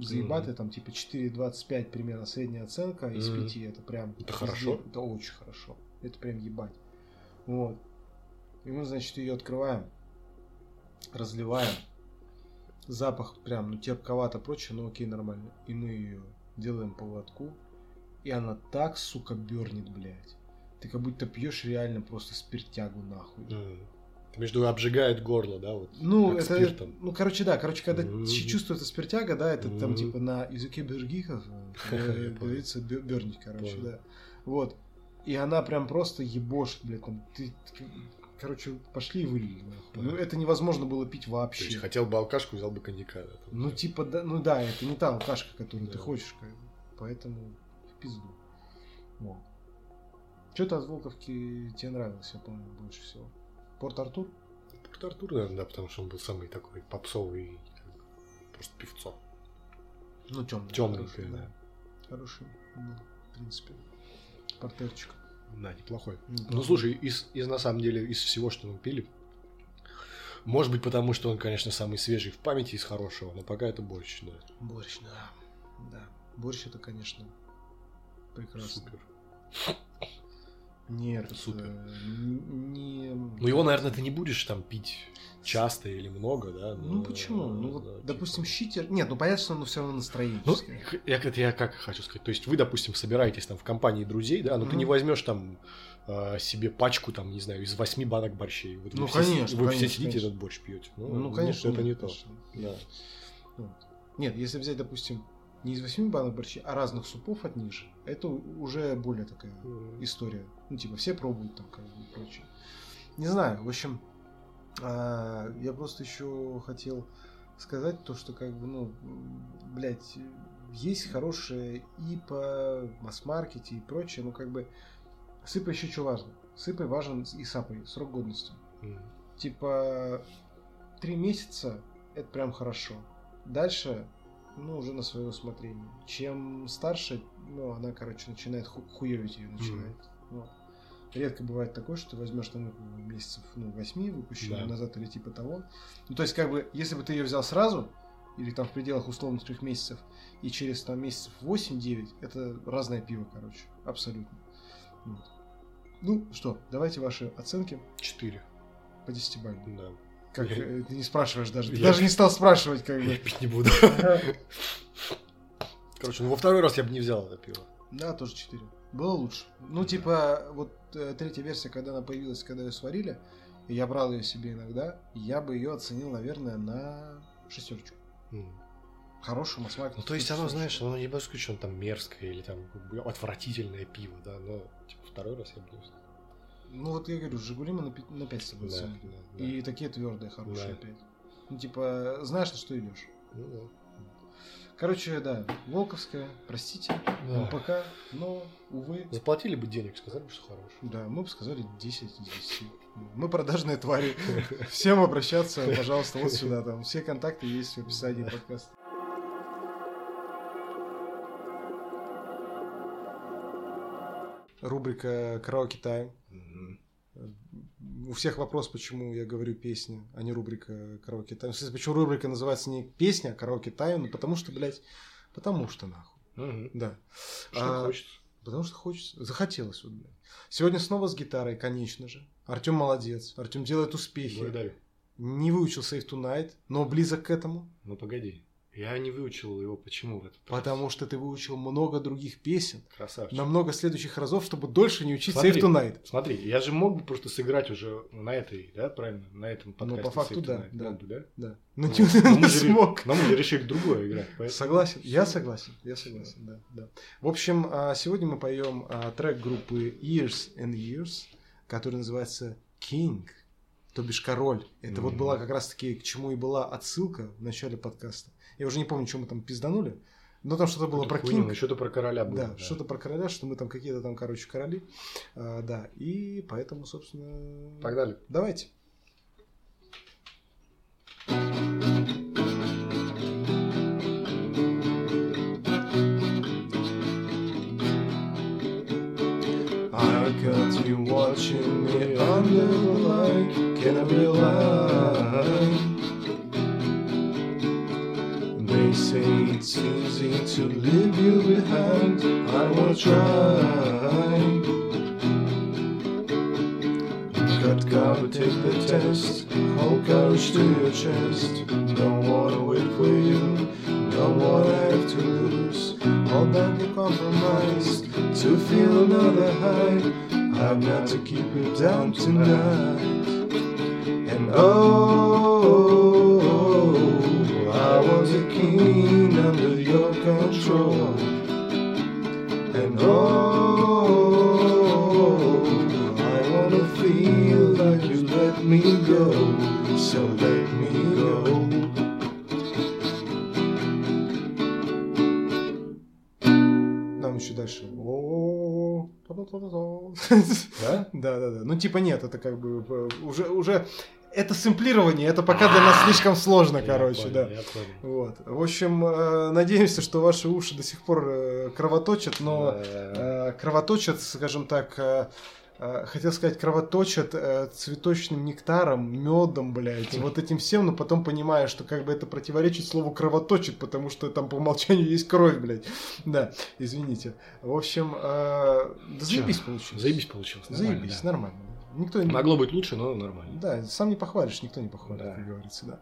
[SPEAKER 1] заебаты, там типа 4,25 примерно средняя оценка из
[SPEAKER 2] Мгм.
[SPEAKER 1] 5. Это прям... везде.
[SPEAKER 2] хорошо.
[SPEAKER 1] Это очень хорошо. Это прям ебать. Вот. И мы, значит, ее открываем, разливаем. Запах прям, ну, терпковато, прочее, но окей, нормально. И мы ее делаем по глотку, и она так, сука, бернет, блядь. Ты как будто пьешь реально просто спиртягу нахуй.
[SPEAKER 2] Мгм. Ну, Между обжигает горло, да, вот.
[SPEAKER 1] Ну,
[SPEAKER 2] как
[SPEAKER 1] это,
[SPEAKER 2] спиртом.
[SPEAKER 1] ну, короче, да, короче, когда
[SPEAKER 2] Мгм.
[SPEAKER 1] ч- чувствуется спиртяга, да, это там
[SPEAKER 2] Мгм.
[SPEAKER 1] типа на языке бюргиков э,
[SPEAKER 2] Я понял.
[SPEAKER 1] говорится бё- бернить, короче,
[SPEAKER 2] Понял.
[SPEAKER 1] да. Вот. И она прям просто ебошит, блядь, там, ты, ты- короче, пошли и вылили, нахуй. Ну,
[SPEAKER 2] Понял.
[SPEAKER 1] это невозможно было пить
[SPEAKER 2] То есть
[SPEAKER 1] вообще.
[SPEAKER 2] хотел бы алкашку, взял бы коньяка. да, там,
[SPEAKER 1] Ну,
[SPEAKER 2] да.
[SPEAKER 1] типа, да, ну да, это не та алкашка, которую ты
[SPEAKER 2] Да.
[SPEAKER 1] хочешь, как бы. поэтому в пизду. Вот. Что-то от Волковки тебе нравилось, я помню, больше всего. Порт Артур?
[SPEAKER 2] Порт Артур, наверное, да, потому что он был самый такой попсовый, как бы, просто певцом.
[SPEAKER 1] Ну, темный.
[SPEAKER 2] Темненький, да.
[SPEAKER 1] Хороший был, в принципе, портерчик.
[SPEAKER 2] Да, неплохой. Ну,
[SPEAKER 1] Неплохой.
[SPEAKER 2] слушай, из, из на самом деле, из всего, что мы пили, может быть, потому что он, конечно, самый свежий в памяти из хорошего, но пока это борщ, да.
[SPEAKER 1] Борщ, да. Да. Борщ это, конечно, прекрасно.
[SPEAKER 2] Супер.
[SPEAKER 1] Нет,
[SPEAKER 2] Супер.
[SPEAKER 1] э, н- не...
[SPEAKER 2] Ну, его, наверное, ты не будешь там пить часто или много, да? но-
[SPEAKER 1] Ну, почему? Ну, вот,
[SPEAKER 2] да, типа.
[SPEAKER 1] допустим, щитер... Нет, ну, понятно, что оно все равно
[SPEAKER 2] Ну,
[SPEAKER 1] настроенческое.
[SPEAKER 2] я, как- я как хочу сказать, то есть вы, допустим, собираетесь там в компании друзей, да, но ты
[SPEAKER 1] Мгм.
[SPEAKER 2] не возьмешь там э, себе пачку, там, не знаю, из восьми банок борщей. Вот вы
[SPEAKER 1] Ну,
[SPEAKER 2] все-
[SPEAKER 1] конечно,
[SPEAKER 2] Вы
[SPEAKER 1] конечно,
[SPEAKER 2] все сидите
[SPEAKER 1] конечно.
[SPEAKER 2] этот борщ пьете.
[SPEAKER 1] Ну, конечно,
[SPEAKER 2] это не
[SPEAKER 1] нет,
[SPEAKER 2] то.
[SPEAKER 1] конечно.
[SPEAKER 2] Да.
[SPEAKER 1] Вот. Нет, если взять, допустим, не из 8 банок борща, а разных супов от них же, это у- уже более такая история. Ну, типа, все пробуют там, как бы, и прочее. Не знаю, в общем, а, я просто еще хотел сказать то, что, как бы, ну, м, блядь, есть хорошее и по масс-маркете, и прочее, но, как бы, сыпай еще что важно. Сыпай важен и сапой, срок годности
[SPEAKER 2] М.
[SPEAKER 1] типа три месяца это прям хорошо. Дальше, ну, уже на свое усмотрение. Чем старше, ну, она, короче, начинает ху- хуевить ее начинает. Вот. Редко бывает такое, что ты возьмешь там ну, месяцев, ну, восьми, выпущенную
[SPEAKER 2] Да.
[SPEAKER 1] назад или типа того. Ну, то есть, как бы, если бы ты ее взял сразу, или там в пределах условных трех месяцев, и через там месяцев 8-9, это разное пиво, короче, абсолютно. Вот. Ну, что, давайте ваши оценки
[SPEAKER 2] Четыре.
[SPEAKER 1] по 10 баллам.
[SPEAKER 2] Да.
[SPEAKER 1] Как
[SPEAKER 2] Я-
[SPEAKER 1] э, ты не спрашиваешь даже. Ты
[SPEAKER 2] Я-
[SPEAKER 1] даже не стал спрашивать, как
[SPEAKER 2] Я
[SPEAKER 1] бы.
[SPEAKER 2] пить не буду. Короче, ну во второй раз я бы не взял это пиво.
[SPEAKER 1] Да, тоже 4. Было лучше. Ну,
[SPEAKER 2] Да.
[SPEAKER 1] типа, вот э, третья версия, когда она появилась, когда ее сварили, и я брал ее себе иногда, я бы ее оценил, наверное, на шестерочку.
[SPEAKER 2] М.
[SPEAKER 1] Хорошему смаку.
[SPEAKER 2] Ну, то есть оно, знаешь, оно не могу сказать, что оно там мерзкое или там как бы отвратительное пиво, да, но типа второй раз я бы не взял.
[SPEAKER 1] Ну, вот я говорю, Жигули мы на 5, на пять с тобой
[SPEAKER 2] Да,
[SPEAKER 1] оценили.
[SPEAKER 2] да, да.
[SPEAKER 1] И такие твердые, хорошие
[SPEAKER 2] Да.
[SPEAKER 1] опять. Ну, типа, знаешь, на что идешь.
[SPEAKER 2] Ну,
[SPEAKER 1] Короче, да, Волковская, простите,
[SPEAKER 2] да. Да.
[SPEAKER 1] пока, но, увы,
[SPEAKER 2] Заплатили бы денег, сказали бы, что хороший.
[SPEAKER 1] Да, мы бы сказали 10 из 10. Мы продажные твари. Всем обращаться, пожалуйста, вот сюда. Там все контакты есть в описании подкаста. Рубрика «Караоке тайм». У всех вопрос, почему я говорю песня, а не рубрика «Караоке тайм». В смысле, почему рубрика называется не «Песня», а «Караоке тайм»? Ну, потому что, блядь, потому что нахуй.
[SPEAKER 2] Мгм.
[SPEAKER 1] Да.
[SPEAKER 2] Что
[SPEAKER 1] А,
[SPEAKER 2] хочется.
[SPEAKER 1] Потому что хочется. Захотелось, вот, блядь. Сегодня снова с гитарой, конечно же. Артем молодец.
[SPEAKER 2] Ну
[SPEAKER 1] Артем делает успехи.
[SPEAKER 2] Благодарю.
[SPEAKER 1] Не выучил Save Tonight, но близок к этому.
[SPEAKER 2] Ну погоди. Я не выучил его. Почему в этот раз?
[SPEAKER 1] Потому что ты выучил много других песен,
[SPEAKER 2] Красавчик.
[SPEAKER 1] на много следующих разов, чтобы дольше не учить
[SPEAKER 2] Смотри,
[SPEAKER 1] Save Tonight.
[SPEAKER 2] Смотри, я же мог бы просто сыграть уже на этой, да, правильно? На
[SPEAKER 1] Ну,
[SPEAKER 2] этом подкасте.
[SPEAKER 1] по факту
[SPEAKER 2] Save
[SPEAKER 1] да,
[SPEAKER 2] Tonight.
[SPEAKER 1] да.
[SPEAKER 2] Мог бы, да?
[SPEAKER 1] Да. Но
[SPEAKER 2] Вот.
[SPEAKER 1] не
[SPEAKER 2] Но мы же ре-
[SPEAKER 1] смог.
[SPEAKER 2] Но мы же решили другое играть. поэтому-
[SPEAKER 1] Согласен, я согласен, я согласен, да, да. В общем, а, сегодня мы поем а, трек группы Years and Years, который называется King, то бишь король. Это вот
[SPEAKER 2] Мгм.
[SPEAKER 1] была как раз-таки к чему и была отсылка в начале подкаста. Я уже не помню, что мы там пизданули, но там что-то было
[SPEAKER 2] Какую-то
[SPEAKER 1] про
[SPEAKER 2] хуйню,
[SPEAKER 1] Кинг.
[SPEAKER 2] Что-то про короля было.
[SPEAKER 1] Да, что-то про короля, что мы там какие-то там, короче, короли. А, да, и поэтому, собственно...
[SPEAKER 2] Погнали.
[SPEAKER 1] Давайте. I got you watching me under the light. Can I be alive? They say it's easy to leave you behind. I will try. Got cover, take the test. Hold courage to your chest. Don't wanna wait for you. Don't wanna have to lose. Hold back the compromise to feel another high. I've got to keep it down tonight. And oh, I was a king under your control. And oh, I wanna feel like you let me go. So let me go. Нам еще дальше.
[SPEAKER 2] Да?
[SPEAKER 1] Да, да, да. Ну, типа нет, это как бы э, уже, уже это сэмплирование, это пока для нас слишком сложно,
[SPEAKER 2] Я
[SPEAKER 1] короче,
[SPEAKER 2] понял,
[SPEAKER 1] да.
[SPEAKER 2] Я понял.
[SPEAKER 1] Вот. В общем, э, надеемся, что ваши уши до сих пор э, кровоточат, но э,
[SPEAKER 2] Э,
[SPEAKER 1] кровоточат, скажем так, э, э, хотел сказать, кровоточат э, цветочным нектаром, медом, блядь, и вот этим всем, но потом понимаю, что как бы это противоречит слову кровоточит, потому что там по умолчанию есть кровь, блядь. Да, извините. В общем, э, да
[SPEAKER 2] Чё?
[SPEAKER 1] заебись получилось.
[SPEAKER 2] Заебись получилось. нормально,
[SPEAKER 1] э, Заебись,
[SPEAKER 2] да.
[SPEAKER 1] нормально. Никто не...
[SPEAKER 2] Могло быть лучше, но нормально.
[SPEAKER 1] Да, сам не похвалишь, никто не похвалит,
[SPEAKER 2] Да.
[SPEAKER 1] как говорится, да.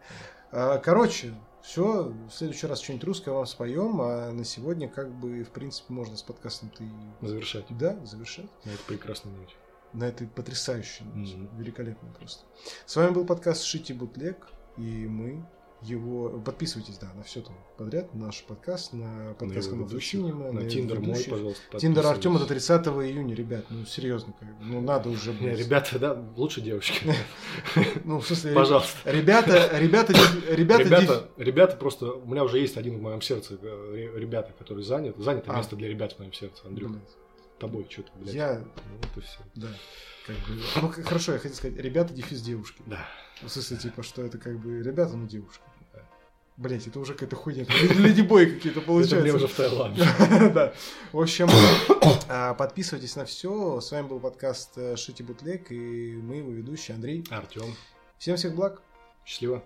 [SPEAKER 1] А, Короче, все, в следующий раз что-нибудь русское вам споем, а на сегодня как бы, в принципе, можно с подкастом-то и...
[SPEAKER 2] Завершать Ну,
[SPEAKER 1] Да, завершать.
[SPEAKER 2] на этой прекрасной ноте.
[SPEAKER 1] На этой потрясающей ноте.
[SPEAKER 2] Мгм.
[SPEAKER 1] Великолепно просто. С вами был подкаст «Шити Бутлег», и мы его... Подписывайтесь, да, на все там подряд, на наш подкаст, на подкаст
[SPEAKER 2] его
[SPEAKER 1] «Канал
[SPEAKER 2] ведущих,
[SPEAKER 1] Синема»,
[SPEAKER 2] На
[SPEAKER 1] его
[SPEAKER 2] Тиндер мой,
[SPEAKER 1] ведущих.
[SPEAKER 2] пожалуйста,
[SPEAKER 1] Тиндер
[SPEAKER 2] подписывайтесь.
[SPEAKER 1] Артема до 30 июня, ребят, ну серьезно, как бы, ну надо уже,
[SPEAKER 2] Не,
[SPEAKER 1] блядь.
[SPEAKER 2] Ребята, да, лучше девочки.
[SPEAKER 1] ну в смысле, ребят,
[SPEAKER 2] Пожалуйста.
[SPEAKER 1] Ребята, ребята, ребята, деф-
[SPEAKER 2] Ребята, ребята, просто у меня уже есть один в моем сердце э, ре- ребята, который занят. Занято
[SPEAKER 1] А.
[SPEAKER 2] место для ребят в моем сердце, Андрюк.
[SPEAKER 1] Блин,
[SPEAKER 2] Тобой что-то, блядь.
[SPEAKER 1] Я,
[SPEAKER 2] Ну, вот и все.
[SPEAKER 1] да, как бы, ну к- хорошо, я хотел сказать, ребята, дефис девушки.
[SPEAKER 2] Да.
[SPEAKER 1] В смысле, типа, что это как бы ребята, ну девушка. Блять, это уже какая-то хуйня, леди бой какие-то
[SPEAKER 2] Это мне
[SPEAKER 1] получаются.
[SPEAKER 2] уже в Таиланд.
[SPEAKER 1] Да. В общем, а, подписывайтесь на все. С вами был подкаст э, Шити Бутлек и мы его ведущие Андрей.
[SPEAKER 2] Артем,
[SPEAKER 1] Всем всех благ.
[SPEAKER 2] счастливо.